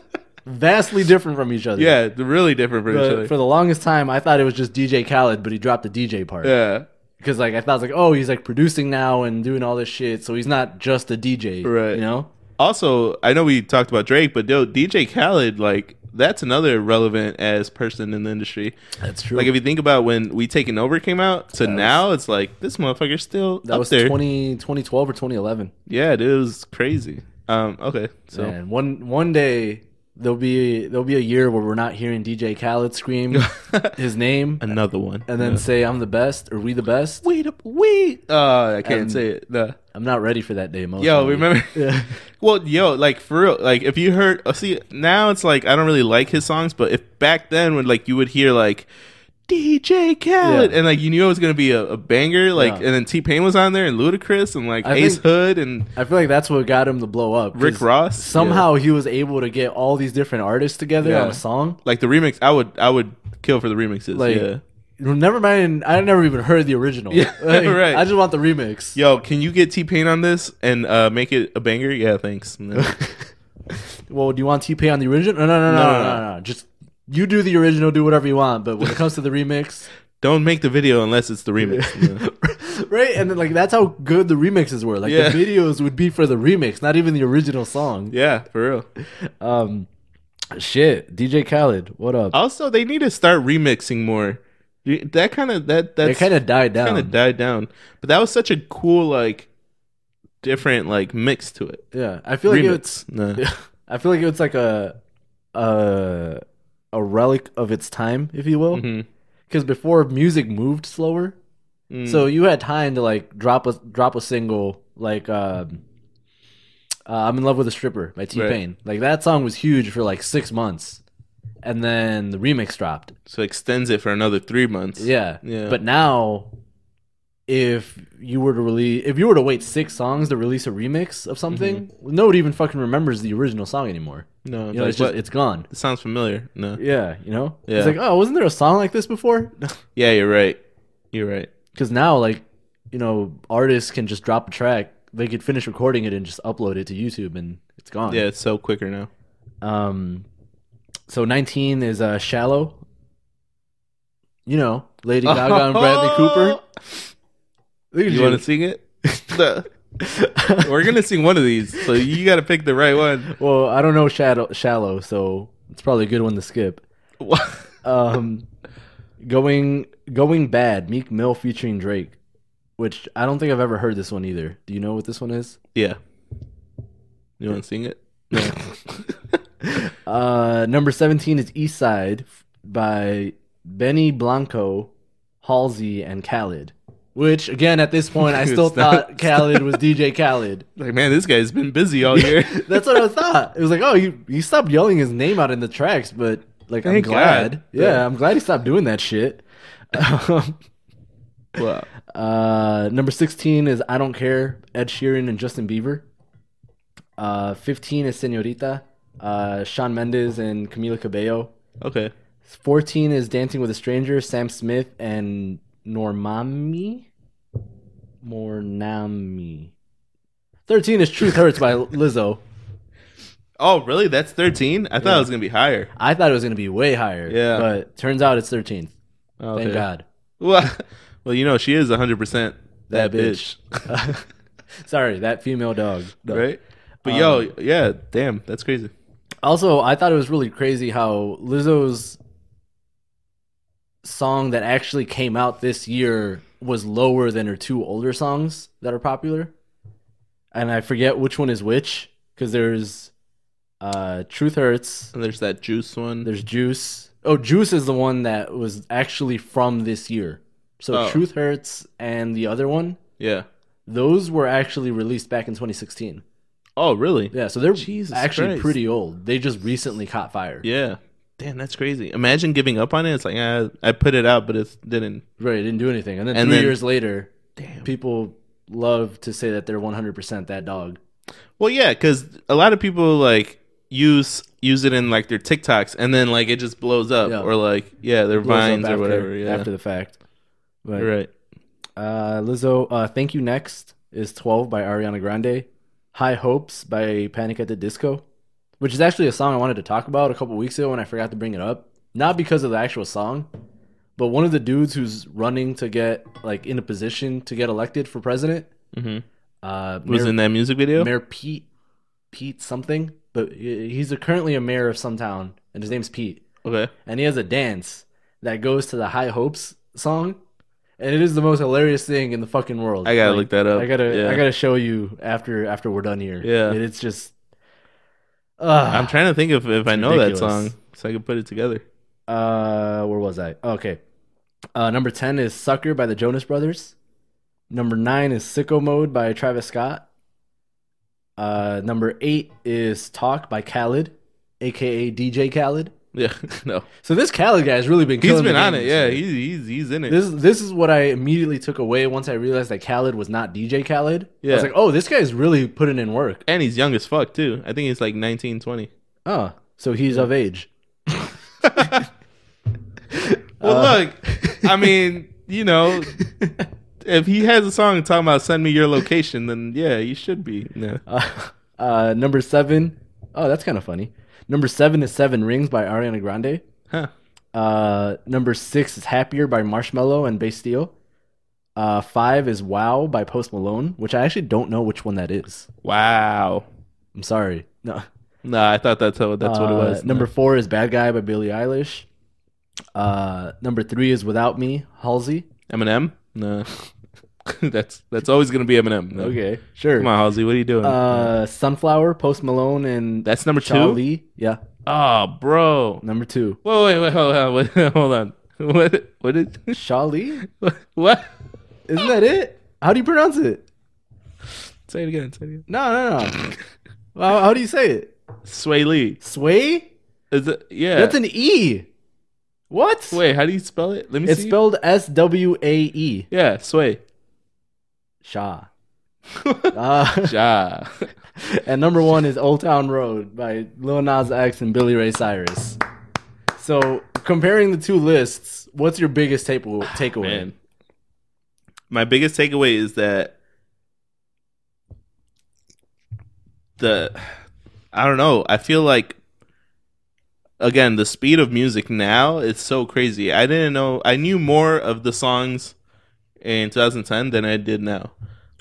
[SPEAKER 3] vastly different from each other.
[SPEAKER 2] yeah, they're really different from each
[SPEAKER 3] But
[SPEAKER 2] other.
[SPEAKER 3] for the longest time, I thought it was just DJ Khaled, but he dropped the DJ part
[SPEAKER 2] yeah.
[SPEAKER 3] because, like, I thought like, oh, he's like producing now and doing all this shit, so he's not just a DJ,
[SPEAKER 2] Right.
[SPEAKER 3] You know?
[SPEAKER 2] Also, I know we talked about Drake, but dude, DJ Khaled, like that's another irrelevant as person in the industry.
[SPEAKER 3] That's true.
[SPEAKER 2] Like if you think about when We Taken Over came out to
[SPEAKER 3] That was-
[SPEAKER 2] now, it's like this motherfucker's still
[SPEAKER 3] that
[SPEAKER 2] up
[SPEAKER 3] was
[SPEAKER 2] there.
[SPEAKER 3] 20, 2012 or 2011.
[SPEAKER 2] Yeah, dude, it was crazy. Um, okay, so
[SPEAKER 3] Man, one one day there'll be there'll be a year where we're not hearing DJ Khaled scream his name
[SPEAKER 2] another one,
[SPEAKER 3] and then
[SPEAKER 2] Yeah.
[SPEAKER 3] say I'm the best or we the best.
[SPEAKER 2] wait up, wait. Uh, I can't
[SPEAKER 3] And-
[SPEAKER 2] say it. No.
[SPEAKER 3] I'm not ready for that day, emotionally.
[SPEAKER 2] Yo, remember?
[SPEAKER 3] Yeah.
[SPEAKER 2] Well, yo, like for real, like if you heard, uh, see, now it's like I don't really like his songs, but if back then when like you would hear like DJ Khaled
[SPEAKER 3] Yeah.
[SPEAKER 2] and like you knew it was gonna be a, a banger, like
[SPEAKER 3] Yeah.
[SPEAKER 2] and then T Pain was on there and Ludacris and like
[SPEAKER 3] I
[SPEAKER 2] Ace
[SPEAKER 3] think-
[SPEAKER 2] Hood and
[SPEAKER 3] I feel like that's what got him to blow up. 'cause
[SPEAKER 2] Rick Ross
[SPEAKER 3] Somehow he was able to get all these different artists together
[SPEAKER 2] Yeah.
[SPEAKER 3] on a song.
[SPEAKER 2] like the remix. I would I would kill for the remixes.
[SPEAKER 3] Like,
[SPEAKER 2] yeah.
[SPEAKER 3] never mind. I never even heard the original.
[SPEAKER 2] Yeah,
[SPEAKER 3] Like,
[SPEAKER 2] right.
[SPEAKER 3] I just want the remix.
[SPEAKER 2] Yo, can you get T Pain on this and uh, make it a banger? Yeah, thanks. And then-
[SPEAKER 3] Well, do you want T Pain on the original? No, no, no,
[SPEAKER 2] No,
[SPEAKER 3] no,
[SPEAKER 2] no,
[SPEAKER 3] no, no, no, Just you do the original, do whatever you want. But when it comes to the remix,
[SPEAKER 2] Don't make the video unless it's the remix. Yeah.
[SPEAKER 3] right? And then like that's how good the remixes were. Like
[SPEAKER 2] Yeah.
[SPEAKER 3] the videos would be for the remix, not even the original song.
[SPEAKER 2] Yeah, for real.
[SPEAKER 3] Um, shit, DJ Khaled, what up?
[SPEAKER 2] Also, they need to start remixing more. You- That kind of that
[SPEAKER 3] it
[SPEAKER 2] that's
[SPEAKER 3] kind of died down.
[SPEAKER 2] kind of died down. But that was such a cool like different like mix to it.
[SPEAKER 3] yeah, I feel like it's.
[SPEAKER 2] Remix. Nah.
[SPEAKER 3] I feel like it's like a a a relic of its time, if you will,
[SPEAKER 2] Mhm.
[SPEAKER 3] because before music moved slower,
[SPEAKER 2] Mm.
[SPEAKER 3] so you had time to like drop a drop a single like. Um, uh, I'm in love with a stripper by T Pain. Like that song was huge for like six months, and then the remix dropped.
[SPEAKER 2] so it extends it for another three months.
[SPEAKER 3] Yeah.
[SPEAKER 2] Yeah.
[SPEAKER 3] But now if you were to release if you were to wait six songs to release a remix of something,
[SPEAKER 2] Mm-hmm.
[SPEAKER 3] nobody even fucking remembers the original song anymore.
[SPEAKER 2] no,
[SPEAKER 3] You know,
[SPEAKER 2] like,
[SPEAKER 3] it's just
[SPEAKER 2] what-
[SPEAKER 3] it's gone.
[SPEAKER 2] it sounds familiar. No,
[SPEAKER 3] Yeah, you know?
[SPEAKER 2] Yeah.
[SPEAKER 3] It's like, oh, wasn't there a song like this before?
[SPEAKER 2] yeah, you're right. You're right.
[SPEAKER 3] Because now like, you know, artists can just drop a track, they could finish recording it and just upload it to YouTube and it's gone.
[SPEAKER 2] Yeah, it's so quicker now.
[SPEAKER 3] Um so nineteen is uh shallow. You know, Lady Gaga and Bradley Cooper. Look at
[SPEAKER 2] You want to sing it? No. We're gonna sing one of these, so you got to pick the right one.
[SPEAKER 3] Well, I don't know shadow, shallow, so it's probably a good one to skip. Um, going going bad, Meek Mill featuring Drake, which I don't think I've ever heard this one either. Do you know what this one is?
[SPEAKER 2] yeah. You want to sing it?
[SPEAKER 3] Uh, number seventeen is East Side by Benny Blanco, Halsey, and Khaled. Which again, at this point, I
[SPEAKER 2] It's
[SPEAKER 3] still
[SPEAKER 2] not-
[SPEAKER 3] thought Khaled was DJ Khaled.
[SPEAKER 2] Like, man, this guy's been busy all year.
[SPEAKER 3] That's what I thought. It was like, oh, you you stopped yelling his name out in the tracks, but like,
[SPEAKER 2] Thank
[SPEAKER 3] I'm glad.
[SPEAKER 2] God.
[SPEAKER 3] Yeah,
[SPEAKER 2] Yeah.
[SPEAKER 3] I'm glad he stopped doing that shit. Um,
[SPEAKER 2] wow.
[SPEAKER 3] uh, number sixteen is I don't care. Ed Sheeran and Justin Bieber. Uh, Fifteen is Senorita. Uh, Sean Mendes and Camila Cabello.
[SPEAKER 2] Okay.
[SPEAKER 3] Fourteen is Dancing with a Stranger. Sam Smith and Normami. Mornami. Thirteen is Truth Hurts by Lizzo.
[SPEAKER 2] Oh, really? That's 13? I thought it was going to be higher.
[SPEAKER 3] I thought it was going to be way higher.
[SPEAKER 2] Yeah. Oh,
[SPEAKER 3] But turns out it's 13th.
[SPEAKER 2] Okay.
[SPEAKER 3] Thank God.
[SPEAKER 2] Well, well, you know, she is 100% that,
[SPEAKER 3] That,
[SPEAKER 2] bitch.
[SPEAKER 3] bitch. Sorry, that female dog. No.
[SPEAKER 2] Right? But
[SPEAKER 3] Um,
[SPEAKER 2] yo, yeah, damn, that's crazy.
[SPEAKER 3] Also, I thought it was really crazy how Lizzo's song that actually came out this year was lower than her two older songs that are popular. And I forget which one is which because there's uh, Truth Hurts,
[SPEAKER 2] And there's that juice one.
[SPEAKER 3] there's Juice. Oh, Juice is the one that was actually from this year. So
[SPEAKER 2] Oh.
[SPEAKER 3] Truth Hurts and the other one
[SPEAKER 2] yeah.
[SPEAKER 3] those were actually released back in 2016.
[SPEAKER 2] Oh, really?
[SPEAKER 3] Yeah, so they're
[SPEAKER 2] Jesus
[SPEAKER 3] actually
[SPEAKER 2] Christ.
[SPEAKER 3] pretty old. They just recently caught fire.
[SPEAKER 2] Yeah. Damn, that's crazy. Imagine giving up on it. It's like, ah, I put it out, but it didn't.
[SPEAKER 3] Right, it didn't do anything. And then
[SPEAKER 2] And
[SPEAKER 3] three
[SPEAKER 2] then-
[SPEAKER 3] years later, people love to say that they're 100% that dog.
[SPEAKER 2] Well, yeah, because a lot of people like use use it in like their TikToks, and then like it just blows up,
[SPEAKER 3] Yeah.
[SPEAKER 2] or like yeah, their
[SPEAKER 3] Blows up
[SPEAKER 2] vines
[SPEAKER 3] after,
[SPEAKER 2] or whatever. Yeah,
[SPEAKER 3] After the fact. But,
[SPEAKER 2] right.
[SPEAKER 3] Uh, Lizzo, uh, Thank You Next is 12 by Ariana Grande. High Hopes by Panic at the Disco, which is actually a song I wanted to talk about a couple weeks ago and I forgot to bring it up. Not because of the actual song, but one of the dudes who's running to get, like, in a position to get elected for president.
[SPEAKER 2] Mhm.
[SPEAKER 3] Uh,
[SPEAKER 2] Was
[SPEAKER 3] Mayor,
[SPEAKER 2] in that music video.
[SPEAKER 3] Mayor Pete Pete something, but he- he's a, currently a mayor of some town, and his name's Pete,
[SPEAKER 2] Okay.
[SPEAKER 3] and he has a dance that goes to the High Hopes song, and it is the most hilarious thing in the fucking world.
[SPEAKER 2] I gotta
[SPEAKER 3] Like,
[SPEAKER 2] look that up.
[SPEAKER 3] I gotta
[SPEAKER 2] Yeah.
[SPEAKER 3] I gotta show you after after we're done here.
[SPEAKER 2] Yeah.
[SPEAKER 3] And it's just. Uh,
[SPEAKER 2] I'm trying to think if, if I know
[SPEAKER 3] ridiculous.
[SPEAKER 2] that song so I can put it together.
[SPEAKER 3] Uh, where was I? Okay. Uh, number 10 is Sucker by the Jonas Brothers. Number 9 is Sicko Mode by Travis Scott. Uh, number 8 is Talk by Khaled, aka DJ Khaled.
[SPEAKER 2] Yeah, no.
[SPEAKER 3] So this Khaled guy has really been
[SPEAKER 2] He's
[SPEAKER 3] killing
[SPEAKER 2] been
[SPEAKER 3] the
[SPEAKER 2] on
[SPEAKER 3] game
[SPEAKER 2] it.
[SPEAKER 3] this
[SPEAKER 2] Yeah,
[SPEAKER 3] year.
[SPEAKER 2] he's, he's he's in it.
[SPEAKER 3] This this is what I immediately took away once I realized that Khaled was not DJ Khaled. I
[SPEAKER 2] Yeah.
[SPEAKER 3] was like, "Oh, this guy's really putting in work."
[SPEAKER 2] and he's young as fuck too. I think he's like 19, 20.
[SPEAKER 3] Oh, so he's of age.
[SPEAKER 2] Well, look, I mean, you know, if he has a song talking about "Send me your location," then yeah, you should be. Yeah.
[SPEAKER 3] Uh, uh, number seven. Oh, that's kind of funny. Number seven is Seven Rings by Ariana Grande.
[SPEAKER 2] Huh.
[SPEAKER 3] Uh, number six is Happier by Marshmello and Bastille. Uh, five is Wow by Post Malone, which I actually don't know which one that is.
[SPEAKER 2] Wow.
[SPEAKER 3] I'm sorry. No,
[SPEAKER 2] Nah, I thought that's how, that's what it
[SPEAKER 3] Uh,
[SPEAKER 2] was.
[SPEAKER 3] Number four is Bad Guy by Billie Eilish. Uh, number three is Without Me, Halsey.
[SPEAKER 2] Eminem. No, that's that's always gonna be Eminem. No.
[SPEAKER 3] Okay, sure.
[SPEAKER 2] Come on, Halsey, what are you doing?
[SPEAKER 3] Uh, Sunflower, Post Malone, and
[SPEAKER 2] that's number two.
[SPEAKER 3] Shaw Lee. Yeah,
[SPEAKER 2] Oh, bro.
[SPEAKER 3] number two.
[SPEAKER 2] Whoa, wait, wait, hold on, wait, hold on. What? What is?
[SPEAKER 3] Shaw Lee?
[SPEAKER 2] What?
[SPEAKER 3] Isn't that it? How do you pronounce it?
[SPEAKER 2] Say it again. Say it again.
[SPEAKER 3] No, no, no. how, how do you say it?
[SPEAKER 2] Sway Lee.
[SPEAKER 3] Sway?
[SPEAKER 2] Is it? Yeah.
[SPEAKER 3] That's an E. What?
[SPEAKER 2] Wait, how do you spell it? Let me
[SPEAKER 3] it's
[SPEAKER 2] see.
[SPEAKER 3] spelled S W A E.
[SPEAKER 2] yeah, Sway.
[SPEAKER 3] Shaw. Uh,
[SPEAKER 2] ja.
[SPEAKER 3] and number one is Old Town Road by Lil Nas X and Billy Ray Cyrus. So comparing the two lists, what's your biggest take- takeaway?
[SPEAKER 2] Ah, Man. My biggest takeaway is that the I don't know. I feel like again, the speed of music now is so crazy. I didn't know I knew more of the songs in 2010 than I did now.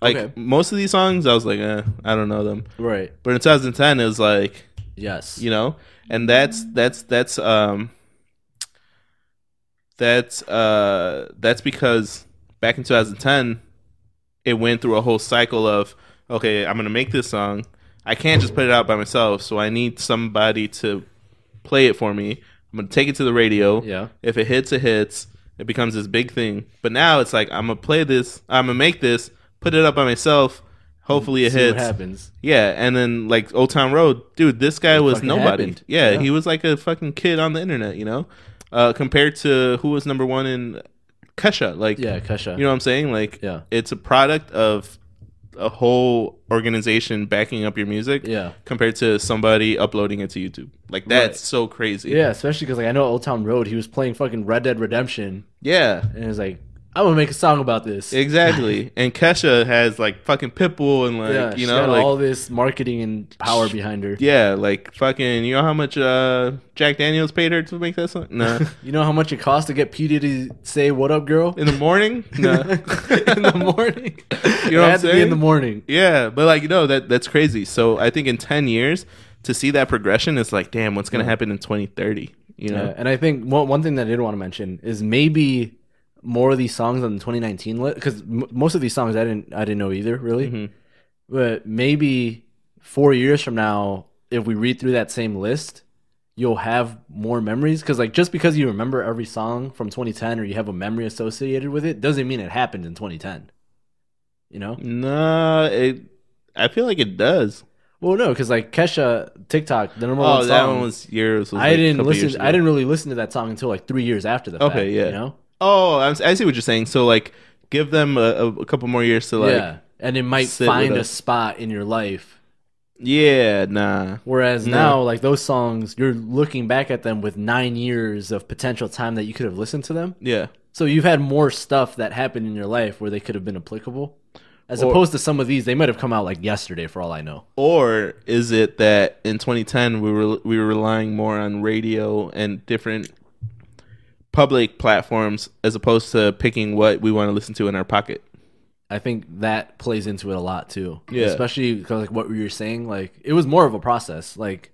[SPEAKER 2] Like
[SPEAKER 3] Okay.
[SPEAKER 2] most of these songs I was like, eh, I don't know them.
[SPEAKER 3] Right.
[SPEAKER 2] But in 2010 it was like
[SPEAKER 3] Yes.
[SPEAKER 2] you know and that's that's that's um that's uh that's because back in 2010 it went through a whole cycle of okay i'm gonna make this song i can't just put it out by myself so i need somebody to play it for me i'm gonna take it to the radio
[SPEAKER 3] Yeah.
[SPEAKER 2] if it hits it hits it becomes this big thing but now it's like i'm gonna play this i'm gonna make this put it up by myself hopefully it
[SPEAKER 3] See what
[SPEAKER 2] hits
[SPEAKER 3] happens.
[SPEAKER 2] yeah, and then like Old Town Road, dude, this guy was
[SPEAKER 3] fucking
[SPEAKER 2] nobody.
[SPEAKER 3] happened.
[SPEAKER 2] Yeah,
[SPEAKER 3] Yeah.
[SPEAKER 2] he was like a fucking kid on the internet, you know. Uh, compared to who was number one in Kesha, like,
[SPEAKER 3] Yeah, Kesha.
[SPEAKER 2] you know what I'm saying? Like,
[SPEAKER 3] Yeah.
[SPEAKER 2] it's a product of a whole organization backing up your music.
[SPEAKER 3] Yeah.
[SPEAKER 2] compared to somebody uploading it to YouTube, like that's so crazy.
[SPEAKER 3] yeah, especially because like I know Old Town Road, he was playing fucking Red Dead Redemption,
[SPEAKER 2] yeah,
[SPEAKER 3] and it was like, I'm gonna make a song about this.
[SPEAKER 2] exactly. and Kesha has like fucking Pitbull and like
[SPEAKER 3] yeah, she
[SPEAKER 2] you know
[SPEAKER 3] got
[SPEAKER 2] like
[SPEAKER 3] all this marketing and power behind her.
[SPEAKER 2] yeah like fucking you know how much uh Jack Daniels paid her to make that song? Nah.
[SPEAKER 3] You know how much it costs to get P Diddy to say "What up, girl"
[SPEAKER 2] In the morning? No.
[SPEAKER 3] in the morning?
[SPEAKER 2] You know
[SPEAKER 3] it
[SPEAKER 2] what
[SPEAKER 3] had
[SPEAKER 2] I'm
[SPEAKER 3] to be
[SPEAKER 2] saying?
[SPEAKER 3] in the morning.
[SPEAKER 2] yeah, but like no, that that's crazy. So I think in ten years to see that progression is like, damn, what's gonna happen in twenty thirty? You know?
[SPEAKER 3] Yeah, and I think one, one thing that I did want to mention is maybe more of these songs on the 2019 list because m- most of these songs I didn't I didn't know either really,
[SPEAKER 2] Mhm.
[SPEAKER 3] but maybe four years from now, if we read through that same list, you'll have more memories because like just because you remember every song from 2010 or you have a memory associated with it doesn't mean it happened in 2010. You know?
[SPEAKER 2] Nah, it. I feel like it does.
[SPEAKER 3] Well, no, because like Kesha TikTok, the number
[SPEAKER 2] oh,
[SPEAKER 3] one
[SPEAKER 2] that
[SPEAKER 3] song.
[SPEAKER 2] one was yours. was,
[SPEAKER 3] um, I
[SPEAKER 2] like, a
[SPEAKER 3] didn't
[SPEAKER 2] couple years
[SPEAKER 3] listen.
[SPEAKER 2] ago.
[SPEAKER 3] I didn't really listen to that song until like three years after the fact.
[SPEAKER 2] Okay, yeah.
[SPEAKER 3] You know?
[SPEAKER 2] Oh, I, was- I see what you're saying. So like, give them a, a, a couple more years to like.
[SPEAKER 3] yeah, and it might
[SPEAKER 2] sit
[SPEAKER 3] find
[SPEAKER 2] with
[SPEAKER 3] a
[SPEAKER 2] us.
[SPEAKER 3] spot in your life.
[SPEAKER 2] Yeah, nah.
[SPEAKER 3] Whereas
[SPEAKER 2] No.
[SPEAKER 3] now, like those songs, you're looking back at them with nine years of potential time that you could have listened to them.
[SPEAKER 2] Yeah.
[SPEAKER 3] So you've had more stuff that happened in your life where they could have been applicable, as
[SPEAKER 2] Or-
[SPEAKER 3] opposed to some of these they might have come out like yesterday, for all I know.
[SPEAKER 2] Or is it that in 2010 we were we were relying more on radio and different public platforms as opposed to picking what we want to listen to in our pocket?
[SPEAKER 3] I think that plays into it a lot too.
[SPEAKER 2] Yeah.
[SPEAKER 3] Especially because like what you were saying, like it was more of a process. Like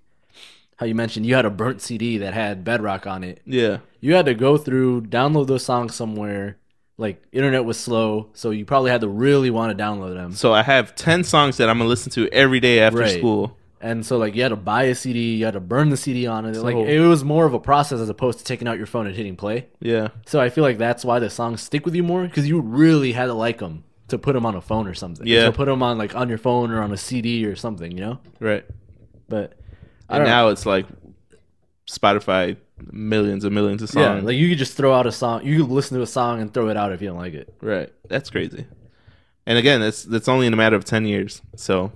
[SPEAKER 3] how you mentioned, you had a burnt CD that had Bedrock on it.
[SPEAKER 2] Yeah.
[SPEAKER 3] You had to go through, download those songs somewhere. Like internet was slow, so you probably had to really want to download them.
[SPEAKER 2] So I have ten songs that I'm gonna listen to every day after
[SPEAKER 3] Right.
[SPEAKER 2] school.
[SPEAKER 3] And so like you had to buy a CD, you had to burn the CD on it. like
[SPEAKER 2] So-
[SPEAKER 3] it was more of a process as opposed to taking out your phone and hitting play.
[SPEAKER 2] Yeah.
[SPEAKER 3] So I feel like that's why the songs stick with you more because you really had to like them to put them on a phone or something.
[SPEAKER 2] Yeah.
[SPEAKER 3] to put them on like on your phone or on a CD or something, you know.
[SPEAKER 2] Right.
[SPEAKER 3] But I don't know.
[SPEAKER 2] And now it's like Spotify, millions and millions of
[SPEAKER 3] yeah,
[SPEAKER 2] songs.
[SPEAKER 3] like you could just throw out a song, you could listen to a song and throw it out if you don't like it.
[SPEAKER 2] right. That's crazy. And again, that's that's only in a matter of ten years. So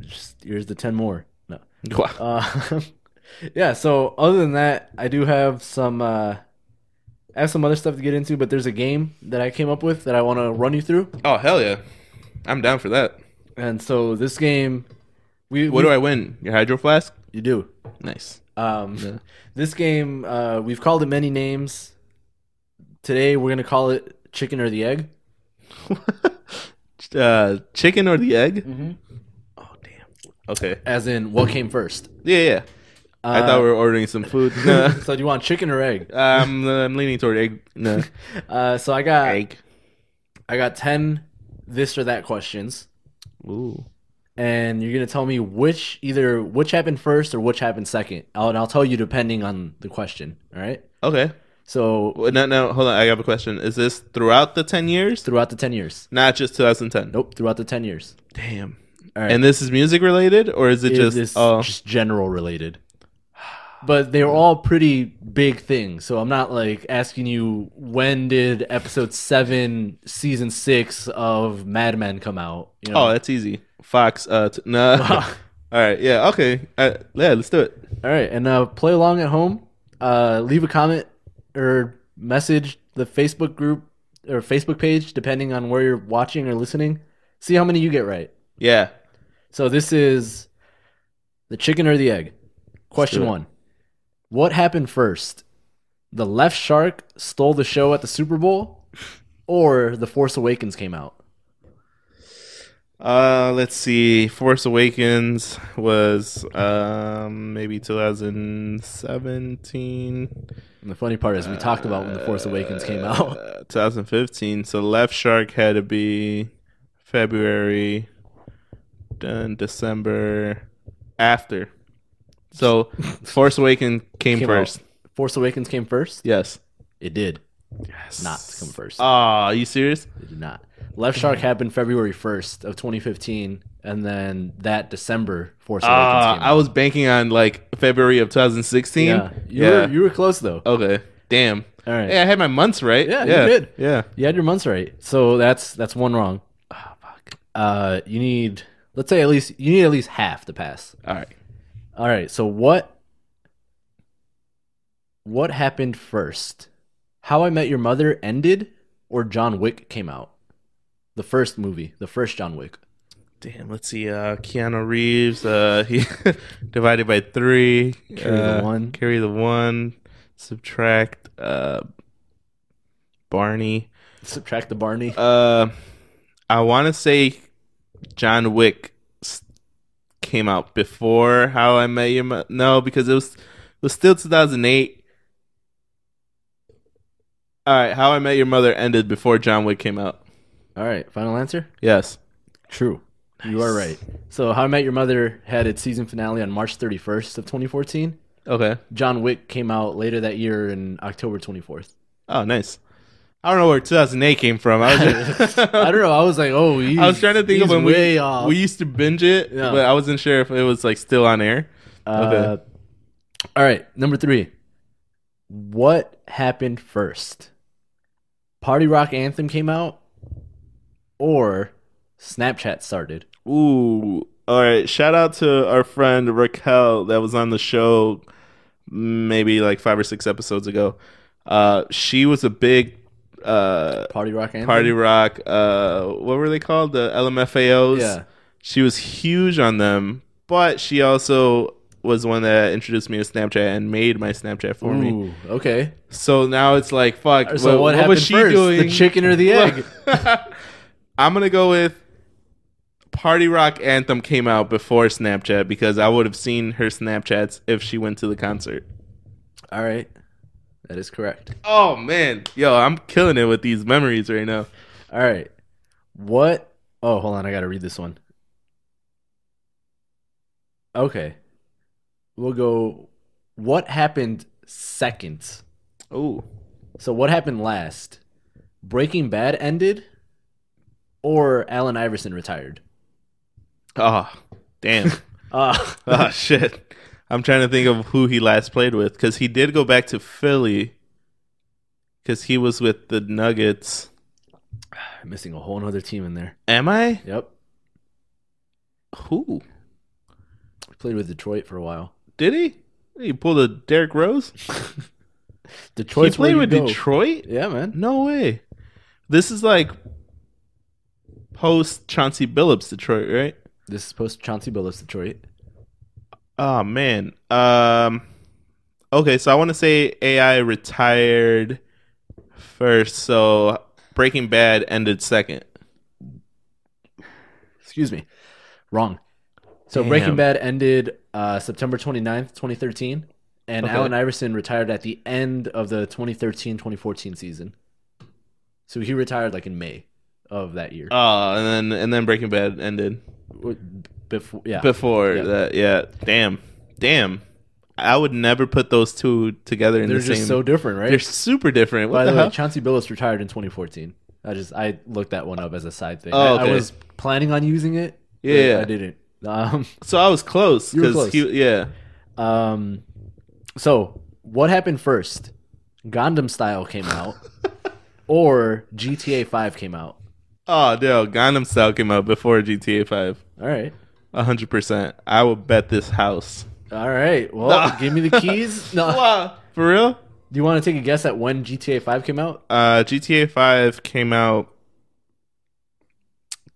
[SPEAKER 3] Just here's the ten more. No.
[SPEAKER 2] wow.
[SPEAKER 3] Uh, yeah. So other than that, I do have some. Uh, I have some other stuff to get into, but there's a game that I came up with that I want to run you through.
[SPEAKER 2] Oh hell yeah. I'm down for that.
[SPEAKER 3] And so this game, we
[SPEAKER 2] What do I win? Your hydro flask?
[SPEAKER 3] you do?
[SPEAKER 2] Nice.
[SPEAKER 3] Um, This game, uh, we've called it many names. Today we're gonna call it Chicken or the Egg.
[SPEAKER 2] uh chicken or the egg? Oh damn. Okay.
[SPEAKER 3] As in, what came first?
[SPEAKER 2] Yeah, yeah. I thought we were ordering some food. No.
[SPEAKER 3] so do you want chicken or egg?
[SPEAKER 2] I'm, I'm leaning toward egg. No.
[SPEAKER 3] Uh, so I got
[SPEAKER 2] Egg.
[SPEAKER 3] I got ten this or that questions,
[SPEAKER 2] Ooh.
[SPEAKER 3] and you're gonna tell me which either which happened first or which happened second. I'll, and I'll tell you depending on the question. All right.
[SPEAKER 2] Okay.
[SPEAKER 3] So
[SPEAKER 2] Well, no, no, hold on. I have a question. Is this throughout the 10 years?
[SPEAKER 3] throughout the ten years.
[SPEAKER 2] Not just 2010.
[SPEAKER 3] Nope. Throughout the ten years.
[SPEAKER 2] Damn.
[SPEAKER 3] All right.
[SPEAKER 2] And this is music related or is it
[SPEAKER 3] is
[SPEAKER 2] just
[SPEAKER 3] this
[SPEAKER 2] oh,
[SPEAKER 3] just general related. But they're all pretty big things, so I'm not like asking you when did episode seven, season six of Mad Men come out. You
[SPEAKER 2] oh,
[SPEAKER 3] know?
[SPEAKER 2] that's easy. Fox uh t- no. All right. Yeah, okay. Uh, yeah, let's do it.
[SPEAKER 3] all right, and uh, play along at home. Uh, leave a comment or message the Facebook group or Facebook page, depending on where you're watching or listening. See how many you get right.
[SPEAKER 2] Yeah.
[SPEAKER 3] So this is the chicken or the egg. Question
[SPEAKER 2] do it.
[SPEAKER 3] one. What happened first? The left shark stole the show at the Super Bowl or The Force Awakens came out?
[SPEAKER 2] Uh, let's see. Force Awakens was um maybe 2017,
[SPEAKER 3] And the funny part is we talked about when The Force Awakens came out.
[SPEAKER 2] uh, 2015. So Left Shark had to be February, then December after. So Force Awakens came,
[SPEAKER 3] Came
[SPEAKER 2] first.
[SPEAKER 3] out. Force Awakens came first?
[SPEAKER 2] Yes.
[SPEAKER 3] It did
[SPEAKER 2] Yes.
[SPEAKER 3] not come first.
[SPEAKER 2] Ah, you serious?
[SPEAKER 3] it did not. Left Shark happened February 1st of 2015 and then that December Force Awakens
[SPEAKER 2] Ah,
[SPEAKER 3] came
[SPEAKER 2] I
[SPEAKER 3] out.
[SPEAKER 2] was banking on like February of 2016.
[SPEAKER 3] yeah. You
[SPEAKER 2] Yeah.
[SPEAKER 3] were you were close though.
[SPEAKER 2] okay. Damn.
[SPEAKER 3] All right.
[SPEAKER 2] Yeah, I had my months right.
[SPEAKER 3] Yeah, you
[SPEAKER 2] yeah,
[SPEAKER 3] did.
[SPEAKER 2] Yeah.
[SPEAKER 3] You had your months right. So that's that's one wrong. Ah, Uh, you need let's say at least you need at least half to pass.
[SPEAKER 2] All right.
[SPEAKER 3] All right. So what what happened first? How I Met Your Mother ended or John Wick came out? The first movie, the first John Wick.
[SPEAKER 2] Damn, let's see. Uh, Keanu Reeves, uh, he divided by three.
[SPEAKER 3] Carry the
[SPEAKER 2] uh,
[SPEAKER 3] one.
[SPEAKER 2] Carry the one. Subtract uh, Barney.
[SPEAKER 3] Subtract the Barney.
[SPEAKER 2] Uh, I want to say John Wick s- came out before How I Met Your Mother. No, because it was it was still 2008. All right, How I Met Your Mother ended before John Wick came out.
[SPEAKER 3] All right. Final answer.
[SPEAKER 2] Yes.
[SPEAKER 3] True. You are right. So How I Met Your Mother had its season finale on March 31st of 2014.
[SPEAKER 2] Okay.
[SPEAKER 3] John Wick came out later that year in October 24th.
[SPEAKER 2] Oh, nice. I don't know where 2008 came from. I was, just,
[SPEAKER 3] I don't know. I was like, oh, he's,
[SPEAKER 2] I was trying to think of
[SPEAKER 3] he's
[SPEAKER 2] when
[SPEAKER 3] way
[SPEAKER 2] we,
[SPEAKER 3] off.
[SPEAKER 2] we used to binge it,
[SPEAKER 3] Yeah.
[SPEAKER 2] but I wasn't sure if it was like still on air.
[SPEAKER 3] Uh, All right, number three. What happened first? Party Rock Anthem came out, or Snapchat started.
[SPEAKER 2] Ooh. All right. Shout out to our friend Raquel that was on the show maybe like five or six episodes ago. Uh, she was a big uh,
[SPEAKER 3] Party Rock Anthem.
[SPEAKER 2] party rock. Uh, what were they called? The LMFAOs.
[SPEAKER 3] Yeah.
[SPEAKER 2] She was huge on them, but she also was one that introduced me to Snapchat and made my Snapchat for me.
[SPEAKER 3] Ooh, okay.
[SPEAKER 2] So now it's like, fuck.
[SPEAKER 3] So what, happened
[SPEAKER 2] was she
[SPEAKER 3] first?
[SPEAKER 2] doing?
[SPEAKER 3] The chicken or the egg?
[SPEAKER 2] I I'm gonna go with Party Rock Anthem came out before Snapchat because I would have seen her Snapchats if she went to the concert.
[SPEAKER 3] All right, that is correct.
[SPEAKER 2] Oh man, yo, I'm killing it with these memories right now.
[SPEAKER 3] All right, what? Oh, hold on, I gotta read this one. Okay, we'll go. What happened second?
[SPEAKER 2] Oh,
[SPEAKER 3] So what happened last? Breaking Bad ended, or Allen Iverson retired?
[SPEAKER 2] oh, damn.
[SPEAKER 3] Uh,
[SPEAKER 2] oh shit. I'm trying to think of who he last played with because he did go back to Philly because he was with the Nuggets.
[SPEAKER 3] missing a whole other team in there.
[SPEAKER 2] Am I?
[SPEAKER 3] Yep,
[SPEAKER 2] Who
[SPEAKER 3] played with Detroit for a while.
[SPEAKER 2] did he? He pulled a Derrick Rose.
[SPEAKER 3] Detroit
[SPEAKER 2] he played with Detroit.
[SPEAKER 3] Yeah, man.
[SPEAKER 2] No way. This is like post Chauncey Billups Detroit, right?
[SPEAKER 3] This is post Chauncey Billups Detroit.
[SPEAKER 2] Oh man. Um okay, so I want to say AI retired first, so Breaking Bad ended second.
[SPEAKER 3] Excuse me. Wrong. So
[SPEAKER 2] Damn.
[SPEAKER 3] Breaking Bad ended uh, September 29th, 2013, and
[SPEAKER 2] Okay.
[SPEAKER 3] Allen Iverson retired at the end of the 2013-2014 season. So he retired like in May of that year.
[SPEAKER 2] Oh, and then and then Breaking Bad ended
[SPEAKER 3] Before yeah.
[SPEAKER 2] before
[SPEAKER 3] Yeah.
[SPEAKER 2] that. Yeah, damn, damn. I would never put those two together in
[SPEAKER 3] They're
[SPEAKER 2] the
[SPEAKER 3] just
[SPEAKER 2] same.
[SPEAKER 3] so different, right?
[SPEAKER 2] they're super different. What
[SPEAKER 3] By
[SPEAKER 2] the,
[SPEAKER 3] the, way,
[SPEAKER 2] hell?
[SPEAKER 3] Chauncey Billups retired in 2014. I just I looked that one up as a side thing.
[SPEAKER 2] Oh,
[SPEAKER 3] I- I
[SPEAKER 2] okay.
[SPEAKER 3] was planning on using it. but
[SPEAKER 2] Yeah.
[SPEAKER 3] I didn't. Um,
[SPEAKER 2] so I was close
[SPEAKER 3] You were
[SPEAKER 2] because
[SPEAKER 3] close.
[SPEAKER 2] he. Yeah.
[SPEAKER 3] Um, so what happened first? Gundam Style came out, or GTA Five came out.
[SPEAKER 2] Oh, dude, Gundam Style came out before GTA Five.
[SPEAKER 3] All right,
[SPEAKER 2] hundred percent. I would bet this house.
[SPEAKER 3] all right. Well,
[SPEAKER 2] Nah.
[SPEAKER 3] give me the keys. No,
[SPEAKER 2] Wow, for real?
[SPEAKER 3] do you want to take a guess at when GTA Five came out?
[SPEAKER 2] Uh, GTA Five came out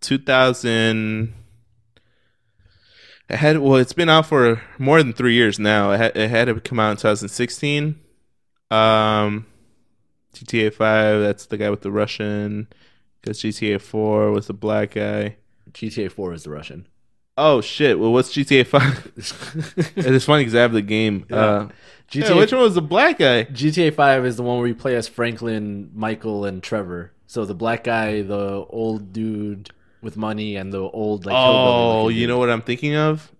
[SPEAKER 2] two thousand. It had well, it's been out for more than three years now. It had, it had to come out in two thousand sixteen. Um, GTA Five. That's the guy with the Russian. Because GTA Four was the black guy.
[SPEAKER 3] GTA Four is the Russian.
[SPEAKER 2] Oh shit! Well, what's GTA Five?
[SPEAKER 3] GTA
[SPEAKER 2] it's funny because I have the game. Uh, yeah, which one was the black guy?
[SPEAKER 3] GTA Five is the one where you play as Franklin, Michael, and Trevor. So the black guy, the old dude with money, and the old like hillbilly
[SPEAKER 2] Oh,
[SPEAKER 3] looking
[SPEAKER 2] you
[SPEAKER 3] dude.
[SPEAKER 2] know what I'm thinking of?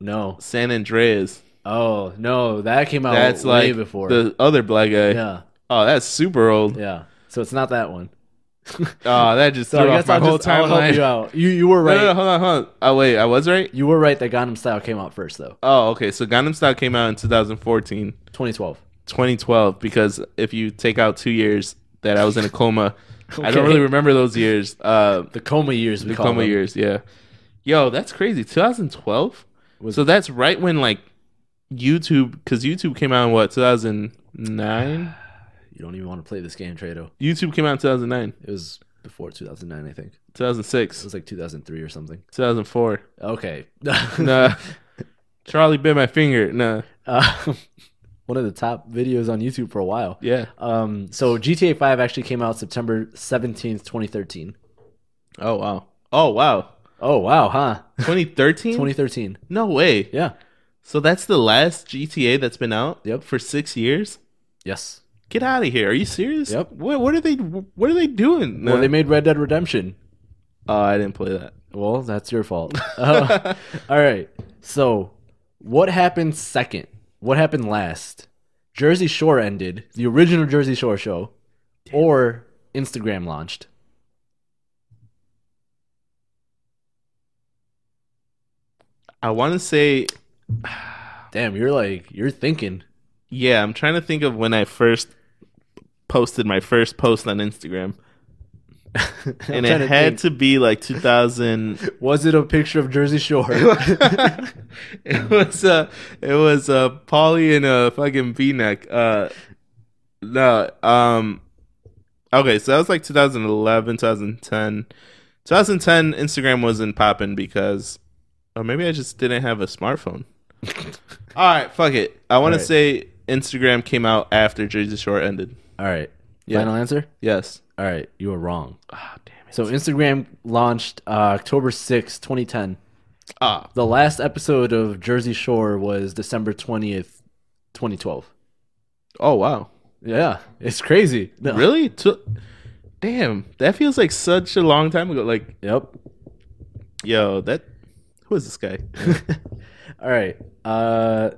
[SPEAKER 3] no
[SPEAKER 2] San Andreas.
[SPEAKER 3] oh no that came out
[SPEAKER 2] That's
[SPEAKER 3] way
[SPEAKER 2] like
[SPEAKER 3] before
[SPEAKER 2] the other black guy.
[SPEAKER 3] yeah
[SPEAKER 2] Oh, that's super old.
[SPEAKER 3] Yeah. So it's not that one.
[SPEAKER 2] Oh, that just
[SPEAKER 3] So
[SPEAKER 2] threw
[SPEAKER 3] I
[SPEAKER 2] off
[SPEAKER 3] guess
[SPEAKER 2] my
[SPEAKER 3] I'll,
[SPEAKER 2] whole
[SPEAKER 3] just, I'll help
[SPEAKER 2] timeline.
[SPEAKER 3] you out. You you were
[SPEAKER 2] No,
[SPEAKER 3] right.
[SPEAKER 2] no, no, hold on, hold on. Oh, wait, I was right.
[SPEAKER 3] You were right that Gundam Style came out first though.
[SPEAKER 2] Oh, okay. So Gundam Style came out in 2014,
[SPEAKER 3] 2012.
[SPEAKER 2] 2012. Because if you take out two years that I was in a coma, I don't
[SPEAKER 3] Okay.
[SPEAKER 2] really remember those years. Uh,
[SPEAKER 3] The coma years we
[SPEAKER 2] the
[SPEAKER 3] call
[SPEAKER 2] coma
[SPEAKER 3] them.
[SPEAKER 2] years, yeah. Yo, that's crazy. 2012.
[SPEAKER 3] Was-
[SPEAKER 2] So that's right when like YouTube, because YouTube came out in what 2009.
[SPEAKER 3] You don't even want to play this game, Trado.
[SPEAKER 2] YouTube came out in 2009,
[SPEAKER 3] It was before 2009, I think. It
[SPEAKER 2] 2006,
[SPEAKER 3] was like 2003 or something.
[SPEAKER 2] 2004.
[SPEAKER 3] Okay.
[SPEAKER 2] Nah. Charlie bit my finger. Nah.
[SPEAKER 3] Um, one of the top videos on YouTube for a while.
[SPEAKER 2] Yeah.
[SPEAKER 3] Um, so GTA 5 actually came out September 17th, 2013.
[SPEAKER 2] Oh wow. Oh wow.
[SPEAKER 3] Oh, wow, huh?
[SPEAKER 2] Hmm. 2013?
[SPEAKER 3] 2013.
[SPEAKER 2] No way.
[SPEAKER 3] Yeah.
[SPEAKER 2] So that's the last GTA that's been out
[SPEAKER 3] Yep.
[SPEAKER 2] for 6 years?
[SPEAKER 3] Yes.
[SPEAKER 2] Get out of here. Are you serious?
[SPEAKER 3] Yep.
[SPEAKER 2] What what are they what are they doing?
[SPEAKER 3] Well,
[SPEAKER 2] Nah.
[SPEAKER 3] they made Red Dead Redemption.
[SPEAKER 2] oh, I didn't play that.
[SPEAKER 3] Well, that's your fault. Uh, all right. So, what happened second? What happened last? Jersey Shore ended, the original Jersey Shore show, or Instagram launched.
[SPEAKER 2] I want to say
[SPEAKER 3] Damn, you're like, you're thinking.
[SPEAKER 2] yeah, I'm trying to think of when I first posted my first post on Instagram.
[SPEAKER 3] I'm
[SPEAKER 2] And
[SPEAKER 3] trying
[SPEAKER 2] it
[SPEAKER 3] think.
[SPEAKER 2] had to be like 2000
[SPEAKER 3] Was it a picture of Jersey Shore?
[SPEAKER 2] it was uh it was uh Polly in a fucking V neck. Uh no, um okay, so that was like 2011, 2010. 2010 Instagram wasn't popping because or maybe I just didn't have a smartphone. All right, fuck it. I want
[SPEAKER 3] All right.
[SPEAKER 2] to say Instagram came out after Jersey Shore ended.
[SPEAKER 3] All right.
[SPEAKER 2] Yeah.
[SPEAKER 3] Final answer?
[SPEAKER 2] Yes.
[SPEAKER 3] All right. You were wrong.
[SPEAKER 2] Oh, damn it.
[SPEAKER 3] So Instagram launched uh, October sixth, 2010.
[SPEAKER 2] Ah,
[SPEAKER 3] The last episode of Jersey Shore was December 20th, 2012.
[SPEAKER 2] oh wow,
[SPEAKER 3] Yeah, it's crazy. No.
[SPEAKER 2] really? Tw- Damn, that feels like such a long time ago. Like,
[SPEAKER 3] Yep.
[SPEAKER 2] yo, that who is this guy?
[SPEAKER 3] All right. Uh,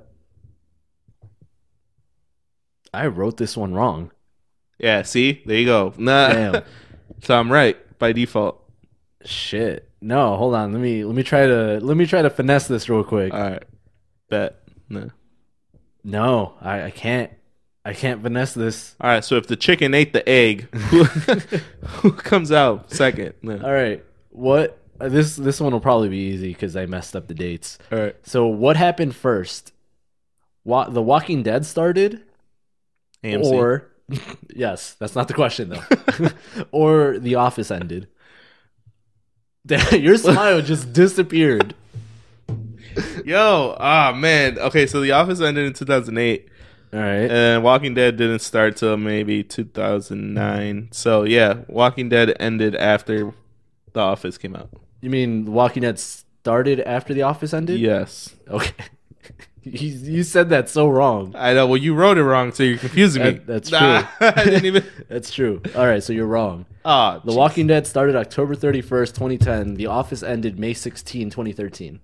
[SPEAKER 3] I wrote this one wrong.
[SPEAKER 2] yeah, see, there you go. Nah,
[SPEAKER 3] Damn.
[SPEAKER 2] so I'm right by default.
[SPEAKER 3] Shit. No, hold on. Let me let me try to let me try to finesse this real quick.
[SPEAKER 2] All right, bet. No.
[SPEAKER 3] No, I, I can't. I can't finesse this.
[SPEAKER 2] All right, so if the chicken ate the egg, who, who comes out second? No.
[SPEAKER 3] All right. What uh, this this one will probably be easy because I messed up the dates.
[SPEAKER 2] All right,
[SPEAKER 3] So what happened first? Wa- the Walking Dead started,
[SPEAKER 2] AMC.
[SPEAKER 3] or yes, that's not the question though. or The Office ended. Damn, Your smile just disappeared.
[SPEAKER 2] yo, ah man. Okay, so The Office ended in 2008,
[SPEAKER 3] All right.
[SPEAKER 2] and Walking Dead didn't start till maybe 2009. So yeah, Walking Dead ended after The Office came out.
[SPEAKER 3] You mean The Walking Dead started after The Office ended?
[SPEAKER 2] Yes,
[SPEAKER 3] Okay. you, you said that so wrong.
[SPEAKER 2] I know. Well, you wrote it wrong, so you're confusing me.
[SPEAKER 3] That- that's
[SPEAKER 2] true. I didn't even.
[SPEAKER 3] That's true. All right, so you're wrong.
[SPEAKER 2] Ah,
[SPEAKER 3] The Walking Dead started October 31st, 2010. The Office ended May 16, 2013.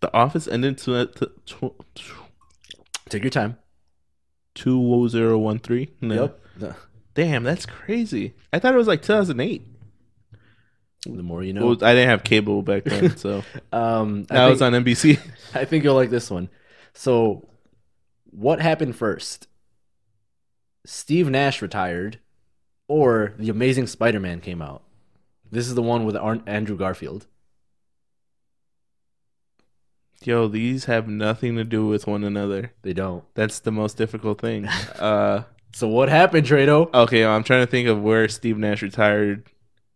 [SPEAKER 2] The Office ended to, uh, to, to,
[SPEAKER 3] Take your time.
[SPEAKER 2] 2013. No.
[SPEAKER 3] Yep. The,
[SPEAKER 2] Damn, that's crazy. I thought it was like 2008.
[SPEAKER 3] the more you know.
[SPEAKER 2] Well, I didn't have cable back then, so
[SPEAKER 3] Um, I,
[SPEAKER 2] that
[SPEAKER 3] think,
[SPEAKER 2] was on NBC.
[SPEAKER 3] I think you'll like this one. So, what happened first? Steve Nash retired, or The Amazing Spider Man came out? This is the one with Ar- Andrew Garfield.
[SPEAKER 2] Yo, these have nothing to do with one another.
[SPEAKER 3] They don't.
[SPEAKER 2] That's the most difficult thing. Uh,
[SPEAKER 3] So, what happened, Trado?
[SPEAKER 2] okay, I'm trying to think of where Steve Nash retired.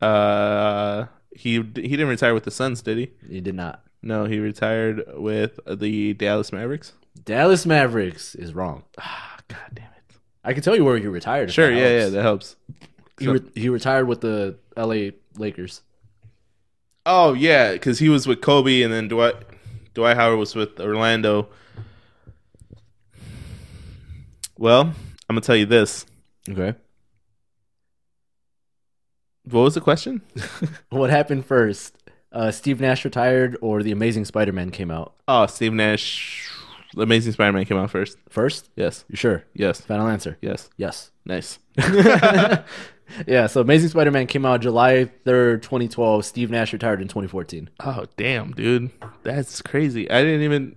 [SPEAKER 2] Uh, he he didn't retire with the Suns, did he?
[SPEAKER 3] You did not.
[SPEAKER 2] No, he retired with the Dallas Mavericks.
[SPEAKER 3] Dallas Mavericks is wrong.
[SPEAKER 2] Ah, god damn it.
[SPEAKER 3] I can tell you where you retired. if
[SPEAKER 2] Sure,
[SPEAKER 3] that
[SPEAKER 2] yeah, yeah,
[SPEAKER 3] helps.
[SPEAKER 2] that helps.
[SPEAKER 3] He, re- he retired with the L.A. Lakers.
[SPEAKER 2] Oh yeah, because he was with Kobe, and then Dwight Dwight Howard was with Orlando. Well, I'm gonna tell you this.
[SPEAKER 3] Okay.
[SPEAKER 2] What was the question?
[SPEAKER 3] What happened first? Uh, Steve Nash retired, or The Amazing Spider-Man came out
[SPEAKER 2] Oh, Steve Nash, The Amazing Spider-Man came out first.
[SPEAKER 3] first?
[SPEAKER 2] Yes,
[SPEAKER 3] You sure?
[SPEAKER 2] yes,
[SPEAKER 3] Final answer.
[SPEAKER 2] yes.
[SPEAKER 3] Yes.
[SPEAKER 2] Nice.
[SPEAKER 3] yeah. So Amazing Spider-Man came out July third, twenty twelve. Steve Nash retired in twenty fourteen.
[SPEAKER 2] Oh damn, dude, that's crazy. I didn't even.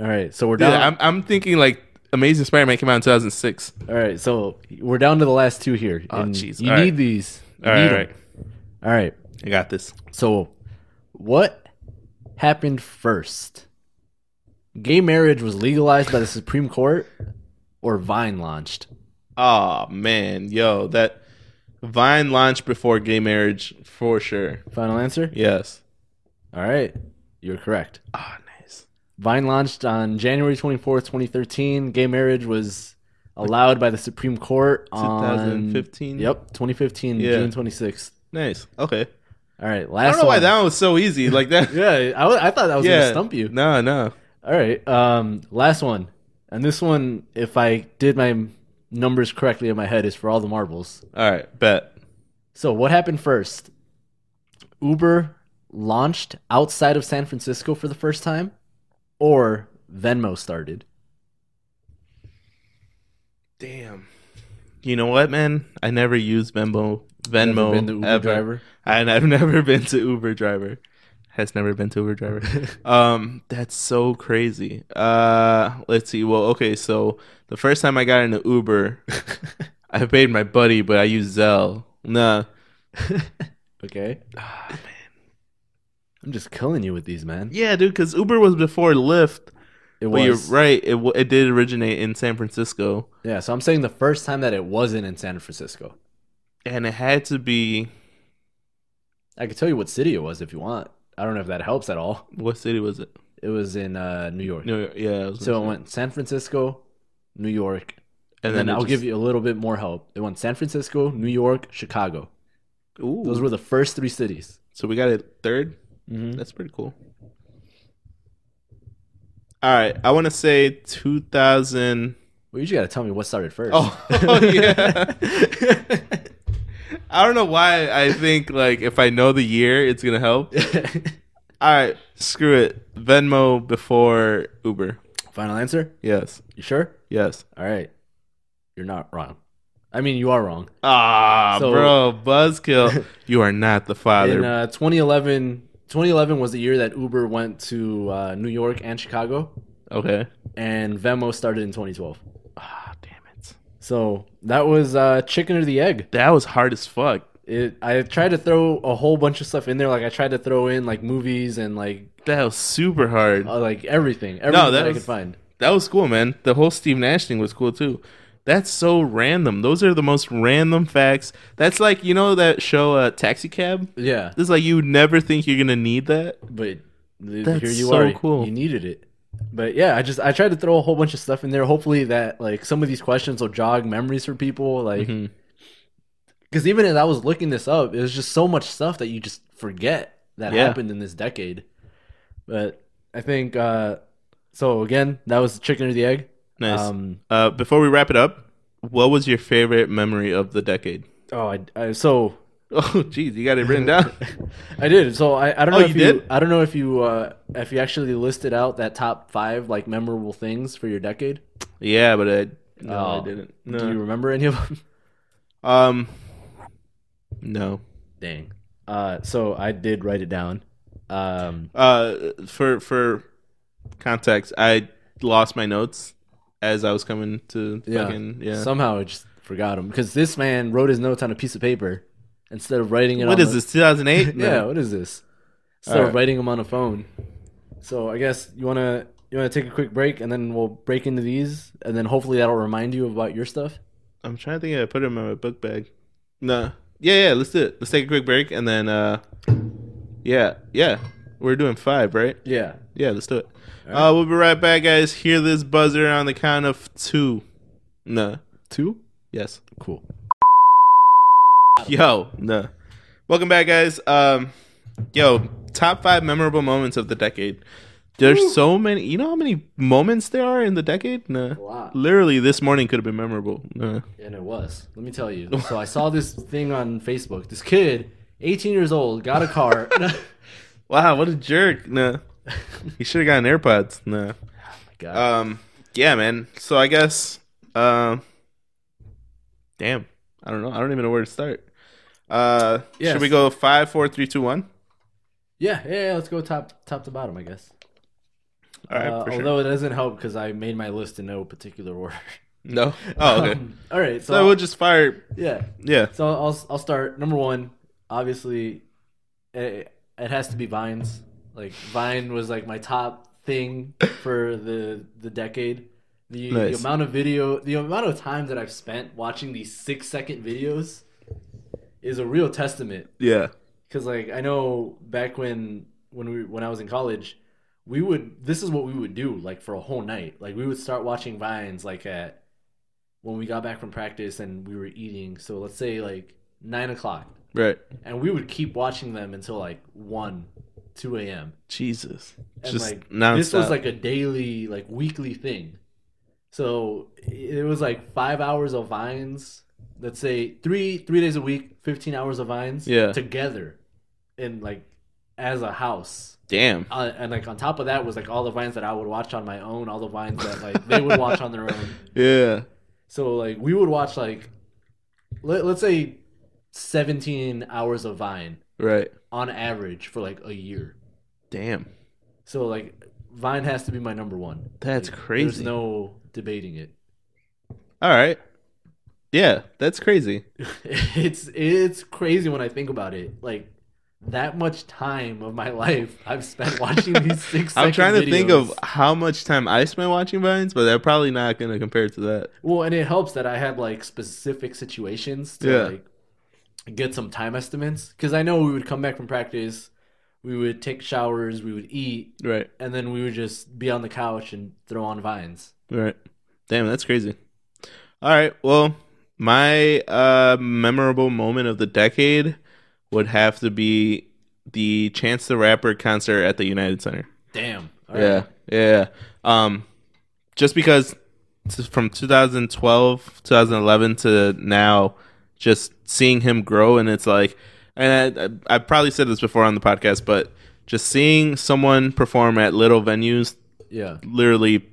[SPEAKER 3] All right. So we're
[SPEAKER 2] Dude,
[SPEAKER 3] down.
[SPEAKER 2] I'm I'm thinking like Amazing Spider-Man came out in 2006.
[SPEAKER 3] All right. So we're down to the last two here.
[SPEAKER 2] Oh,
[SPEAKER 3] and
[SPEAKER 2] jeez.
[SPEAKER 3] You
[SPEAKER 2] All
[SPEAKER 3] need
[SPEAKER 2] right.
[SPEAKER 3] these. You
[SPEAKER 2] All
[SPEAKER 3] need
[SPEAKER 2] right, all
[SPEAKER 3] 'em.
[SPEAKER 2] right,
[SPEAKER 3] All right.
[SPEAKER 2] I got this.
[SPEAKER 3] So, what happened first? Gay marriage was legalized by the Supreme Court, or Vine launched?
[SPEAKER 2] Oh man, yo, that Vine launched before gay marriage for sure.
[SPEAKER 3] Final answer.
[SPEAKER 2] Yes.
[SPEAKER 3] All right, you're correct.
[SPEAKER 2] Ah, nice.
[SPEAKER 3] Vine launched on January 24th, 2013. Gay marriage was allowed by the Supreme Court on
[SPEAKER 2] 2015?
[SPEAKER 3] Yep, 2015,
[SPEAKER 2] Yeah.
[SPEAKER 3] June 26th.
[SPEAKER 2] Nice. Okay.
[SPEAKER 3] All right,
[SPEAKER 2] I
[SPEAKER 3] last.
[SPEAKER 2] don't know why
[SPEAKER 3] one.
[SPEAKER 2] that one was so easy. Like that.
[SPEAKER 3] Yeah, I, wa- I thought that was gonna stump you.
[SPEAKER 2] No, no.
[SPEAKER 3] All right. Um, last one, and this one, if I did my numbers correctly in my head, is for all the marbles.
[SPEAKER 2] All right. Bet.
[SPEAKER 3] So what happened first? Uber launched outside of San Francisco for the first time, or Venmo started?
[SPEAKER 2] Damn. You know what, man? I never used Venmo. Venmo
[SPEAKER 3] Ever been to Uber
[SPEAKER 2] ever.
[SPEAKER 3] driver?
[SPEAKER 2] And I've never been to Uber driver. Has never been to Uber driver. um, that's so crazy. Uh, let's see. Well, okay. So the first time I got into Uber, I paid my buddy, but I used Zelle. Nah.
[SPEAKER 3] Okay. I'm just killing you with these, man.
[SPEAKER 2] Yeah, dude. Because Uber was before Lyft.
[SPEAKER 3] It
[SPEAKER 2] Well,
[SPEAKER 3] was
[SPEAKER 2] you're right. It, w- it did originate in San Francisco,
[SPEAKER 3] yeah. So I'm saying the first time that it wasn't in San Francisco.
[SPEAKER 2] and it had to be
[SPEAKER 3] I could tell you what city it was if you want. I don't know if that helps at all.
[SPEAKER 2] what city was it?
[SPEAKER 3] It was in uh, New York.
[SPEAKER 2] New York. Yeah. it was-
[SPEAKER 3] So it went San Francisco, New York, and, then,
[SPEAKER 2] it
[SPEAKER 3] I'll
[SPEAKER 2] just-
[SPEAKER 3] give you a little bit more help. It went San Francisco, New York, Chicago.
[SPEAKER 2] Ooh.
[SPEAKER 3] Those were the first three cities. Mm-hmm.
[SPEAKER 2] so we got it 3rd That's pretty cool. All right, I want to say 2000.
[SPEAKER 3] Well, you just got to tell me what started first.
[SPEAKER 2] Oh, yeah. I don't know why I think like if I know the year, it's gonna help. All right, screw it. Venmo before Uber.
[SPEAKER 3] Final answer?
[SPEAKER 2] Yes,
[SPEAKER 3] You sure?
[SPEAKER 2] yes.
[SPEAKER 3] All right. You're not wrong. I mean, you are wrong.
[SPEAKER 2] Ah,
[SPEAKER 3] So-
[SPEAKER 2] bro, Buzzkill, you are not the
[SPEAKER 3] In
[SPEAKER 2] father.
[SPEAKER 3] uh, 2011, 2011 was the year that Uber went to uh, New York and Chicago,
[SPEAKER 2] okay.
[SPEAKER 3] and Venmo started in 2012.
[SPEAKER 2] Ah, damn it.
[SPEAKER 3] So that was uh, chicken or the egg.
[SPEAKER 2] That was hard as fuck.
[SPEAKER 3] It, I tried to throw a whole bunch of stuff in there. Like I tried to throw in like movies and like
[SPEAKER 2] That was super hard.
[SPEAKER 3] uh, like everything, everything
[SPEAKER 2] that
[SPEAKER 3] that I
[SPEAKER 2] was-
[SPEAKER 3] could find.
[SPEAKER 2] That was cool, man. The whole Steve Nash thing was cool too. That's so random. Those are the most random facts. That's like you know that show uh, Taxi Cab.
[SPEAKER 3] Yeah,
[SPEAKER 2] This is like you would never think you're gonna need that.
[SPEAKER 3] but th-
[SPEAKER 2] That's
[SPEAKER 3] here you
[SPEAKER 2] so
[SPEAKER 3] are.
[SPEAKER 2] cool.
[SPEAKER 3] You needed it. But yeah, I just I tried to throw a whole bunch of stuff in there. Hopefully that like some of these questions will jog memories for people. Like, because
[SPEAKER 2] Mhm.
[SPEAKER 3] even as I was looking this up, it was just so much stuff that you just forget that
[SPEAKER 2] Yeah.
[SPEAKER 3] happened in this decade. But I think uh so. Again, that was chicken or the egg.
[SPEAKER 2] Nice.
[SPEAKER 3] Um,
[SPEAKER 2] uh, before we wrap it up, what was your favorite memory of the decade?
[SPEAKER 3] oh, I, I so
[SPEAKER 2] Oh, geez, you got it written down.
[SPEAKER 3] I did. So I, I don't
[SPEAKER 2] Oh,
[SPEAKER 3] know if
[SPEAKER 2] you
[SPEAKER 3] you,
[SPEAKER 2] did?
[SPEAKER 3] I don't know if you uh, if you actually listed out that top five like memorable things for your decade.
[SPEAKER 2] yeah, but I no,
[SPEAKER 3] Oh.
[SPEAKER 2] I didn't.
[SPEAKER 3] Do you
[SPEAKER 2] No.
[SPEAKER 3] remember any of them?
[SPEAKER 2] Um. No.
[SPEAKER 3] Dang. Uh, so I did write it down. Um,
[SPEAKER 2] Uh, for for context, I lost my notes as I was coming to
[SPEAKER 3] Yeah.
[SPEAKER 2] fucking yeah.
[SPEAKER 3] Somehow I just forgot him because this man wrote his notes on a piece of paper instead of writing it. on
[SPEAKER 2] What is
[SPEAKER 3] the-
[SPEAKER 2] this? 2008?
[SPEAKER 3] Yeah. What is this? Instead
[SPEAKER 2] All
[SPEAKER 3] of
[SPEAKER 2] right.
[SPEAKER 3] writing them on a phone. So I guess you wanna you wanna take a quick break and then we'll break into these and then hopefully that'll remind you about your stuff.
[SPEAKER 2] I'm trying to think if I put it in my book bag. No. Yeah, yeah, let's do it. Let's take a quick break and then uh Yeah, yeah. We're doing five, right?
[SPEAKER 3] Yeah.
[SPEAKER 2] Yeah, let's do it. Uh we'll be right back guys. Hear this buzzer on the count of two. No.
[SPEAKER 3] Two.
[SPEAKER 2] Yes.
[SPEAKER 3] Cool.
[SPEAKER 2] Yo, no. Welcome back guys. Um yo, top five memorable moments of the decade. There's so many you know how many moments there are in the decade? No.
[SPEAKER 3] lot.
[SPEAKER 2] Literally this morning could have been memorable. No.
[SPEAKER 3] And it was. Let me tell you. So I saw this thing on Facebook. This kid, 18 years old, got a car.
[SPEAKER 2] Wow, what a jerk. Nah. He should have gotten AirPods. Nah.
[SPEAKER 3] God.
[SPEAKER 2] Um yeah, man. So I guess um Damn. I don't know. I don't even know where to start. Uh
[SPEAKER 3] Yes.
[SPEAKER 2] should we go five, four, three, two, one?
[SPEAKER 3] yeah, yeah, yeah, let's go top top to bottom, I guess.
[SPEAKER 2] All right,
[SPEAKER 3] uh,
[SPEAKER 2] for sure.
[SPEAKER 3] although it doesn't help because I made my list in no particular order.
[SPEAKER 2] No. Oh, okay.
[SPEAKER 3] Um, all right, so,
[SPEAKER 2] so we'll just fire
[SPEAKER 3] yeah,
[SPEAKER 2] yeah.
[SPEAKER 3] so I'll I'll start number one. Obviously, it, it has to be Vines. Like Vine was like my top thing for the the decade. The, the
[SPEAKER 2] Nice.
[SPEAKER 3] amount of video, the amount of time that I've spent watching these six second videos is a real testament
[SPEAKER 2] Yeah.
[SPEAKER 3] because like I know back when when we when I was in college, we would this is what we would do like for a whole night. Like we would start watching vines like at when we got back from practice and we were eating. So let's say like nine o'clock,
[SPEAKER 2] Right.
[SPEAKER 3] and we would keep watching them until like one, two a.m.
[SPEAKER 2] Jesus.
[SPEAKER 3] And
[SPEAKER 2] just
[SPEAKER 3] like
[SPEAKER 2] nonstop.
[SPEAKER 3] this was like a daily like weekly thing. So it was like five hours of vines. Let's say three three days a week, fifteen hours of vines.
[SPEAKER 2] Yeah.
[SPEAKER 3] Together, in like as a house,
[SPEAKER 2] damn.
[SPEAKER 3] uh, and like on top of that was like all the vines that I would watch on my own, all the vines that like they would watch on their own.
[SPEAKER 2] Yeah.
[SPEAKER 3] So like we would watch like let, let's say seventeen hours of vine
[SPEAKER 2] Right.
[SPEAKER 3] on average for like a year.
[SPEAKER 2] Damn.
[SPEAKER 3] So like Vine has to be my number one.
[SPEAKER 2] That's
[SPEAKER 3] Like, There's
[SPEAKER 2] crazy.
[SPEAKER 3] no debating it.
[SPEAKER 2] All right. Yeah, that's crazy.
[SPEAKER 3] it's it's crazy when I think about it. Like that much time of my life I've spent watching these six. second
[SPEAKER 2] I'm trying to think of
[SPEAKER 3] videos.
[SPEAKER 2] how much time I spent watching Vines, but they're probably not going to compare to that.
[SPEAKER 3] Well, and it helps that I had like specific situations to
[SPEAKER 2] Yeah.
[SPEAKER 3] like get some time estimates because I know we would come back from practice, we would take showers, we would eat,
[SPEAKER 2] Right.
[SPEAKER 3] and then we would just be on the couch and throw on vines.
[SPEAKER 2] Right. Damn, that's crazy. All right. Well, my uh memorable moment of the decade would have to be the Chance the Rapper concert at the United Center.
[SPEAKER 3] Damn.
[SPEAKER 2] Yeah, yeah. Um, just because t- from 2012, 2011 to now, just seeing him grow, and it's like, and I, I, I probably said this before on the podcast, but just seeing someone perform at little venues,
[SPEAKER 3] Yeah.
[SPEAKER 2] literally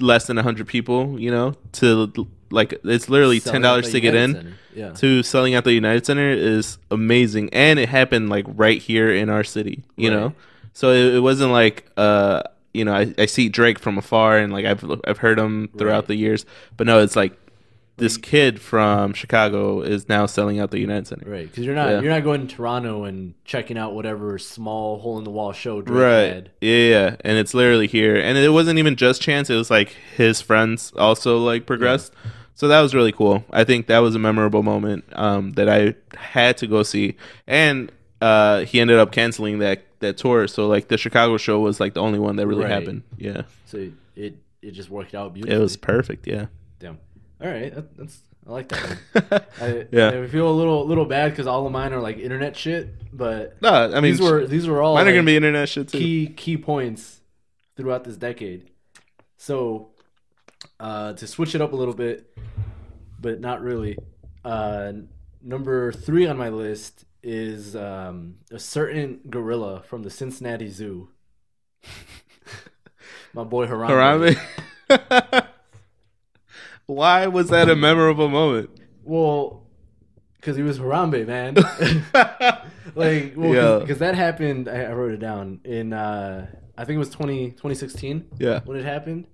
[SPEAKER 2] less than 100 people, you know, to like, it's literally $10 to get in
[SPEAKER 3] Yeah.
[SPEAKER 2] to selling out the United Center is amazing, and it happened like right here in our city, you
[SPEAKER 3] Right.
[SPEAKER 2] know. So it, it wasn't like uh, you know, I, I see Drake from afar and like I've I've heard him throughout
[SPEAKER 3] Right.
[SPEAKER 2] the years, but no, it's like this kid from Chicago is now selling out the United Center.
[SPEAKER 3] Right, because you're not
[SPEAKER 2] Yeah.
[SPEAKER 3] you're not going to Toronto and checking out whatever small hole in the wall show Drake
[SPEAKER 2] Right.
[SPEAKER 3] had.
[SPEAKER 2] Yeah, yeah, and it's literally here, and it wasn't even just Chance. It was like his friends also like progressed, so that was really cool. I think that was a memorable moment um, that I had to go see, and uh, he ended up canceling that that tour. So like the Chicago show was like the only one that really
[SPEAKER 3] Right.
[SPEAKER 2] happened. Yeah,
[SPEAKER 3] So it it just worked out beautifully.
[SPEAKER 2] it was perfect. Yeah,
[SPEAKER 3] damn. All right, that, that's I like that. One. I,
[SPEAKER 2] yeah.
[SPEAKER 3] I feel a little little bad because all of mine are like internet shit, but
[SPEAKER 2] no, I mean
[SPEAKER 3] these were these were all
[SPEAKER 2] mine are gonna
[SPEAKER 3] like,
[SPEAKER 2] be internet shit too.
[SPEAKER 3] key key points throughout this decade. So uh, to switch it up a little bit, but not really. Uh, number three on my list is um, a certain gorilla from the Cincinnati Zoo. my boy Harambe.
[SPEAKER 2] Harambe. Why was that a memorable moment?
[SPEAKER 3] Well, because he was Harambe, man. like,
[SPEAKER 2] Yeah.
[SPEAKER 3] well, because that happened. I, I wrote it down in. Uh, I think it was 20, 2016.
[SPEAKER 2] yeah.
[SPEAKER 3] when it happened,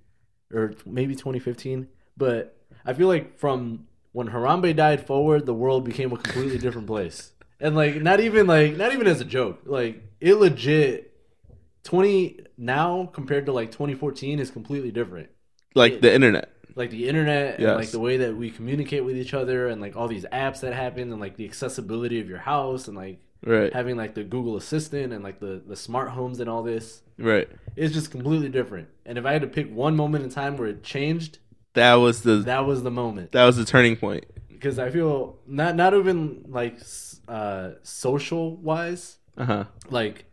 [SPEAKER 3] or t- maybe 2015. But I feel like from when Harambe died forward, the world became a completely different place. And like, not even like, not even as a joke. Like, it legit 20 now compared to like 2014 is completely different.
[SPEAKER 2] Like the internet.
[SPEAKER 3] Like the internet, and like
[SPEAKER 2] Yes.
[SPEAKER 3] the way that we communicate with each other, and like all these apps that happen, and like the accessibility of your house, and like
[SPEAKER 2] Right.
[SPEAKER 3] having like the Google Assistant and like the the smart homes and all this.
[SPEAKER 2] Right.
[SPEAKER 3] It's just completely different. And if I had to pick one moment in time where it changed,
[SPEAKER 2] That was the that,
[SPEAKER 3] that was the moment.
[SPEAKER 2] was the turning point.
[SPEAKER 3] Because I feel not not even like s- uh, social wise,
[SPEAKER 2] Uh huh.
[SPEAKER 3] like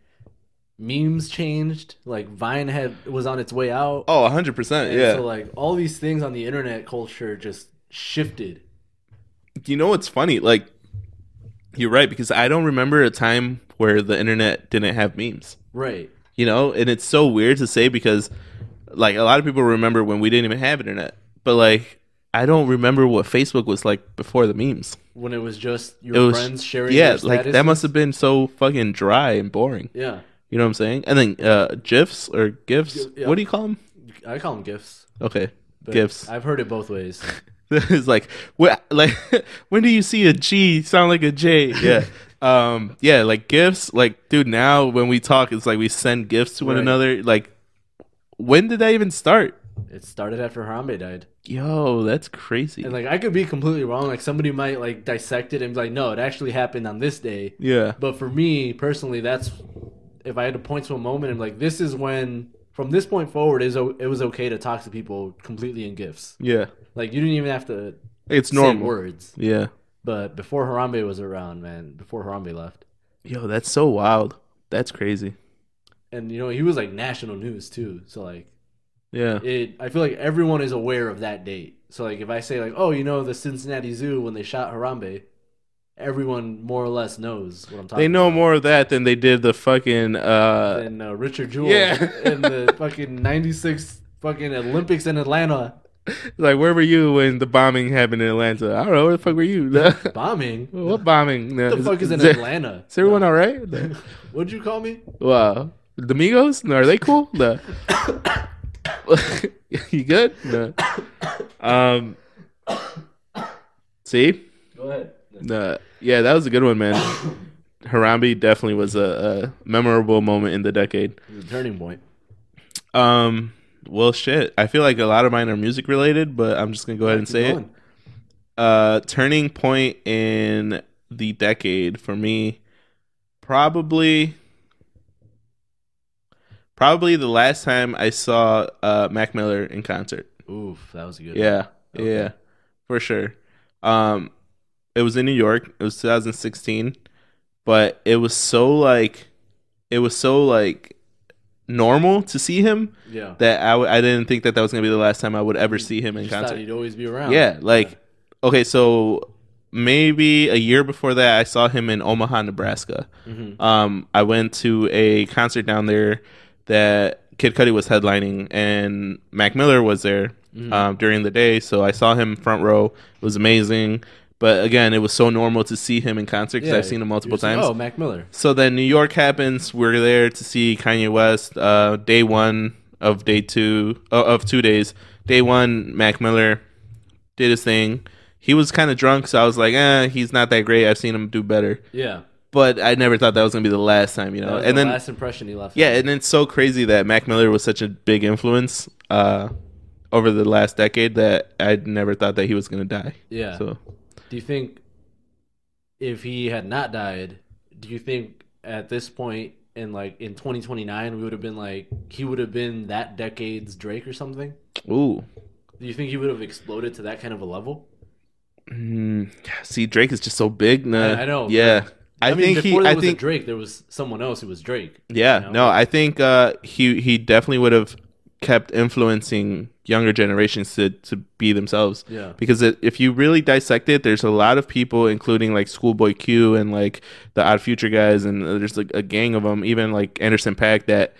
[SPEAKER 3] memes changed. Like Vine had was on its way out.
[SPEAKER 2] Oh, hundred percent.
[SPEAKER 3] And
[SPEAKER 2] Yeah.
[SPEAKER 3] So like all these things on the internet culture just shifted.
[SPEAKER 2] you know what's funny? Like, you're right because I don't remember a time where the internet didn't have memes.
[SPEAKER 3] Right.
[SPEAKER 2] You know, and it's so weird to say because, like, a lot of people remember when we didn't even have internet, but like. I don't remember what Facebook was like before the memes.
[SPEAKER 3] When it was just your
[SPEAKER 2] It was
[SPEAKER 3] friends sharing.
[SPEAKER 2] yeah,
[SPEAKER 3] their
[SPEAKER 2] like
[SPEAKER 3] status.
[SPEAKER 2] that must have been so fucking dry and boring.
[SPEAKER 3] Yeah.
[SPEAKER 2] You know what I'm saying? And then uh gifs or gifs,
[SPEAKER 3] Yeah.
[SPEAKER 2] what do you call them?
[SPEAKER 3] I call them gifts.
[SPEAKER 2] Okay,
[SPEAKER 3] but
[SPEAKER 2] gifs.
[SPEAKER 3] I've heard it both ways.
[SPEAKER 2] it's like wh- like when do you see a G sound like a J? Yeah. um yeah, like gifts, like dude, now when we talk it's like we send gifts to one
[SPEAKER 3] Right.
[SPEAKER 2] another. Like when did that even start?
[SPEAKER 3] It started after Harambe died.
[SPEAKER 2] Yo, that's crazy.
[SPEAKER 3] And like I could be completely wrong. Like somebody might like dissect it and be like, no, it actually happened on this day.
[SPEAKER 2] yeah.
[SPEAKER 3] But for me personally, that's if I had to point to a moment and like this is when from this point forward is o- it was okay to talk to people completely in gifts.
[SPEAKER 2] Yeah.
[SPEAKER 3] Like you didn't even have to
[SPEAKER 2] It's
[SPEAKER 3] say
[SPEAKER 2] normal.
[SPEAKER 3] words.
[SPEAKER 2] Yeah.
[SPEAKER 3] But before Harambe was around, man, before Harambe left,
[SPEAKER 2] Yo, that's so wild. That's crazy.
[SPEAKER 3] and you know he was like national news too. So like
[SPEAKER 2] Yeah.
[SPEAKER 3] it, I feel like everyone is aware of that date. So like if I say like, oh, you know the Cincinnati Zoo when they shot Harambe, everyone more or less knows what I'm talking.
[SPEAKER 2] They know
[SPEAKER 3] about.
[SPEAKER 2] more of that than they did the fucking uh
[SPEAKER 3] than uh, Richard Jewell
[SPEAKER 2] yeah.
[SPEAKER 3] in the fucking '96 fucking Olympics in Atlanta
[SPEAKER 2] like where were you when the bombing happened in Atlanta? I don't know, where the fuck were you?
[SPEAKER 3] bombing. What
[SPEAKER 2] what bombing?
[SPEAKER 3] the fuck is in
[SPEAKER 2] there-
[SPEAKER 3] Atlanta?
[SPEAKER 2] Is everyone all right?
[SPEAKER 3] What'd you call me?
[SPEAKER 2] Wow. The Migos? No, are they cool? No. you good? No. Um. See?
[SPEAKER 3] Go ahead.
[SPEAKER 2] No. Yeah, that was a good one, man. Harambe definitely was a, a memorable moment in the decade.
[SPEAKER 3] The turning point.
[SPEAKER 2] Um. Well, shit. I feel like a lot of mine are music related, but I'm just gonna go ahead and say
[SPEAKER 3] Keep
[SPEAKER 2] it.
[SPEAKER 3] going.
[SPEAKER 2] Uh, turning point in the decade for me, probably, probably the last time I saw uh, Mac Miller in concert.
[SPEAKER 3] Oof, that was a good.
[SPEAKER 2] Yeah,
[SPEAKER 3] Okay.
[SPEAKER 2] yeah, for sure. Um, it was in New York. It was 2016, but it was so like it was so like normal to see him
[SPEAKER 3] Yeah.
[SPEAKER 2] that I w- I didn't think that that was gonna be the last time I would ever see him in
[SPEAKER 3] Just thought
[SPEAKER 2] concert.
[SPEAKER 3] he'd always be around.
[SPEAKER 2] Yeah, like okay, so maybe a year before that, I saw him in Omaha, Nebraska.
[SPEAKER 3] Mm-hmm.
[SPEAKER 2] Um, I went to a concert down there that Kid Cudi was headlining, and Mac Miller was there
[SPEAKER 3] Mm-hmm.
[SPEAKER 2] um, during the day, so I saw him front row. It was amazing, but again, it was so normal to see him in concert because
[SPEAKER 3] Yeah,
[SPEAKER 2] I've seen him multiple
[SPEAKER 3] you're saying,
[SPEAKER 2] times.
[SPEAKER 3] Oh, Mac Miller.
[SPEAKER 2] So then New York happens. We're there to see Kanye West. Uh, day one of day two uh, of two days. Day one, Mac Miller did his thing. He was kind of drunk, so I was like, "Eh, he's not that great. I've seen him do better."
[SPEAKER 3] Yeah.
[SPEAKER 2] But I never thought that was gonna be the last time, you know.
[SPEAKER 3] and
[SPEAKER 2] Uh, and then
[SPEAKER 3] last impression he left.
[SPEAKER 2] yeah, and it's so crazy that Mac Miller was such a big influence uh, over the last decade that I never thought that he was gonna die.
[SPEAKER 3] Yeah.
[SPEAKER 2] So
[SPEAKER 3] Do you think if he had not died, do you think at this point in like in 2029 we would have been like he would have been that decade's Drake or something?
[SPEAKER 2] ooh.
[SPEAKER 3] Do you think he would have exploded to that kind of a level?
[SPEAKER 2] Mm, see, Drake is just so big. Nah.
[SPEAKER 3] I- I know,
[SPEAKER 2] Yeah, I,
[SPEAKER 3] mean,
[SPEAKER 2] think he.
[SPEAKER 3] before there
[SPEAKER 2] I
[SPEAKER 3] was a
[SPEAKER 2] think
[SPEAKER 3] Drake, there was someone else who was Drake.
[SPEAKER 2] yeah.
[SPEAKER 3] you know?
[SPEAKER 2] No, I think uh, he he definitely would have kept influencing younger generations to to be themselves.
[SPEAKER 3] Yeah.
[SPEAKER 2] Because it, if you really dissect it, there's a lot of people, including like Schoolboy Q and like the Odd Future guys, and there's like a gang of them, even like Anderson Pack that.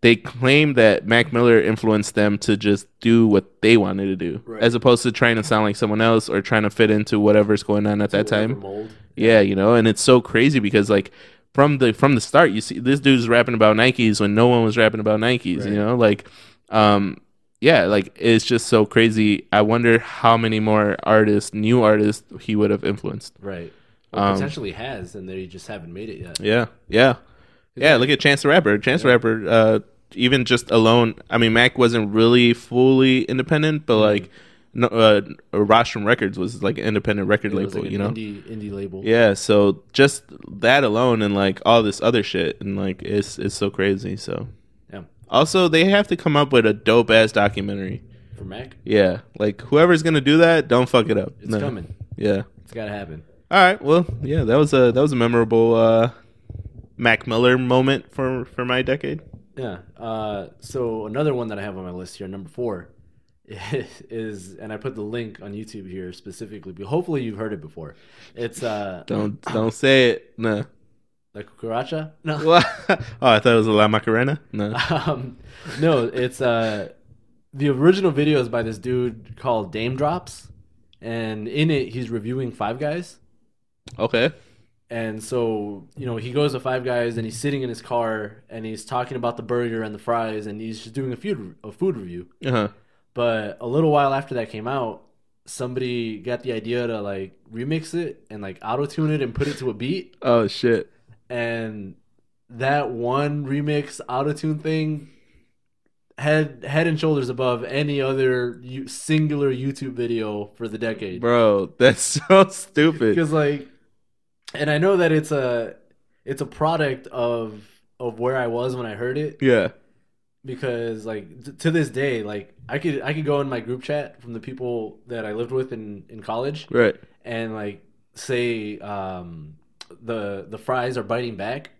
[SPEAKER 2] They claim that Mac Miller influenced them to just do what they wanted to do,
[SPEAKER 3] Right.
[SPEAKER 2] as opposed to trying to sound like someone else or trying to fit into whatever's going on at that
[SPEAKER 3] Whatever
[SPEAKER 2] time.
[SPEAKER 3] mold.
[SPEAKER 2] Yeah, you know, and it's so crazy because like from the from the start, you see this dude's rapping about Nikes when no one was rapping about Nikes.
[SPEAKER 3] Right.
[SPEAKER 2] You know, like, um, yeah, like it's just so crazy. I wonder how many more artists, new artists, he would have influenced.
[SPEAKER 3] Right. Or
[SPEAKER 2] Um,
[SPEAKER 3] potentially has, and they just haven't made it yet.
[SPEAKER 2] Yeah, yeah, yeah. Look at Chance the Rapper. Chance the Rapper, uh, even just alone. I mean, Mac wasn't really fully independent,
[SPEAKER 3] Mm-hmm.
[SPEAKER 2] but like, no, uh, Rostrum Records was like an independent record
[SPEAKER 3] It was
[SPEAKER 2] label.
[SPEAKER 3] like an
[SPEAKER 2] you know,
[SPEAKER 3] indie, indie label.
[SPEAKER 2] Yeah, so just that alone and like all this other shit and like it's it's so crazy. So
[SPEAKER 3] yeah.
[SPEAKER 2] also they have to come up with a dope ass documentary.
[SPEAKER 3] For Mac,
[SPEAKER 2] Yeah, like whoever's gonna do that, don't fuck it up.
[SPEAKER 3] it's
[SPEAKER 2] No.
[SPEAKER 3] coming.
[SPEAKER 2] Yeah.
[SPEAKER 3] It's got to happen.
[SPEAKER 2] All right. Well, yeah, that was a that was a memorable uh, Mac Miller moment for for my decade.
[SPEAKER 3] Yeah. Uh, so another one that I have on my list here, number four, is, and I put the link on YouTube here specifically, but hopefully you've heard it before. It's uh,
[SPEAKER 2] Don't don't say it. No.
[SPEAKER 3] La Cucaracha? No.
[SPEAKER 2] What? oh, I thought it was a La Macarena. No.
[SPEAKER 3] um, no, it's uh, the original video is by this dude called Dame Drops, and in it he's reviewing Five Guys.
[SPEAKER 2] Okay.
[SPEAKER 3] And so, you know, he goes to Five Guys and he's sitting in his car and he's talking about the burger and the fries and he's just doing a food a food review.
[SPEAKER 2] Uh huh.
[SPEAKER 3] But a little while after that came out, somebody got the idea to like remix it and like auto tune it and put it to a beat.
[SPEAKER 2] Oh shit.
[SPEAKER 3] And that one remix auto tune thing head head and shoulders above any other you, singular YouTube video for the decade.
[SPEAKER 2] Bro, that's so stupid.
[SPEAKER 3] Because like, and I know that it's a it's a product of of where I was when I heard it.
[SPEAKER 2] Yeah.
[SPEAKER 3] because like t- to this day like i could i could go in my group chat from the people that i lived with in in college
[SPEAKER 2] Right.
[SPEAKER 3] and like say um the the fries are biting back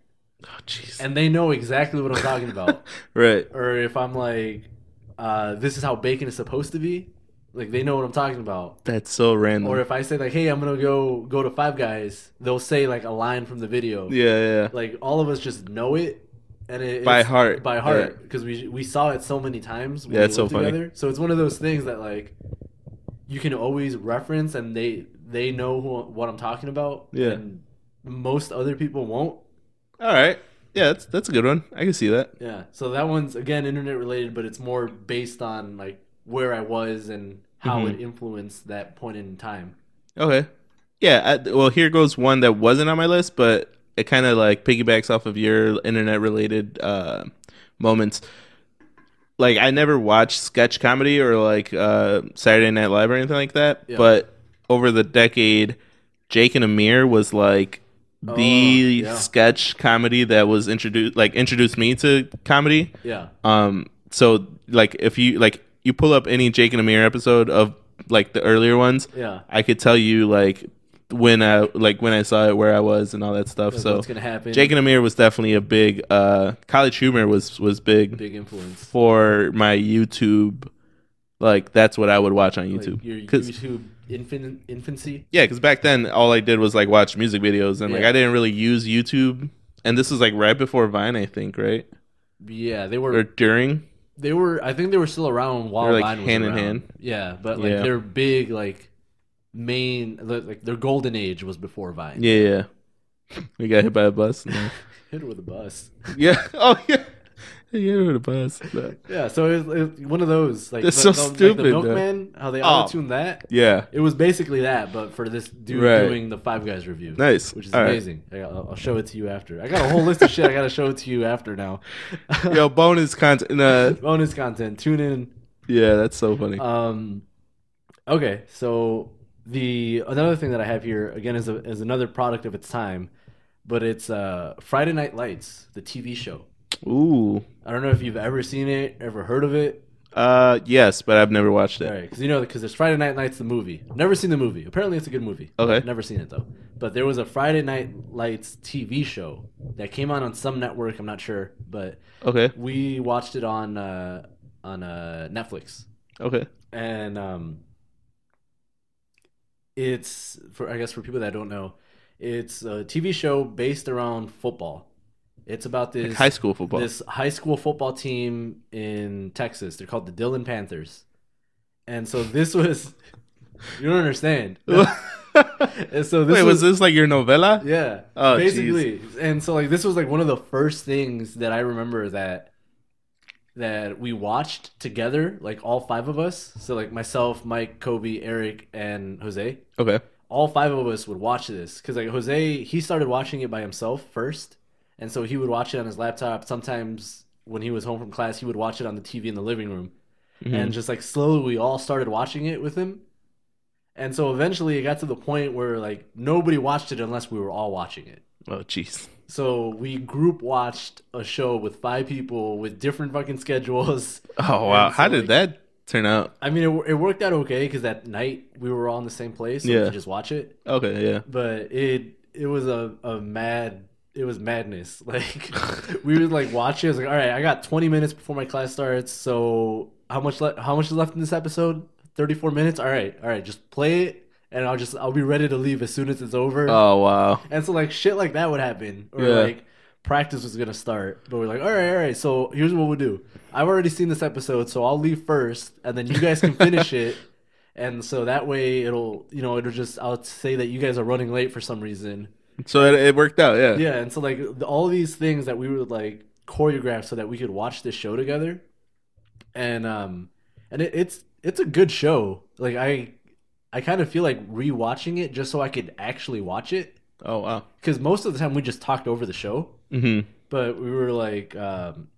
[SPEAKER 2] Oh jeez.
[SPEAKER 3] and they know exactly what i'm talking about
[SPEAKER 2] Right.
[SPEAKER 3] or if i'm like uh this is how bacon is supposed to be like they know what i'm talking about
[SPEAKER 2] That's so random.
[SPEAKER 3] or if i say like hey i'm gonna go go to five guys they'll say like a line from the video
[SPEAKER 2] yeah, yeah.
[SPEAKER 3] like all of us just know it and it
[SPEAKER 2] By
[SPEAKER 3] it's-
[SPEAKER 2] heart,
[SPEAKER 3] by
[SPEAKER 2] yeah.
[SPEAKER 3] heart because we we saw it so many times when
[SPEAKER 2] Yeah,
[SPEAKER 3] we
[SPEAKER 2] it's so
[SPEAKER 3] lived
[SPEAKER 2] funny.
[SPEAKER 3] so it's one of those things that like you can always reference and they they know who, what i'm talking about
[SPEAKER 2] Yeah.
[SPEAKER 3] and most other people won't
[SPEAKER 2] All right. Yeah, that's that's a good one. I can see that.
[SPEAKER 3] yeah so that one's again internet related but it's more based on like where i was and how
[SPEAKER 2] Mm-hmm.
[SPEAKER 3] it influenced that point in time
[SPEAKER 2] Okay. Yeah. I, well, here goes one that wasn't on my list, but it kind of like piggybacks off of your internet related uh, moments. Like I never watched sketch comedy or like uh, Saturday Night Live or anything like that,
[SPEAKER 3] Yeah.
[SPEAKER 2] but over the decade, Jake and Amir was like the
[SPEAKER 3] yeah.
[SPEAKER 2] sketch comedy that was introduced like introduced me to comedy.
[SPEAKER 3] yeah
[SPEAKER 2] Um, so like if you like you pull up any Jake and Amir episode of like the earlier ones,
[SPEAKER 3] yeah
[SPEAKER 2] I could tell you like when I like when I saw it, where I was, and all that stuff. So
[SPEAKER 3] what's gonna happen?
[SPEAKER 2] Jake and Amir was definitely a big uh, college humor was was big,
[SPEAKER 3] big influence.
[SPEAKER 2] for my YouTube. Like that's what I would watch on
[SPEAKER 3] Like
[SPEAKER 2] YouTube.
[SPEAKER 3] your
[SPEAKER 2] 'Cause-
[SPEAKER 3] YouTube infin- infancy.
[SPEAKER 2] yeah, because back then all I did was like watch music videos, and like
[SPEAKER 3] Yeah.
[SPEAKER 2] I didn't really use YouTube. And this was like right before Vine, I think, right
[SPEAKER 3] Yeah, they were
[SPEAKER 2] or during.
[SPEAKER 3] they were I think they were still around while
[SPEAKER 2] They were, like,
[SPEAKER 3] Vine was
[SPEAKER 2] hand in
[SPEAKER 3] around.
[SPEAKER 2] hand.
[SPEAKER 3] Yeah, but like
[SPEAKER 2] Yeah.
[SPEAKER 3] their big like main like their golden age was before Vine.
[SPEAKER 2] Yeah, yeah. We got hit by a bus. and then-
[SPEAKER 3] Hit with a bus.
[SPEAKER 2] yeah. Oh yeah. Yeah, hit by a bus. No.
[SPEAKER 3] Yeah, so it was, it was one of those like
[SPEAKER 2] That's
[SPEAKER 3] the, the-
[SPEAKER 2] so
[SPEAKER 3] like the
[SPEAKER 2] stupid, though.
[SPEAKER 3] milkman, how they
[SPEAKER 2] Oh.
[SPEAKER 3] auto tune that.
[SPEAKER 2] Yeah.
[SPEAKER 3] It was basically that, but for this dude
[SPEAKER 2] Right.
[SPEAKER 3] doing the Five Guys review.
[SPEAKER 2] Nice.
[SPEAKER 3] Which is
[SPEAKER 2] All right.
[SPEAKER 3] amazing. I got, I'll I'll show it to you after. I got a whole list of shit I got to show it to you after now.
[SPEAKER 2] Yo, bonus content. Uh,
[SPEAKER 3] Bonus content. Tune in.
[SPEAKER 2] yeah, that's so funny.
[SPEAKER 3] Um, okay, so the another thing that I have here again is a, is another product of its time, but it's uh, Friday Night Lights, the TV show.
[SPEAKER 2] Ooh.
[SPEAKER 3] I don't know if you've ever seen it, ever heard of it.
[SPEAKER 2] Uh, yes, but I've never watched it.
[SPEAKER 3] All right, because you know, because there's Friday Night Lights, the movie. Never seen the movie. Apparently, it's a good movie.
[SPEAKER 2] Okay.
[SPEAKER 3] Never seen it though. But there was a Friday Night Lights TV show that came out on some network. I'm not sure, but
[SPEAKER 2] Okay.
[SPEAKER 3] we watched it on uh, on uh, Netflix.
[SPEAKER 2] Okay.
[SPEAKER 3] and um, it's for I guess for people that don't know, it's a TV show based around football. It's about this
[SPEAKER 2] Like high school football.
[SPEAKER 3] this high school football team in Texas. They're called the Dillon Panthers, and so this was you don't understand. and so this
[SPEAKER 2] Wait,
[SPEAKER 3] was,
[SPEAKER 2] was this like your novella?
[SPEAKER 3] yeah,
[SPEAKER 2] Oh, geez.
[SPEAKER 3] basically. And so like this was like one of the first things that I remember that that we watched together, like all five of us. So like myself, Mike, Kobe, Eric, and Jose.
[SPEAKER 2] Okay.
[SPEAKER 3] All five of us would watch this because like Jose, he started watching it by himself first, and so he would watch it on his laptop. Sometimes when he was home from class, he would watch it on the TV in the living room, and just like slowly we all started watching it with him. And so eventually it got to the point where like nobody watched it unless we were all watching it.
[SPEAKER 2] Oh, jeez.
[SPEAKER 3] So we group watched a show with five people with different fucking schedules.
[SPEAKER 2] Oh wow.
[SPEAKER 3] And so,
[SPEAKER 2] How did
[SPEAKER 3] like-
[SPEAKER 2] that turn out?
[SPEAKER 3] I mean, it, wor- it worked out okay because that night we were all in the same place. So we
[SPEAKER 2] Yeah.
[SPEAKER 3] could just watch it.
[SPEAKER 2] Okay. Yeah.
[SPEAKER 3] But it it was a, a mad it was madness. Like we would like watch it. I was like, all right, I got 20 minutes before my class starts. So how much le- how much is left in this episode? 34 minutes. All right, all right, just play it, and I'll just I'll be ready to leave as soon as it's over.
[SPEAKER 2] Oh wow.
[SPEAKER 3] And so like shit like that would happen. Or
[SPEAKER 2] Yeah.
[SPEAKER 3] like practice was gonna start. But we're like, all right, all right, so here's what we'll do. I've already seen this episode, so I'll leave first and then you guys can finish it. And so that way it'll you know, it'll just I'll say that you guys are running late for some reason.
[SPEAKER 2] So it, it worked out. Yeah.
[SPEAKER 3] Yeah, and so like th- all these things that we would like choreograph so that we could watch this show together. And um and it, it's it's a good show. Like I I kind of feel like rewatching it just so I could actually watch it
[SPEAKER 2] Oh wow.
[SPEAKER 3] because most of the time we just talked over the show,
[SPEAKER 2] hmm
[SPEAKER 3] but we were like um,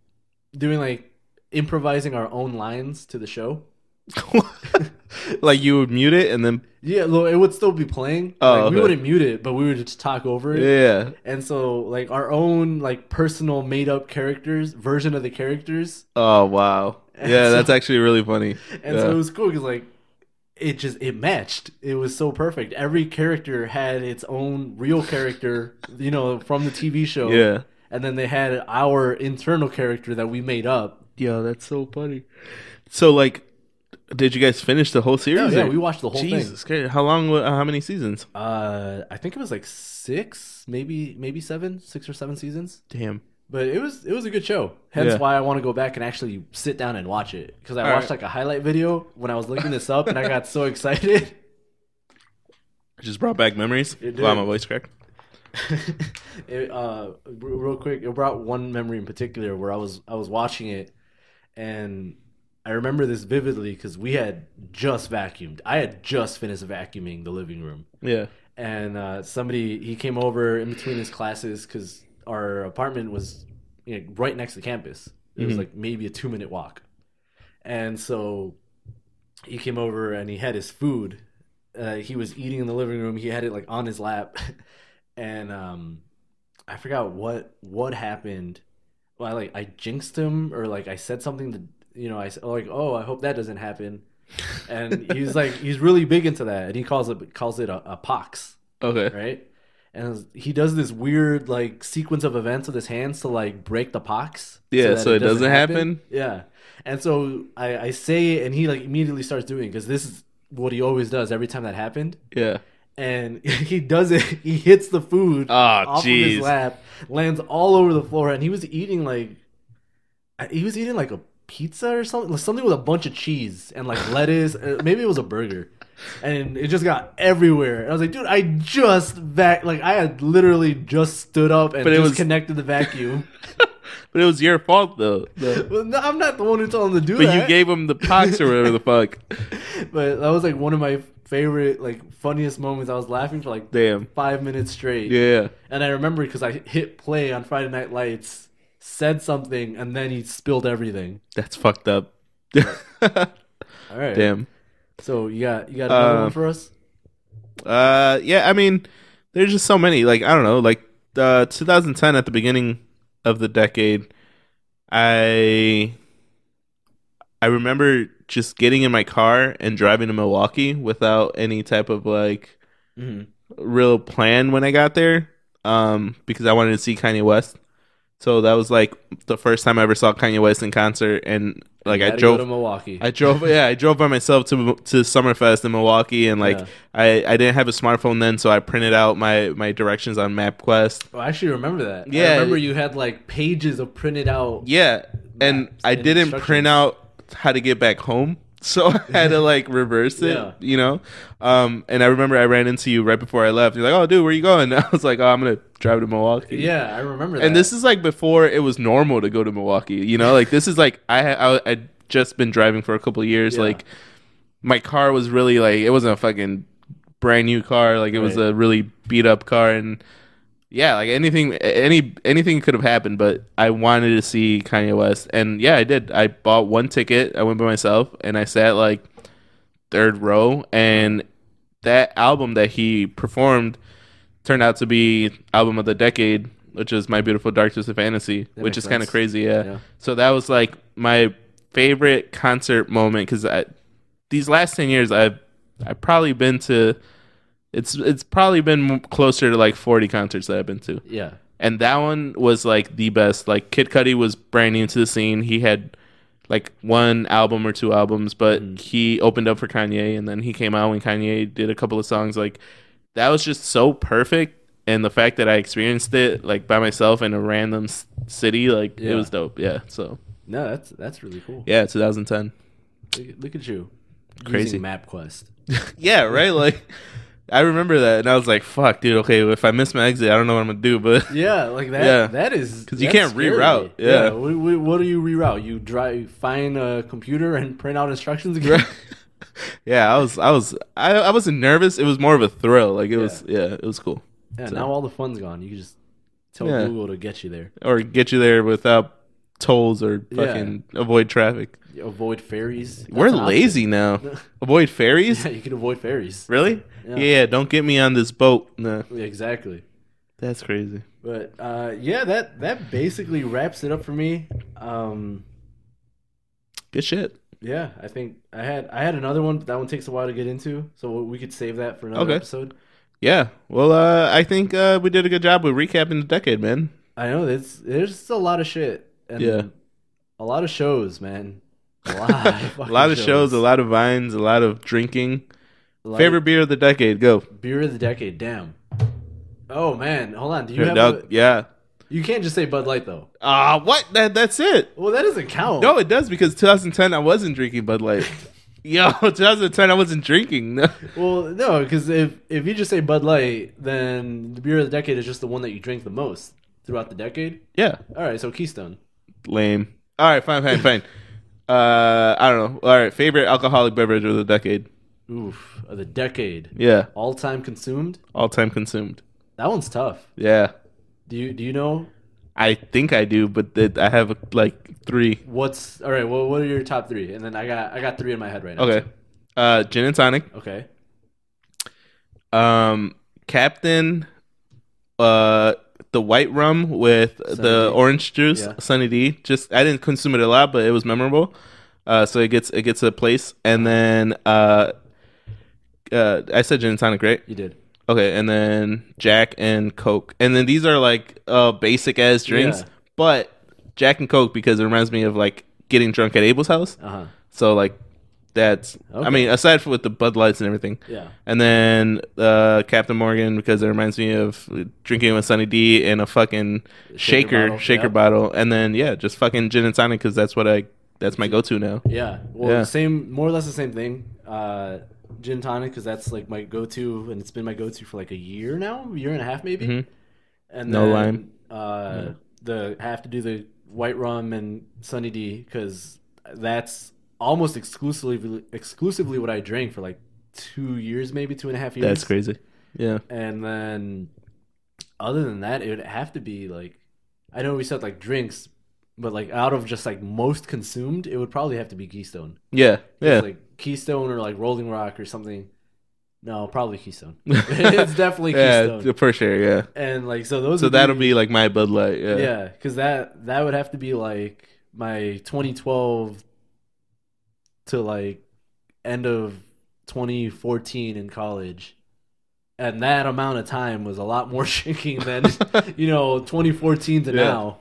[SPEAKER 3] doing like improvising our own lines to the show.
[SPEAKER 2] like you would mute it and then
[SPEAKER 3] Yeah, lo- it would still be playing.
[SPEAKER 2] Oh,
[SPEAKER 3] like, we
[SPEAKER 2] okay.
[SPEAKER 3] wouldn't mute it, but we would just talk over it.
[SPEAKER 2] yeah.
[SPEAKER 3] And so, like our own like personal made up characters version of the characters,
[SPEAKER 2] Oh wow.
[SPEAKER 3] And
[SPEAKER 2] Yeah,
[SPEAKER 3] so-
[SPEAKER 2] that's actually really funny.
[SPEAKER 3] and
[SPEAKER 2] yeah.
[SPEAKER 3] so it was cool because like it just it matched. It was so perfect. Every character had its own real character, you know, from the TV show.
[SPEAKER 2] yeah.
[SPEAKER 3] And then they had our internal character that we made up.
[SPEAKER 2] Yo, that's so funny. So like, did you guys finish the whole series?
[SPEAKER 3] Yeah, yeah,
[SPEAKER 2] or-
[SPEAKER 3] we watched the whole thing.
[SPEAKER 2] Jesus Christ. How long? wa- How many seasons?
[SPEAKER 3] Uh, I think it was like six, maybe maybe seven, six or seven seasons.
[SPEAKER 2] Damn.
[SPEAKER 3] But it was it was a good show. Hence
[SPEAKER 2] Yeah.
[SPEAKER 3] why I want to go back and actually sit down and watch it because I
[SPEAKER 2] All
[SPEAKER 3] watched like
[SPEAKER 2] right.
[SPEAKER 3] a highlight video when I was looking this up and I got so excited.
[SPEAKER 2] It just brought back memories.
[SPEAKER 3] It
[SPEAKER 2] Wow,
[SPEAKER 3] did.
[SPEAKER 2] my voice cracked.
[SPEAKER 3] it, uh, r- real quick, it brought one memory in particular where I was I was watching it, and I remember this vividly because we had just vacuumed. I had just finished vacuuming the living room,
[SPEAKER 2] Yeah.
[SPEAKER 3] and uh, somebody he came over in between his classes because our apartment was you know, right next to campus. It was like maybe a two minute walk, and so he came over and he had his food. Uh, he was eating in the living room. He had it like on his lap, and um, I forgot what what happened. Well, I like I jinxed him or like I said something to you know I s- like oh I hope that doesn't happen and he's like he's really big into that and he calls it calls it a, a pox
[SPEAKER 2] Okay.
[SPEAKER 3] right? And he does this weird like sequence of events with his hands to like break the pox.
[SPEAKER 2] Yeah,
[SPEAKER 3] that
[SPEAKER 2] so it doesn't happen?
[SPEAKER 3] Yeah, and so I, I say, and he like immediately starts doing because this is what he always does every time that happened.
[SPEAKER 2] Yeah.
[SPEAKER 3] And he does it. He hits the food
[SPEAKER 2] Oh,
[SPEAKER 3] off of
[SPEAKER 2] jeez.
[SPEAKER 3] his lap, lands all over the floor, and he was eating like I- he was eating like a pizza or something, like, something with a bunch of cheese and like lettuce. uh, Maybe it was a burger, and it just got everywhere. And I was like, dude, I just vac like I had literally just stood up and
[SPEAKER 2] But it
[SPEAKER 3] just
[SPEAKER 2] was-
[SPEAKER 3] connected the vacuum.
[SPEAKER 2] But it was your fault though.
[SPEAKER 3] Well, no, I'm not the one who told him to do
[SPEAKER 2] But
[SPEAKER 3] that.
[SPEAKER 2] you gave him the pox or whatever the fuck.
[SPEAKER 3] but that was like one of my favorite, like funniest moments. I was laughing for like
[SPEAKER 2] Damn.
[SPEAKER 3] five minutes straight.
[SPEAKER 2] Yeah.
[SPEAKER 3] And I remember because I hit play on Friday Night Lights, said something, and then he spilled everything.
[SPEAKER 2] That's fucked up.
[SPEAKER 3] All right.
[SPEAKER 2] Damn.
[SPEAKER 3] So you got you got another
[SPEAKER 2] Uh,
[SPEAKER 3] one for us?
[SPEAKER 2] Uh, yeah. I mean, there's just so many. Like I don't know. Like uh, 2010 at the beginning of the decade, I I remember just getting in my car and driving to Milwaukee without any type of like
[SPEAKER 3] Mm-hmm.
[SPEAKER 2] real plan when I got there. Um, because I wanted to see Kanye West. So that was like the first time I ever saw Kanye West in concert, and like I drove
[SPEAKER 3] to Milwaukee.
[SPEAKER 2] I drove, yeah, I drove by myself to to Summerfest in Milwaukee, and like
[SPEAKER 3] Yeah.
[SPEAKER 2] I, I didn't have a smartphone then, so I printed out my my directions on MapQuest.
[SPEAKER 3] oh, I actually remember that. I
[SPEAKER 2] Yeah.
[SPEAKER 3] remember you had like pages of printed out.
[SPEAKER 2] Yeah, and
[SPEAKER 3] Maps
[SPEAKER 2] I
[SPEAKER 3] and
[SPEAKER 2] didn't
[SPEAKER 3] instructions.
[SPEAKER 2] print out how to get back home, so I had to like reverse it,
[SPEAKER 3] Yeah.
[SPEAKER 2] you know. Um, and I remember I ran into you right before I left. You're like, "Oh, dude, where you going?" I was like, "Oh, I'm gonna drive to Milwaukee."
[SPEAKER 3] Yeah, I remember that.
[SPEAKER 2] and this is like before it was normal to go to Milwaukee. You know, like this is like I I I'd just been driving for a couple of years.
[SPEAKER 3] Yeah.
[SPEAKER 2] Like my car was really like it wasn't a fucking brand new car. Like it was
[SPEAKER 3] Right.
[SPEAKER 2] a really beat up car, and yeah, like anything any anything could have happened. But I wanted to see Kanye West, and yeah, I did. I bought one ticket. I went by myself, and I sat like third row, and that album that he performed turned out to be album of the decade, which is My Beautiful Dark Twisted Fantasy, which
[SPEAKER 3] makes
[SPEAKER 2] is kind of
[SPEAKER 3] sense.
[SPEAKER 2] crazy. Yeah.
[SPEAKER 3] Yeah.
[SPEAKER 2] So that was like my favorite concert moment because these last ten years I've I've probably been to it's it's probably been closer to like forty concerts that I've been to
[SPEAKER 3] yeah,
[SPEAKER 2] and that one was like the best. Like Kid Cudi was brand new to the scene. He had like one album or two albums, but he opened up for Kanye, and then he came out when Kanye did a couple of songs. Like that was just so perfect, and the fact that I experienced it like by myself in a random s- city, like
[SPEAKER 3] Yeah.
[SPEAKER 2] it was dope. Yeah. So
[SPEAKER 3] no, that's that's really cool.
[SPEAKER 2] yeah, 2010.
[SPEAKER 3] Look, look at you,
[SPEAKER 2] Crazy.
[SPEAKER 3] using MapQuest.
[SPEAKER 2] yeah, right. Like I remember that, and I was like, "Fuck, dude. Okay, if I miss my exit, I don't know what I'm gonna do." But
[SPEAKER 3] Yeah, like that.
[SPEAKER 2] Yeah.
[SPEAKER 3] That is because
[SPEAKER 2] you can't reroute, yeah.
[SPEAKER 3] What, do you- what do you reroute? You drive, find a computer, and print out instructions again.
[SPEAKER 2] yeah, I was, I was, I, I wasn't nervous. It was more of a thrill. Like it was, yeah, it was cool.
[SPEAKER 3] Yeah, now all the fun's gone. You can just tell
[SPEAKER 2] Yeah.
[SPEAKER 3] Google to get you there.
[SPEAKER 2] Or get you there without tolls or fucking avoid traffic.
[SPEAKER 3] You avoid ferries. That's
[SPEAKER 2] We're
[SPEAKER 3] an option.
[SPEAKER 2] lazy now. avoid ferries.
[SPEAKER 3] Yeah, you can avoid ferries.
[SPEAKER 2] Really?
[SPEAKER 3] Yeah.
[SPEAKER 2] Yeah. Don't get me on this boat. Nah,
[SPEAKER 3] Yeah, Exactly.
[SPEAKER 2] that's crazy.
[SPEAKER 3] But uh, yeah, that that basically wraps it up for me. Um,
[SPEAKER 2] Good shit.
[SPEAKER 3] yeah, I think I had I had another one, but that one takes a while to get into, so we could save that for another
[SPEAKER 2] Okay.
[SPEAKER 3] episode.
[SPEAKER 2] Yeah. Well, uh, I think uh, we did a good job with recapping the decade, man.
[SPEAKER 3] I know there's there's a lot of shit and
[SPEAKER 2] Yeah.
[SPEAKER 3] a lot of shows, man. A lot, of
[SPEAKER 2] a lot of shows, a lot of vines, a lot of drinking.
[SPEAKER 3] lot
[SPEAKER 2] Favorite beer of the decade? Go.
[SPEAKER 3] of beer of the decade. Damn. Oh man, hold on. Do you
[SPEAKER 2] Here,
[SPEAKER 3] have?
[SPEAKER 2] Doug.
[SPEAKER 3] a-
[SPEAKER 2] yeah.
[SPEAKER 3] you can't just say Bud Light though.
[SPEAKER 2] Ah, what? That that's it.
[SPEAKER 3] Well, that doesn't count.
[SPEAKER 2] No, it does because 2010 I wasn't drinking Bud Light. Yo, 2010 I wasn't drinking. No.
[SPEAKER 3] Well, no, because if if you just say Bud Light, then the beer of the decade is just the one that you drink the most throughout the decade.
[SPEAKER 2] Yeah,
[SPEAKER 3] All right, so Keystone.
[SPEAKER 2] lame. All right, fine, fine, fine. Uh, I don't know. All right, favorite alcoholic beverage of the decade.
[SPEAKER 3] Oof, of the decade,
[SPEAKER 2] Yeah,
[SPEAKER 3] all time consumed.
[SPEAKER 2] all time consumed.
[SPEAKER 3] That one's tough.
[SPEAKER 2] Yeah,
[SPEAKER 3] Do you do you know
[SPEAKER 2] I think I do, but that I have like three.
[SPEAKER 3] what's all right? Well, what are your top three? And then I got I got three in my head right now.
[SPEAKER 2] Okay, uh, gin and tonic.
[SPEAKER 3] Okay.
[SPEAKER 2] Um, Captain. Uh. The white rum with the
[SPEAKER 3] D.
[SPEAKER 2] orange juice,
[SPEAKER 3] Yeah.
[SPEAKER 2] Sunny D. Just I didn't consume it a lot, but it was memorable. Uh, so it gets it gets a place, and then uh, uh, I said gin and tonic, right?
[SPEAKER 3] You did.
[SPEAKER 2] Okay, and then Jack and Coke, and then these are like uh, basic as drinks,
[SPEAKER 3] Yeah.
[SPEAKER 2] but Jack and Coke because it reminds me of like getting drunk at Abel's house.
[SPEAKER 3] Uh huh.
[SPEAKER 2] So like that's I
[SPEAKER 3] Okay.
[SPEAKER 2] mean aside from with the Bud Lights and everything,
[SPEAKER 3] Yeah.
[SPEAKER 2] and then uh, Captain Morgan because it reminds me of drinking with Sunny D and a fucking shaker shaker bottle,
[SPEAKER 3] bottle, yeah.
[SPEAKER 2] and then yeah, just fucking gin and tonic because that's what I that's my go to now.
[SPEAKER 3] Yeah. Well,
[SPEAKER 2] Yeah.
[SPEAKER 3] the same, more or less the same thing. Uh, gin tonic because that's like my go-to, and it's been my go-to for like a year now, year and a half maybe.
[SPEAKER 2] Mhm.
[SPEAKER 3] And
[SPEAKER 2] No
[SPEAKER 3] then,
[SPEAKER 2] lime.
[SPEAKER 3] Uh, The I have to do the white rum and Sunny D because that's almost exclusively exclusively what I drank for like two years, maybe two and a half years.
[SPEAKER 2] That's crazy. Yeah,
[SPEAKER 3] And then, other than that, it would have to be like, I know we said like drinks, but like out of just like most consumed, it would probably have to be Keystone.
[SPEAKER 2] yeah, yeah.
[SPEAKER 3] It's like Keystone or like Rolling Rock or something. No, probably Keystone. it's definitely
[SPEAKER 2] yeah,
[SPEAKER 3] Keystone.
[SPEAKER 2] for sure. Yeah.
[SPEAKER 3] And like so those.
[SPEAKER 2] So
[SPEAKER 3] would
[SPEAKER 2] that'll be like my Bud Light. Yeah.
[SPEAKER 3] yeah, because that that would have to be like my 2012 to like end of 2014 in college. And that amount of time was a lot more shaking than you know 2014 to
[SPEAKER 2] Yeah.
[SPEAKER 3] now.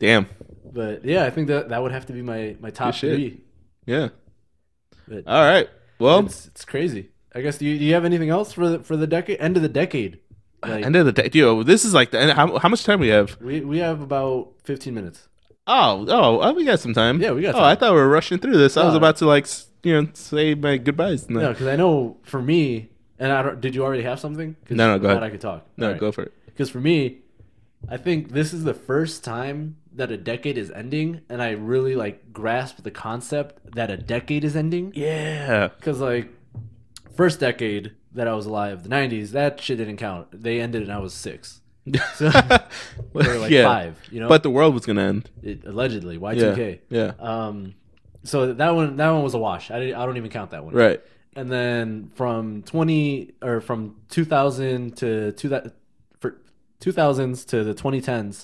[SPEAKER 2] Damn.
[SPEAKER 3] But yeah, I think that that would have to be my my top
[SPEAKER 2] shit.
[SPEAKER 3] three.
[SPEAKER 2] Yeah.
[SPEAKER 3] But-
[SPEAKER 2] All right. Well,
[SPEAKER 3] It's, it's crazy. I guess. Do you, do you have anything else for the for the decade end of the decade? Like
[SPEAKER 2] Uh, end of the day, dude. This is like the end. How, how much time we have?
[SPEAKER 3] we we have about fifteen minutes.
[SPEAKER 2] Oh, oh, oh, we got some time.
[SPEAKER 3] Yeah, we got
[SPEAKER 2] Oh,
[SPEAKER 3] time.
[SPEAKER 2] I thought we were rushing through this. I was
[SPEAKER 3] No.
[SPEAKER 2] about to like, s- you know, say my goodbyes. No,
[SPEAKER 3] No,
[SPEAKER 2] no,
[SPEAKER 3] because I know for me, and I don't, did you already have something? 'Cause
[SPEAKER 2] No, no, go
[SPEAKER 3] if
[SPEAKER 2] ahead.
[SPEAKER 3] not, I could talk.
[SPEAKER 2] go for it.
[SPEAKER 3] Because for me, I think this is the first time that a decade is ending, and I really like grasp the concept that a decade is ending.
[SPEAKER 2] Yeah.
[SPEAKER 3] Because like, first decade that I was alive, the '90s, that shit didn't count. They ended, and I was six. So, or like
[SPEAKER 2] yeah.
[SPEAKER 3] five, you know.
[SPEAKER 2] But the world was gonna end.
[SPEAKER 3] it, allegedly
[SPEAKER 2] Yeah.
[SPEAKER 3] Y2K.
[SPEAKER 2] Yeah.
[SPEAKER 3] Um, so that one that one was a wash. I, didn't- I don't even count that one.
[SPEAKER 2] Right.
[SPEAKER 3] And then from 20 or from 2000 to two that for 2000s to the 2010s,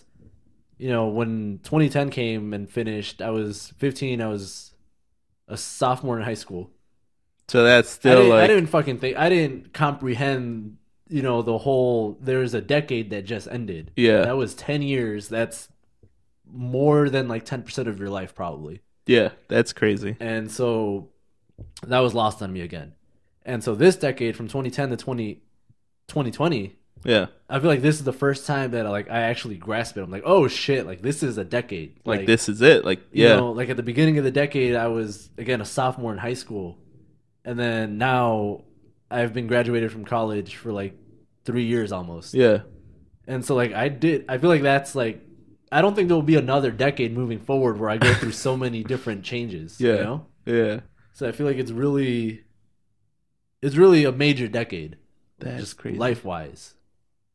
[SPEAKER 3] you know, when 2010 came and finished, I was 15. I was a sophomore in high school.
[SPEAKER 2] So that's
[SPEAKER 3] I,
[SPEAKER 2] still
[SPEAKER 3] didn't, I
[SPEAKER 2] like
[SPEAKER 3] didn't fucking think. I didn't comprehend. You know the whole. There's a decade that just ended.
[SPEAKER 2] Yeah.
[SPEAKER 3] that was ten years. That's more than like ten percent of your life, probably.
[SPEAKER 2] yeah. That's crazy.
[SPEAKER 3] And so that was lost on me again. And so this decade from 2010 to 20, 2020,
[SPEAKER 2] Yeah.
[SPEAKER 3] I feel like this is the first time that I, like I actually grasp it. I'm like, oh shit! Like this is a decade.
[SPEAKER 2] Like, this is it. Like yeah.
[SPEAKER 3] You know, like at the beginning of the decade, I was again a sophomore in high school, and then now I've been graduated from college for like three years almost.
[SPEAKER 2] yeah.
[SPEAKER 3] And so like I did, I feel like that's like I don't think there will be another decade moving forward where I go through so many different changes.
[SPEAKER 2] Yeah.
[SPEAKER 3] You know?
[SPEAKER 2] Yeah.
[SPEAKER 3] So I feel like it's really, it's really a major decade,
[SPEAKER 2] That's crazy.
[SPEAKER 3] life wise.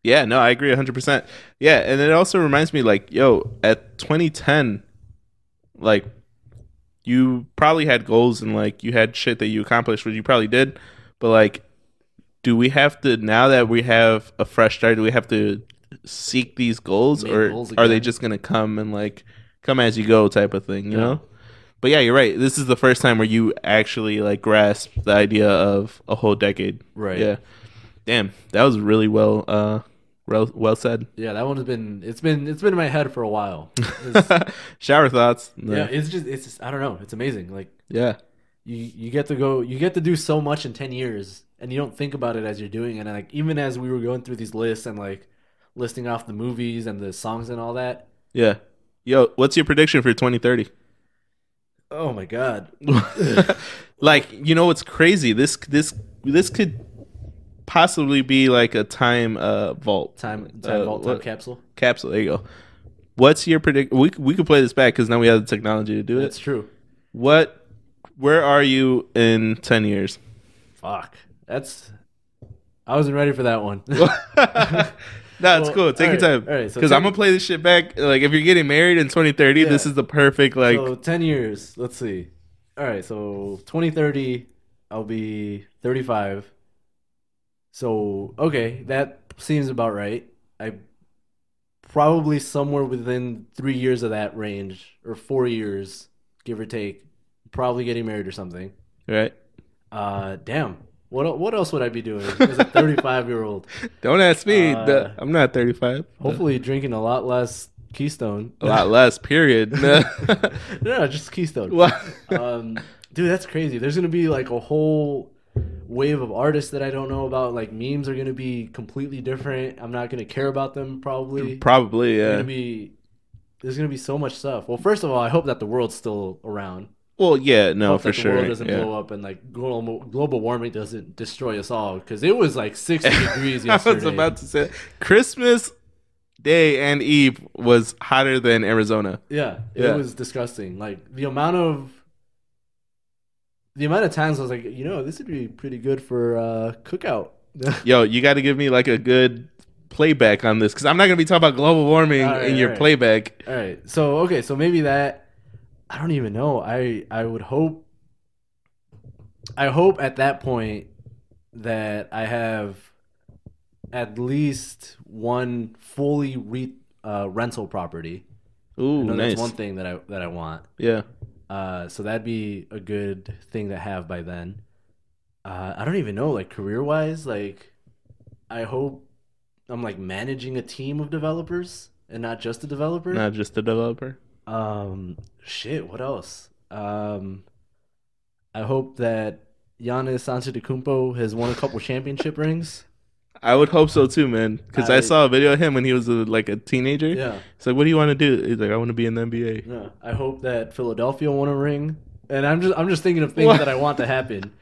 [SPEAKER 2] Yeah, no, I agree 100%. Yeah, and it also reminds me like, yo, at 2010 like you probably had goals and like you had shit that you accomplished, which you probably did, but like do we have to now that we have a fresh start, do we have to seek these goals
[SPEAKER 3] Make
[SPEAKER 2] or
[SPEAKER 3] goals
[SPEAKER 2] are they
[SPEAKER 3] again.
[SPEAKER 2] just going to come and like come as you go type of thing, you know? But yeah, you're right. This is the first time where you actually like grasp the idea of a whole decade.
[SPEAKER 3] Right.
[SPEAKER 2] Yeah. Damn, that was really well uh well, well said.
[SPEAKER 3] Yeah, that one has been it's been it's been in my head for a while. It's-
[SPEAKER 2] Shower thoughts. No.
[SPEAKER 3] yeah,
[SPEAKER 2] Yeah.
[SPEAKER 3] it's just it's just, I don't know. It's amazing. Like
[SPEAKER 2] Yeah.
[SPEAKER 3] you you get to go you get to do so much in ten years, and you don't think about it as you're doing. it. And like even as we were going through these lists and like listing off the movies and the songs and all that.
[SPEAKER 2] Yo, what's your prediction for 2030?
[SPEAKER 3] Oh my god.
[SPEAKER 2] like, you know what's crazy? This this this could possibly be like a time uh vault.
[SPEAKER 3] Time time
[SPEAKER 2] Uh,
[SPEAKER 3] vault time
[SPEAKER 2] what-
[SPEAKER 3] capsule.
[SPEAKER 2] capsule. There you go. What's your predict we c- we could play this back cuz now we have the technology to do
[SPEAKER 3] That's
[SPEAKER 2] it.
[SPEAKER 3] true.
[SPEAKER 2] What where are you in 10 years?
[SPEAKER 3] Fuck. That's I wasn't ready for that one.
[SPEAKER 2] No, it's
[SPEAKER 3] Well,
[SPEAKER 2] cool. Take your
[SPEAKER 3] all right,
[SPEAKER 2] time.
[SPEAKER 3] all right, so
[SPEAKER 2] Cuz
[SPEAKER 3] take-
[SPEAKER 2] I'm going to play this shit back like if you're getting married in 2030, this is the perfect like
[SPEAKER 3] so 10 years let's see all right so 2030 i'll be 35 so okay that seems about right i probably somewhere within three years of that range or four years give or take probably getting married or something
[SPEAKER 2] right?
[SPEAKER 3] uh damn What el- what else would I be doing as a 35 year old?
[SPEAKER 2] Don't ask me.
[SPEAKER 3] Uh,
[SPEAKER 2] The- I'm not 35.
[SPEAKER 3] Hopefully, drinking a lot less Keystone.
[SPEAKER 2] a lot less. Period.
[SPEAKER 3] No, no, just Keystone.
[SPEAKER 2] Well,
[SPEAKER 3] um, dude, that's crazy. There's gonna be like a whole wave of artists that I don't know about. Like memes are gonna be completely different. I'm not gonna care about them probably.
[SPEAKER 2] probably. uh,
[SPEAKER 3] They're
[SPEAKER 2] Yeah.
[SPEAKER 3] gonna be there's gonna be so much stuff. Well, first of all, I hope that the world's still around.
[SPEAKER 2] well, yeah. No,
[SPEAKER 3] hope
[SPEAKER 2] for
[SPEAKER 3] that
[SPEAKER 2] sure.
[SPEAKER 3] The world doesn't
[SPEAKER 2] yeah.
[SPEAKER 3] blow up and like global global warming doesn't destroy us all because it was like 60 degrees
[SPEAKER 2] I
[SPEAKER 3] yesterday.
[SPEAKER 2] was about to say Christmas Day and Eve was hotter than Arizona.
[SPEAKER 3] Yeah,
[SPEAKER 2] Yeah.
[SPEAKER 3] it was disgusting. Like the amount of the amount of times I was like, you know, this would be pretty good for uh cookout.
[SPEAKER 2] Yo, you got to give me like a good playback on this because I'm not gonna be talking about global warming in
[SPEAKER 3] All right,
[SPEAKER 2] your
[SPEAKER 3] all right.
[SPEAKER 2] playback.
[SPEAKER 3] All right. So, okay, so maybe that I don't even know. I I would hope I hope at that point that I have at least one fully re, uh, rental property.
[SPEAKER 2] Ooh,
[SPEAKER 3] I know
[SPEAKER 2] nice.
[SPEAKER 3] That's one thing that I that I want.
[SPEAKER 2] yeah.
[SPEAKER 3] Uh, so that'd be a good thing to have by then. Uh, I don't even know, like career wise, like I hope I'm like managing a team of developers and not just a developer.
[SPEAKER 2] Not just a developer.
[SPEAKER 3] Um, shit, what else? Um, I hope that Giannis Antetokounmpo has won a couple championship rings.
[SPEAKER 2] I would hope so too, man. Because I,
[SPEAKER 3] I-
[SPEAKER 2] saw a video of him when he was a, like a teenager.
[SPEAKER 3] Yeah,
[SPEAKER 2] It's like, what do you want to do? He's like, I want to be in the NBA.
[SPEAKER 3] yeah. I hope that Philadelphia won a ring. And I'm just I'm just thinking of things
[SPEAKER 2] What?
[SPEAKER 3] that I want to happen.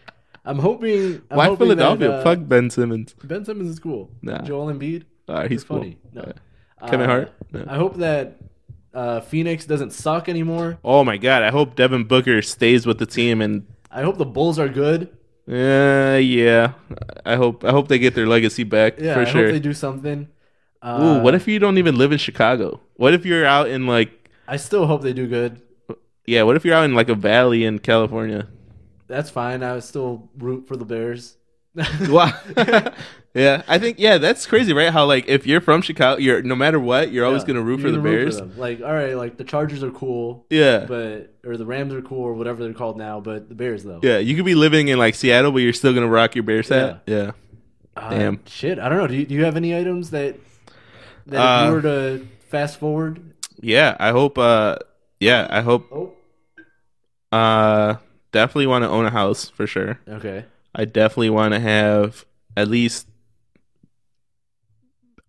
[SPEAKER 3] I'm hoping. I'm
[SPEAKER 2] Why
[SPEAKER 3] hoping
[SPEAKER 2] Philadelphia?
[SPEAKER 3] That, uh,
[SPEAKER 2] Fuck Ben Simmons.
[SPEAKER 3] Ben Simmons is cool.
[SPEAKER 2] Nah.
[SPEAKER 3] Joel Embiid.
[SPEAKER 2] Uh, he's cool.
[SPEAKER 3] funny. No.
[SPEAKER 2] Uh, Kevin
[SPEAKER 3] Uh,
[SPEAKER 2] Hart. No.
[SPEAKER 3] I hope that uh, Phoenix doesn't suck anymore.
[SPEAKER 2] Oh my god! I hope Devin Booker stays with the team and
[SPEAKER 3] I hope the Bulls are good.
[SPEAKER 2] Uh, yeah. I hope I hope they get their legacy back
[SPEAKER 3] Yeah,
[SPEAKER 2] for
[SPEAKER 3] I
[SPEAKER 2] sure.
[SPEAKER 3] hope they do something. Uh,
[SPEAKER 2] Ooh, what if you don't even live in Chicago? What if you're out in like
[SPEAKER 3] I still hope they do good.
[SPEAKER 2] yeah? What if you're out in like a valley in California?
[SPEAKER 3] That's fine. I would still root for the Bears.
[SPEAKER 2] Wow. yeah, I think yeah, that's crazy, right? How like if you're from Chicago, you're no matter what, you're always
[SPEAKER 3] Yeah,
[SPEAKER 2] gonna root
[SPEAKER 3] you're
[SPEAKER 2] for the
[SPEAKER 3] gonna
[SPEAKER 2] Bears.
[SPEAKER 3] them. like, all right, like the Chargers are cool,
[SPEAKER 2] yeah,
[SPEAKER 3] but or the Rams are cool or whatever they're called now, but the Bears though.
[SPEAKER 2] yeah. You could be living in like Seattle, but you're still gonna rock your Bears hat. Yeah.
[SPEAKER 3] Uh,
[SPEAKER 2] damn.
[SPEAKER 3] Shit, I don't know. Do you, do you have any items that that if
[SPEAKER 2] Uh,
[SPEAKER 3] you were to fast forward?
[SPEAKER 2] Yeah. I hope. Uh. Yeah. I hope.
[SPEAKER 3] Oh,
[SPEAKER 2] Uh. Definitely want to own a house for sure.
[SPEAKER 3] okay.
[SPEAKER 2] I definitely want to have at least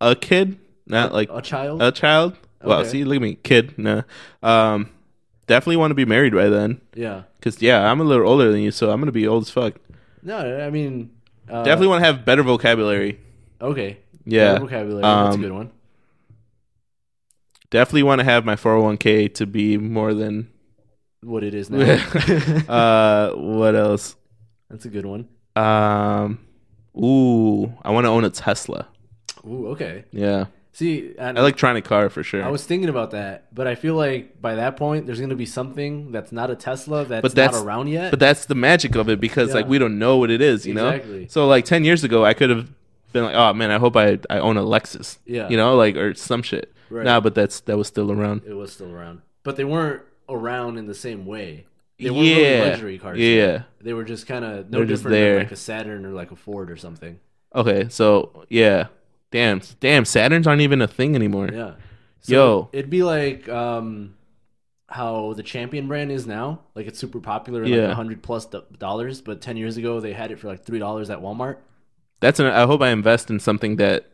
[SPEAKER 2] a kid, not like uh,
[SPEAKER 3] a child.
[SPEAKER 2] a child. Well,
[SPEAKER 3] Okay.
[SPEAKER 2] see, look at me, kid. No, um, definitely want to be married by then.
[SPEAKER 3] yeah.
[SPEAKER 2] Cause yeah, I'm a little older than you, so I'm gonna be old as fuck.
[SPEAKER 3] No, I mean uh,
[SPEAKER 2] Definitely want to have better vocabulary.
[SPEAKER 3] Okay.
[SPEAKER 2] Yeah,
[SPEAKER 3] Better Vocabulary. that's a
[SPEAKER 2] Um,
[SPEAKER 3] good one.
[SPEAKER 2] definitely want to have my 401k to be more than.
[SPEAKER 3] What it is now.
[SPEAKER 2] uh, what else?
[SPEAKER 3] that's a good one.
[SPEAKER 2] Um, ooh, I want to own a Tesla.
[SPEAKER 3] Ooh, okay.
[SPEAKER 2] Yeah,
[SPEAKER 3] See, I,
[SPEAKER 2] electronic car for sure.
[SPEAKER 3] I was thinking about that, but I feel like by that point, there's going to be something that's not a Tesla that's,
[SPEAKER 2] But that's-
[SPEAKER 3] not around yet.
[SPEAKER 2] But that's the magic of it because like
[SPEAKER 3] Yeah.
[SPEAKER 2] we don't know what it is, you know.
[SPEAKER 3] Exactly.
[SPEAKER 2] So like ten years ago, I could have been like, oh man, I hope I I own a Lexus,
[SPEAKER 3] Yeah.
[SPEAKER 2] you know, like or some shit.
[SPEAKER 3] Right.
[SPEAKER 2] Nah, but that's that was still around.
[SPEAKER 3] it was still around. But they weren't around in the same way. They
[SPEAKER 2] Yeah,
[SPEAKER 3] weren't really luxury cars. yet.
[SPEAKER 2] yeah.
[SPEAKER 3] They were just kind of no
[SPEAKER 2] They're
[SPEAKER 3] different
[SPEAKER 2] just
[SPEAKER 3] than
[SPEAKER 2] there.
[SPEAKER 3] like a Saturn or like a Ford or something.
[SPEAKER 2] Okay, so yeah, damn, damn, Saturns aren't even a thing anymore.
[SPEAKER 3] Yeah.
[SPEAKER 2] Yo.
[SPEAKER 3] It'd be like um, how the champion brand is now. Like it's super popular,
[SPEAKER 2] Yeah.
[SPEAKER 3] like a hundred plus do- dollars. But ten years ago, they had it for like three dollars at Walmart.
[SPEAKER 2] That's an. I hope I invest in something that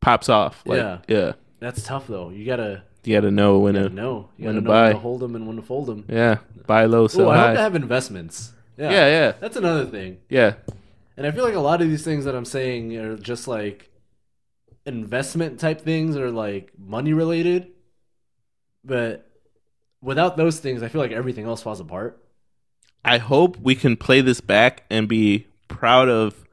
[SPEAKER 2] pops off. Like, yeah,
[SPEAKER 3] Yeah. That's tough though. You gotta
[SPEAKER 2] You got to know when to.
[SPEAKER 3] know. You
[SPEAKER 2] When
[SPEAKER 3] gotta
[SPEAKER 2] to
[SPEAKER 3] know when
[SPEAKER 2] buy.
[SPEAKER 3] to hold them and when to fold them.
[SPEAKER 2] Yeah, buy low,
[SPEAKER 3] Oh,
[SPEAKER 2] sell
[SPEAKER 3] I
[SPEAKER 2] high.
[SPEAKER 3] hope to have investments. Yeah.
[SPEAKER 2] yeah, yeah,
[SPEAKER 3] That's another thing.
[SPEAKER 2] yeah.
[SPEAKER 3] And I feel like a lot of these things that I'm saying are just like investment type things or like money related. But without those things, I feel like everything else falls apart.
[SPEAKER 2] I hope we can play this back and be proud of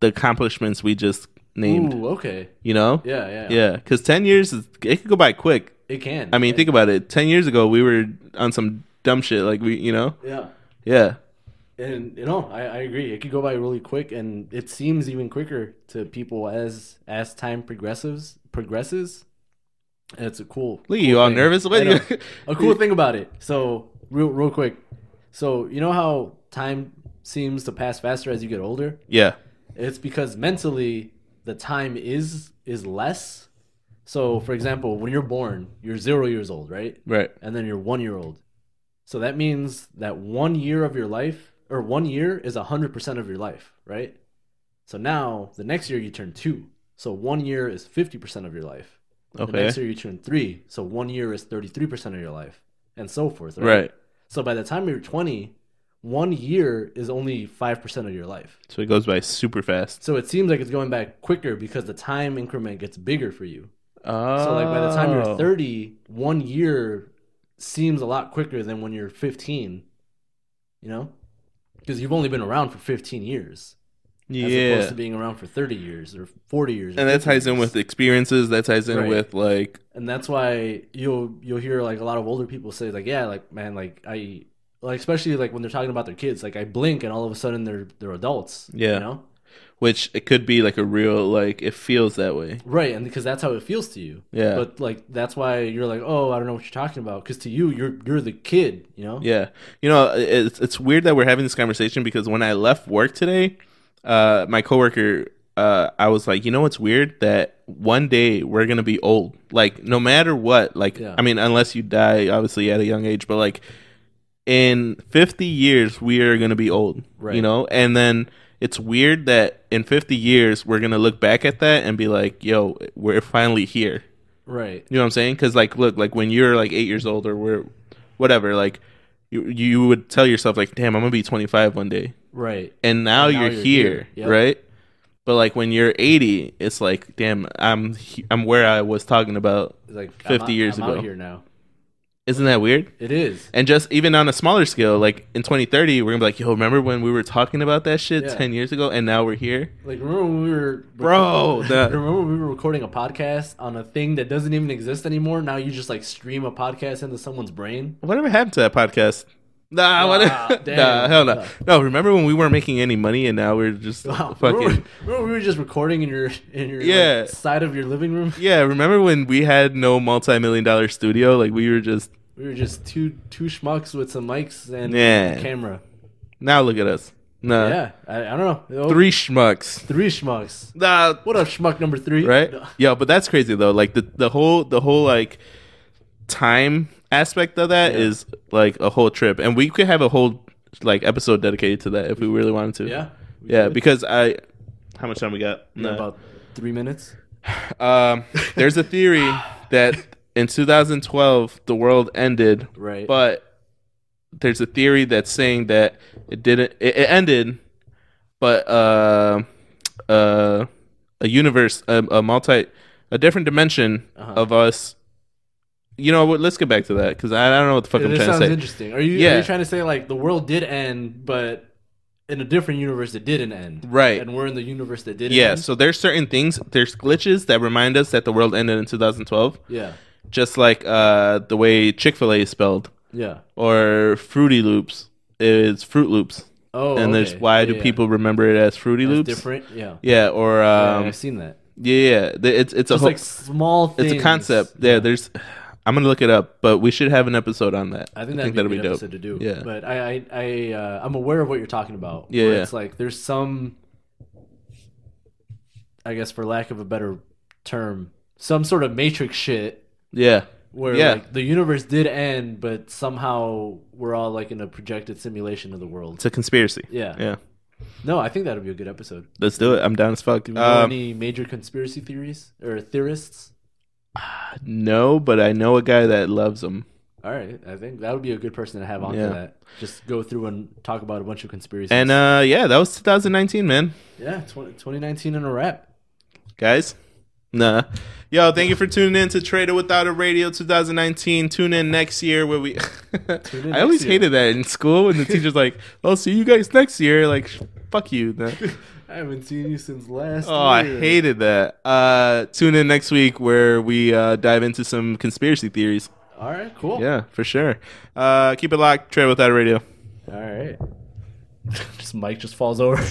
[SPEAKER 2] the accomplishments we just named.
[SPEAKER 3] Ooh, okay.
[SPEAKER 2] You know?
[SPEAKER 3] Yeah, yeah.
[SPEAKER 2] Yeah. Because 10 years, is, it could go by quick.
[SPEAKER 3] It can.
[SPEAKER 2] I mean, think about it. 10 years ago, we were on some dumb shit. Like, we, you know?
[SPEAKER 3] Yeah.
[SPEAKER 2] Yeah.
[SPEAKER 3] And you know, I, I agree. It could go by really quick and it seems even quicker to people as as time progresses progresses. And it's a cool
[SPEAKER 2] Look at you all
[SPEAKER 3] thing.
[SPEAKER 2] nervous. What
[SPEAKER 3] I
[SPEAKER 2] you-
[SPEAKER 3] know. a cool thing about it. So real real quick. So you know how time seems to pass faster as you get older.
[SPEAKER 2] Yeah.
[SPEAKER 3] It's because mentally the time is is less. So, for example, when you're born, you're zero years old, right?
[SPEAKER 2] Right.
[SPEAKER 3] And then you're one year old. So that means that one year of your life, or one year is 100% of your life, right? So now the next year you turn two. So one year is 50% of your life. The
[SPEAKER 2] Okay.
[SPEAKER 3] next year you turn three. So one year is 33% of your life, and so forth, right?
[SPEAKER 2] Right.
[SPEAKER 3] So by the time you're 20, one year is only 5% of your life.
[SPEAKER 2] So it goes by super fast.
[SPEAKER 3] So it seems like it's going back quicker because the time increment gets bigger for you.
[SPEAKER 2] Oh.
[SPEAKER 3] So like by the time you're 30, one year seems a lot quicker than when you're 15. You know, because you've only been around for 15 years as opposed
[SPEAKER 2] Yeah.
[SPEAKER 3] to being around for 30 years or 40 years. or
[SPEAKER 2] And that
[SPEAKER 3] 50
[SPEAKER 2] ties in
[SPEAKER 3] years.
[SPEAKER 2] with experiences. That ties in
[SPEAKER 3] Right.
[SPEAKER 2] with like
[SPEAKER 3] and that's why you'll you'll hear like a lot of older people say like yeah like man like I like especially like when they're talking about their kids like I blink and all of a sudden they're they're adults
[SPEAKER 2] Yeah.
[SPEAKER 3] you know
[SPEAKER 2] which it could be like a real like it feels that way.
[SPEAKER 3] right and because that's how it feels to you
[SPEAKER 2] Yeah.
[SPEAKER 3] but like that's why you're like oh I don't know what you're talking about because to you you're you're the kid you know
[SPEAKER 2] Yeah. You know, it's it's weird that we're having this conversation because when I left work today, uh my coworker uh I was like, "You know what's weird that one day we're going to be old. Like no matter what, like
[SPEAKER 3] Yeah.
[SPEAKER 2] I mean unless you die obviously at a young age, but like in 50 years we are going to be old." You
[SPEAKER 3] Right.
[SPEAKER 2] know? And then it's weird that in 50 years we're going to look back at that and be like, "Yo, we're finally here."
[SPEAKER 3] right
[SPEAKER 2] You know what I'm saying? Because like, look, like when you're like eight years old or we're, whatever, like you you would tell yourself like, damn, I'm gonna be 25 one day,
[SPEAKER 3] right
[SPEAKER 2] and now,
[SPEAKER 3] And now
[SPEAKER 2] you're,
[SPEAKER 3] you're
[SPEAKER 2] here,
[SPEAKER 3] here. Yep.
[SPEAKER 2] right? But like when you're 80, it's like, damn, I'm he- I'm where I was talking about.
[SPEAKER 3] It's like
[SPEAKER 2] 50 years
[SPEAKER 3] i
[SPEAKER 2] ago.
[SPEAKER 3] out here now
[SPEAKER 2] Isn't that weird?
[SPEAKER 3] it is
[SPEAKER 2] And just even on a smaller scale, like in 2030, we're gonna be like, yo, remember when we were talking about that shit
[SPEAKER 3] Yeah.
[SPEAKER 2] 10 years ago, and now we're here,
[SPEAKER 3] like remember when we were
[SPEAKER 2] bro. The,
[SPEAKER 3] Remember when we were recording a podcast on a thing that doesn't even exist anymore? Now you just like stream a podcast into someone's brain.
[SPEAKER 2] whatever happened to that podcast? Nah,
[SPEAKER 3] Nah,
[SPEAKER 2] what,
[SPEAKER 3] damn.
[SPEAKER 2] nah, hell no. No, remember when we weren't making any money and now we're just
[SPEAKER 3] Wow.
[SPEAKER 2] fucking.
[SPEAKER 3] Remember, remember we were just recording in your in your like,
[SPEAKER 2] Yeah.
[SPEAKER 3] side of your living room.
[SPEAKER 2] Yeah, remember when we had no multi-million dollar studio? Like we were just
[SPEAKER 3] We were just two two schmucks with some mics and
[SPEAKER 2] Yeah.
[SPEAKER 3] a camera.
[SPEAKER 2] now look at us. Nah,
[SPEAKER 3] yeah, I, I don't know. Oh,
[SPEAKER 2] three schmucks.
[SPEAKER 3] three schmucks.
[SPEAKER 2] Nah,
[SPEAKER 3] What up, schmuck number three?
[SPEAKER 2] right?
[SPEAKER 3] No.
[SPEAKER 2] Yeah, but that's crazy though. Like the the whole the whole like time aspect of that
[SPEAKER 3] Yeah.
[SPEAKER 2] is like a whole trip, and we could have a whole like episode dedicated to that if we really wanted to.
[SPEAKER 3] Yeah. We
[SPEAKER 2] yeah.
[SPEAKER 3] good?
[SPEAKER 2] Because I, how much time we got?
[SPEAKER 3] We
[SPEAKER 2] Nah.
[SPEAKER 3] got about three minutes.
[SPEAKER 2] Um, there's a theory that in 2012 the world ended,
[SPEAKER 3] Right.
[SPEAKER 2] but there's a theory that's saying that it didn't. It, it ended, but uh, uh, a universe, a, a multi, a different dimension
[SPEAKER 3] Uh-huh.
[SPEAKER 2] of us. You know what? Let's get back to that because I, I don't know what the fuck
[SPEAKER 3] Yeah,
[SPEAKER 2] I'm
[SPEAKER 3] this
[SPEAKER 2] trying
[SPEAKER 3] sounds
[SPEAKER 2] to say.
[SPEAKER 3] interesting. Are you are
[SPEAKER 2] Yeah.
[SPEAKER 3] you trying to say like the world did end, but in a different universe it didn't end,
[SPEAKER 2] Right.
[SPEAKER 3] And we're in the universe that did.
[SPEAKER 2] Yeah,
[SPEAKER 3] End?
[SPEAKER 2] so there's certain things, there's glitches that remind us that the world ended in 2012,
[SPEAKER 3] yeah,
[SPEAKER 2] just like uh, the way Chick Fil A is spelled.
[SPEAKER 3] yeah.
[SPEAKER 2] or Fruity Loops is Fruit Loops,
[SPEAKER 3] Oh,
[SPEAKER 2] and there's
[SPEAKER 3] okay.
[SPEAKER 2] why
[SPEAKER 3] Yeah,
[SPEAKER 2] do
[SPEAKER 3] yeah.
[SPEAKER 2] people remember it as Fruity
[SPEAKER 3] That's
[SPEAKER 2] Loops?
[SPEAKER 3] different? Yeah.
[SPEAKER 2] Yeah, or
[SPEAKER 3] Yeah,
[SPEAKER 2] um, yeah,
[SPEAKER 3] I've seen that.
[SPEAKER 2] yeah, th- it's it's a
[SPEAKER 3] Just
[SPEAKER 2] whole,
[SPEAKER 3] like small. Things.
[SPEAKER 2] it's a concept. Yeah, there's. I'm gonna look it up, but we should have an episode on that.
[SPEAKER 3] I think that'd be a good episode to do.
[SPEAKER 2] Yeah,
[SPEAKER 3] But I, I, I uh, I'm aware of what you're talking about.
[SPEAKER 2] Yeah,
[SPEAKER 3] where
[SPEAKER 2] yeah.
[SPEAKER 3] It's like there's some, I guess, for lack of a better term, some sort of matrix shit
[SPEAKER 2] yeah,
[SPEAKER 3] where
[SPEAKER 2] Yeah.
[SPEAKER 3] like the universe did end, but somehow we're all like in a projected simulation of the world.
[SPEAKER 2] it's a conspiracy.
[SPEAKER 3] Yeah.
[SPEAKER 2] yeah,
[SPEAKER 3] No, I think that'd be a good episode.
[SPEAKER 2] let's do it. I'm down as fuck.
[SPEAKER 3] Do we know
[SPEAKER 2] Um,
[SPEAKER 3] any major conspiracy theories or theorists?
[SPEAKER 2] Um, no, but I know a guy that loves him.
[SPEAKER 3] All right, I think that would be a good person to have on
[SPEAKER 2] Yeah.
[SPEAKER 3] for that. Just go through and talk about a bunch of conspiracies.
[SPEAKER 2] And uh, yeah, that was 2019, man.
[SPEAKER 3] yeah, 20, 2019 in a wrap.
[SPEAKER 2] guys. Nah. Yo, thank you for tuning in to Trader Without a Radio 2019. Tune in next year where we.
[SPEAKER 3] in
[SPEAKER 2] I
[SPEAKER 3] next
[SPEAKER 2] always
[SPEAKER 3] year.
[SPEAKER 2] hated that in school when the teacher's like, "I'll see you guys next year." Like, sh- fuck you. nah.
[SPEAKER 3] I haven't seen you since last.
[SPEAKER 2] Oh, I hated that. Uh, tune in next week where we uh, dive into some conspiracy theories.
[SPEAKER 3] All right, cool.
[SPEAKER 2] Yeah, for sure. Uh, keep it locked. Trader Without a Radio.
[SPEAKER 3] All right. just Mike just falls over.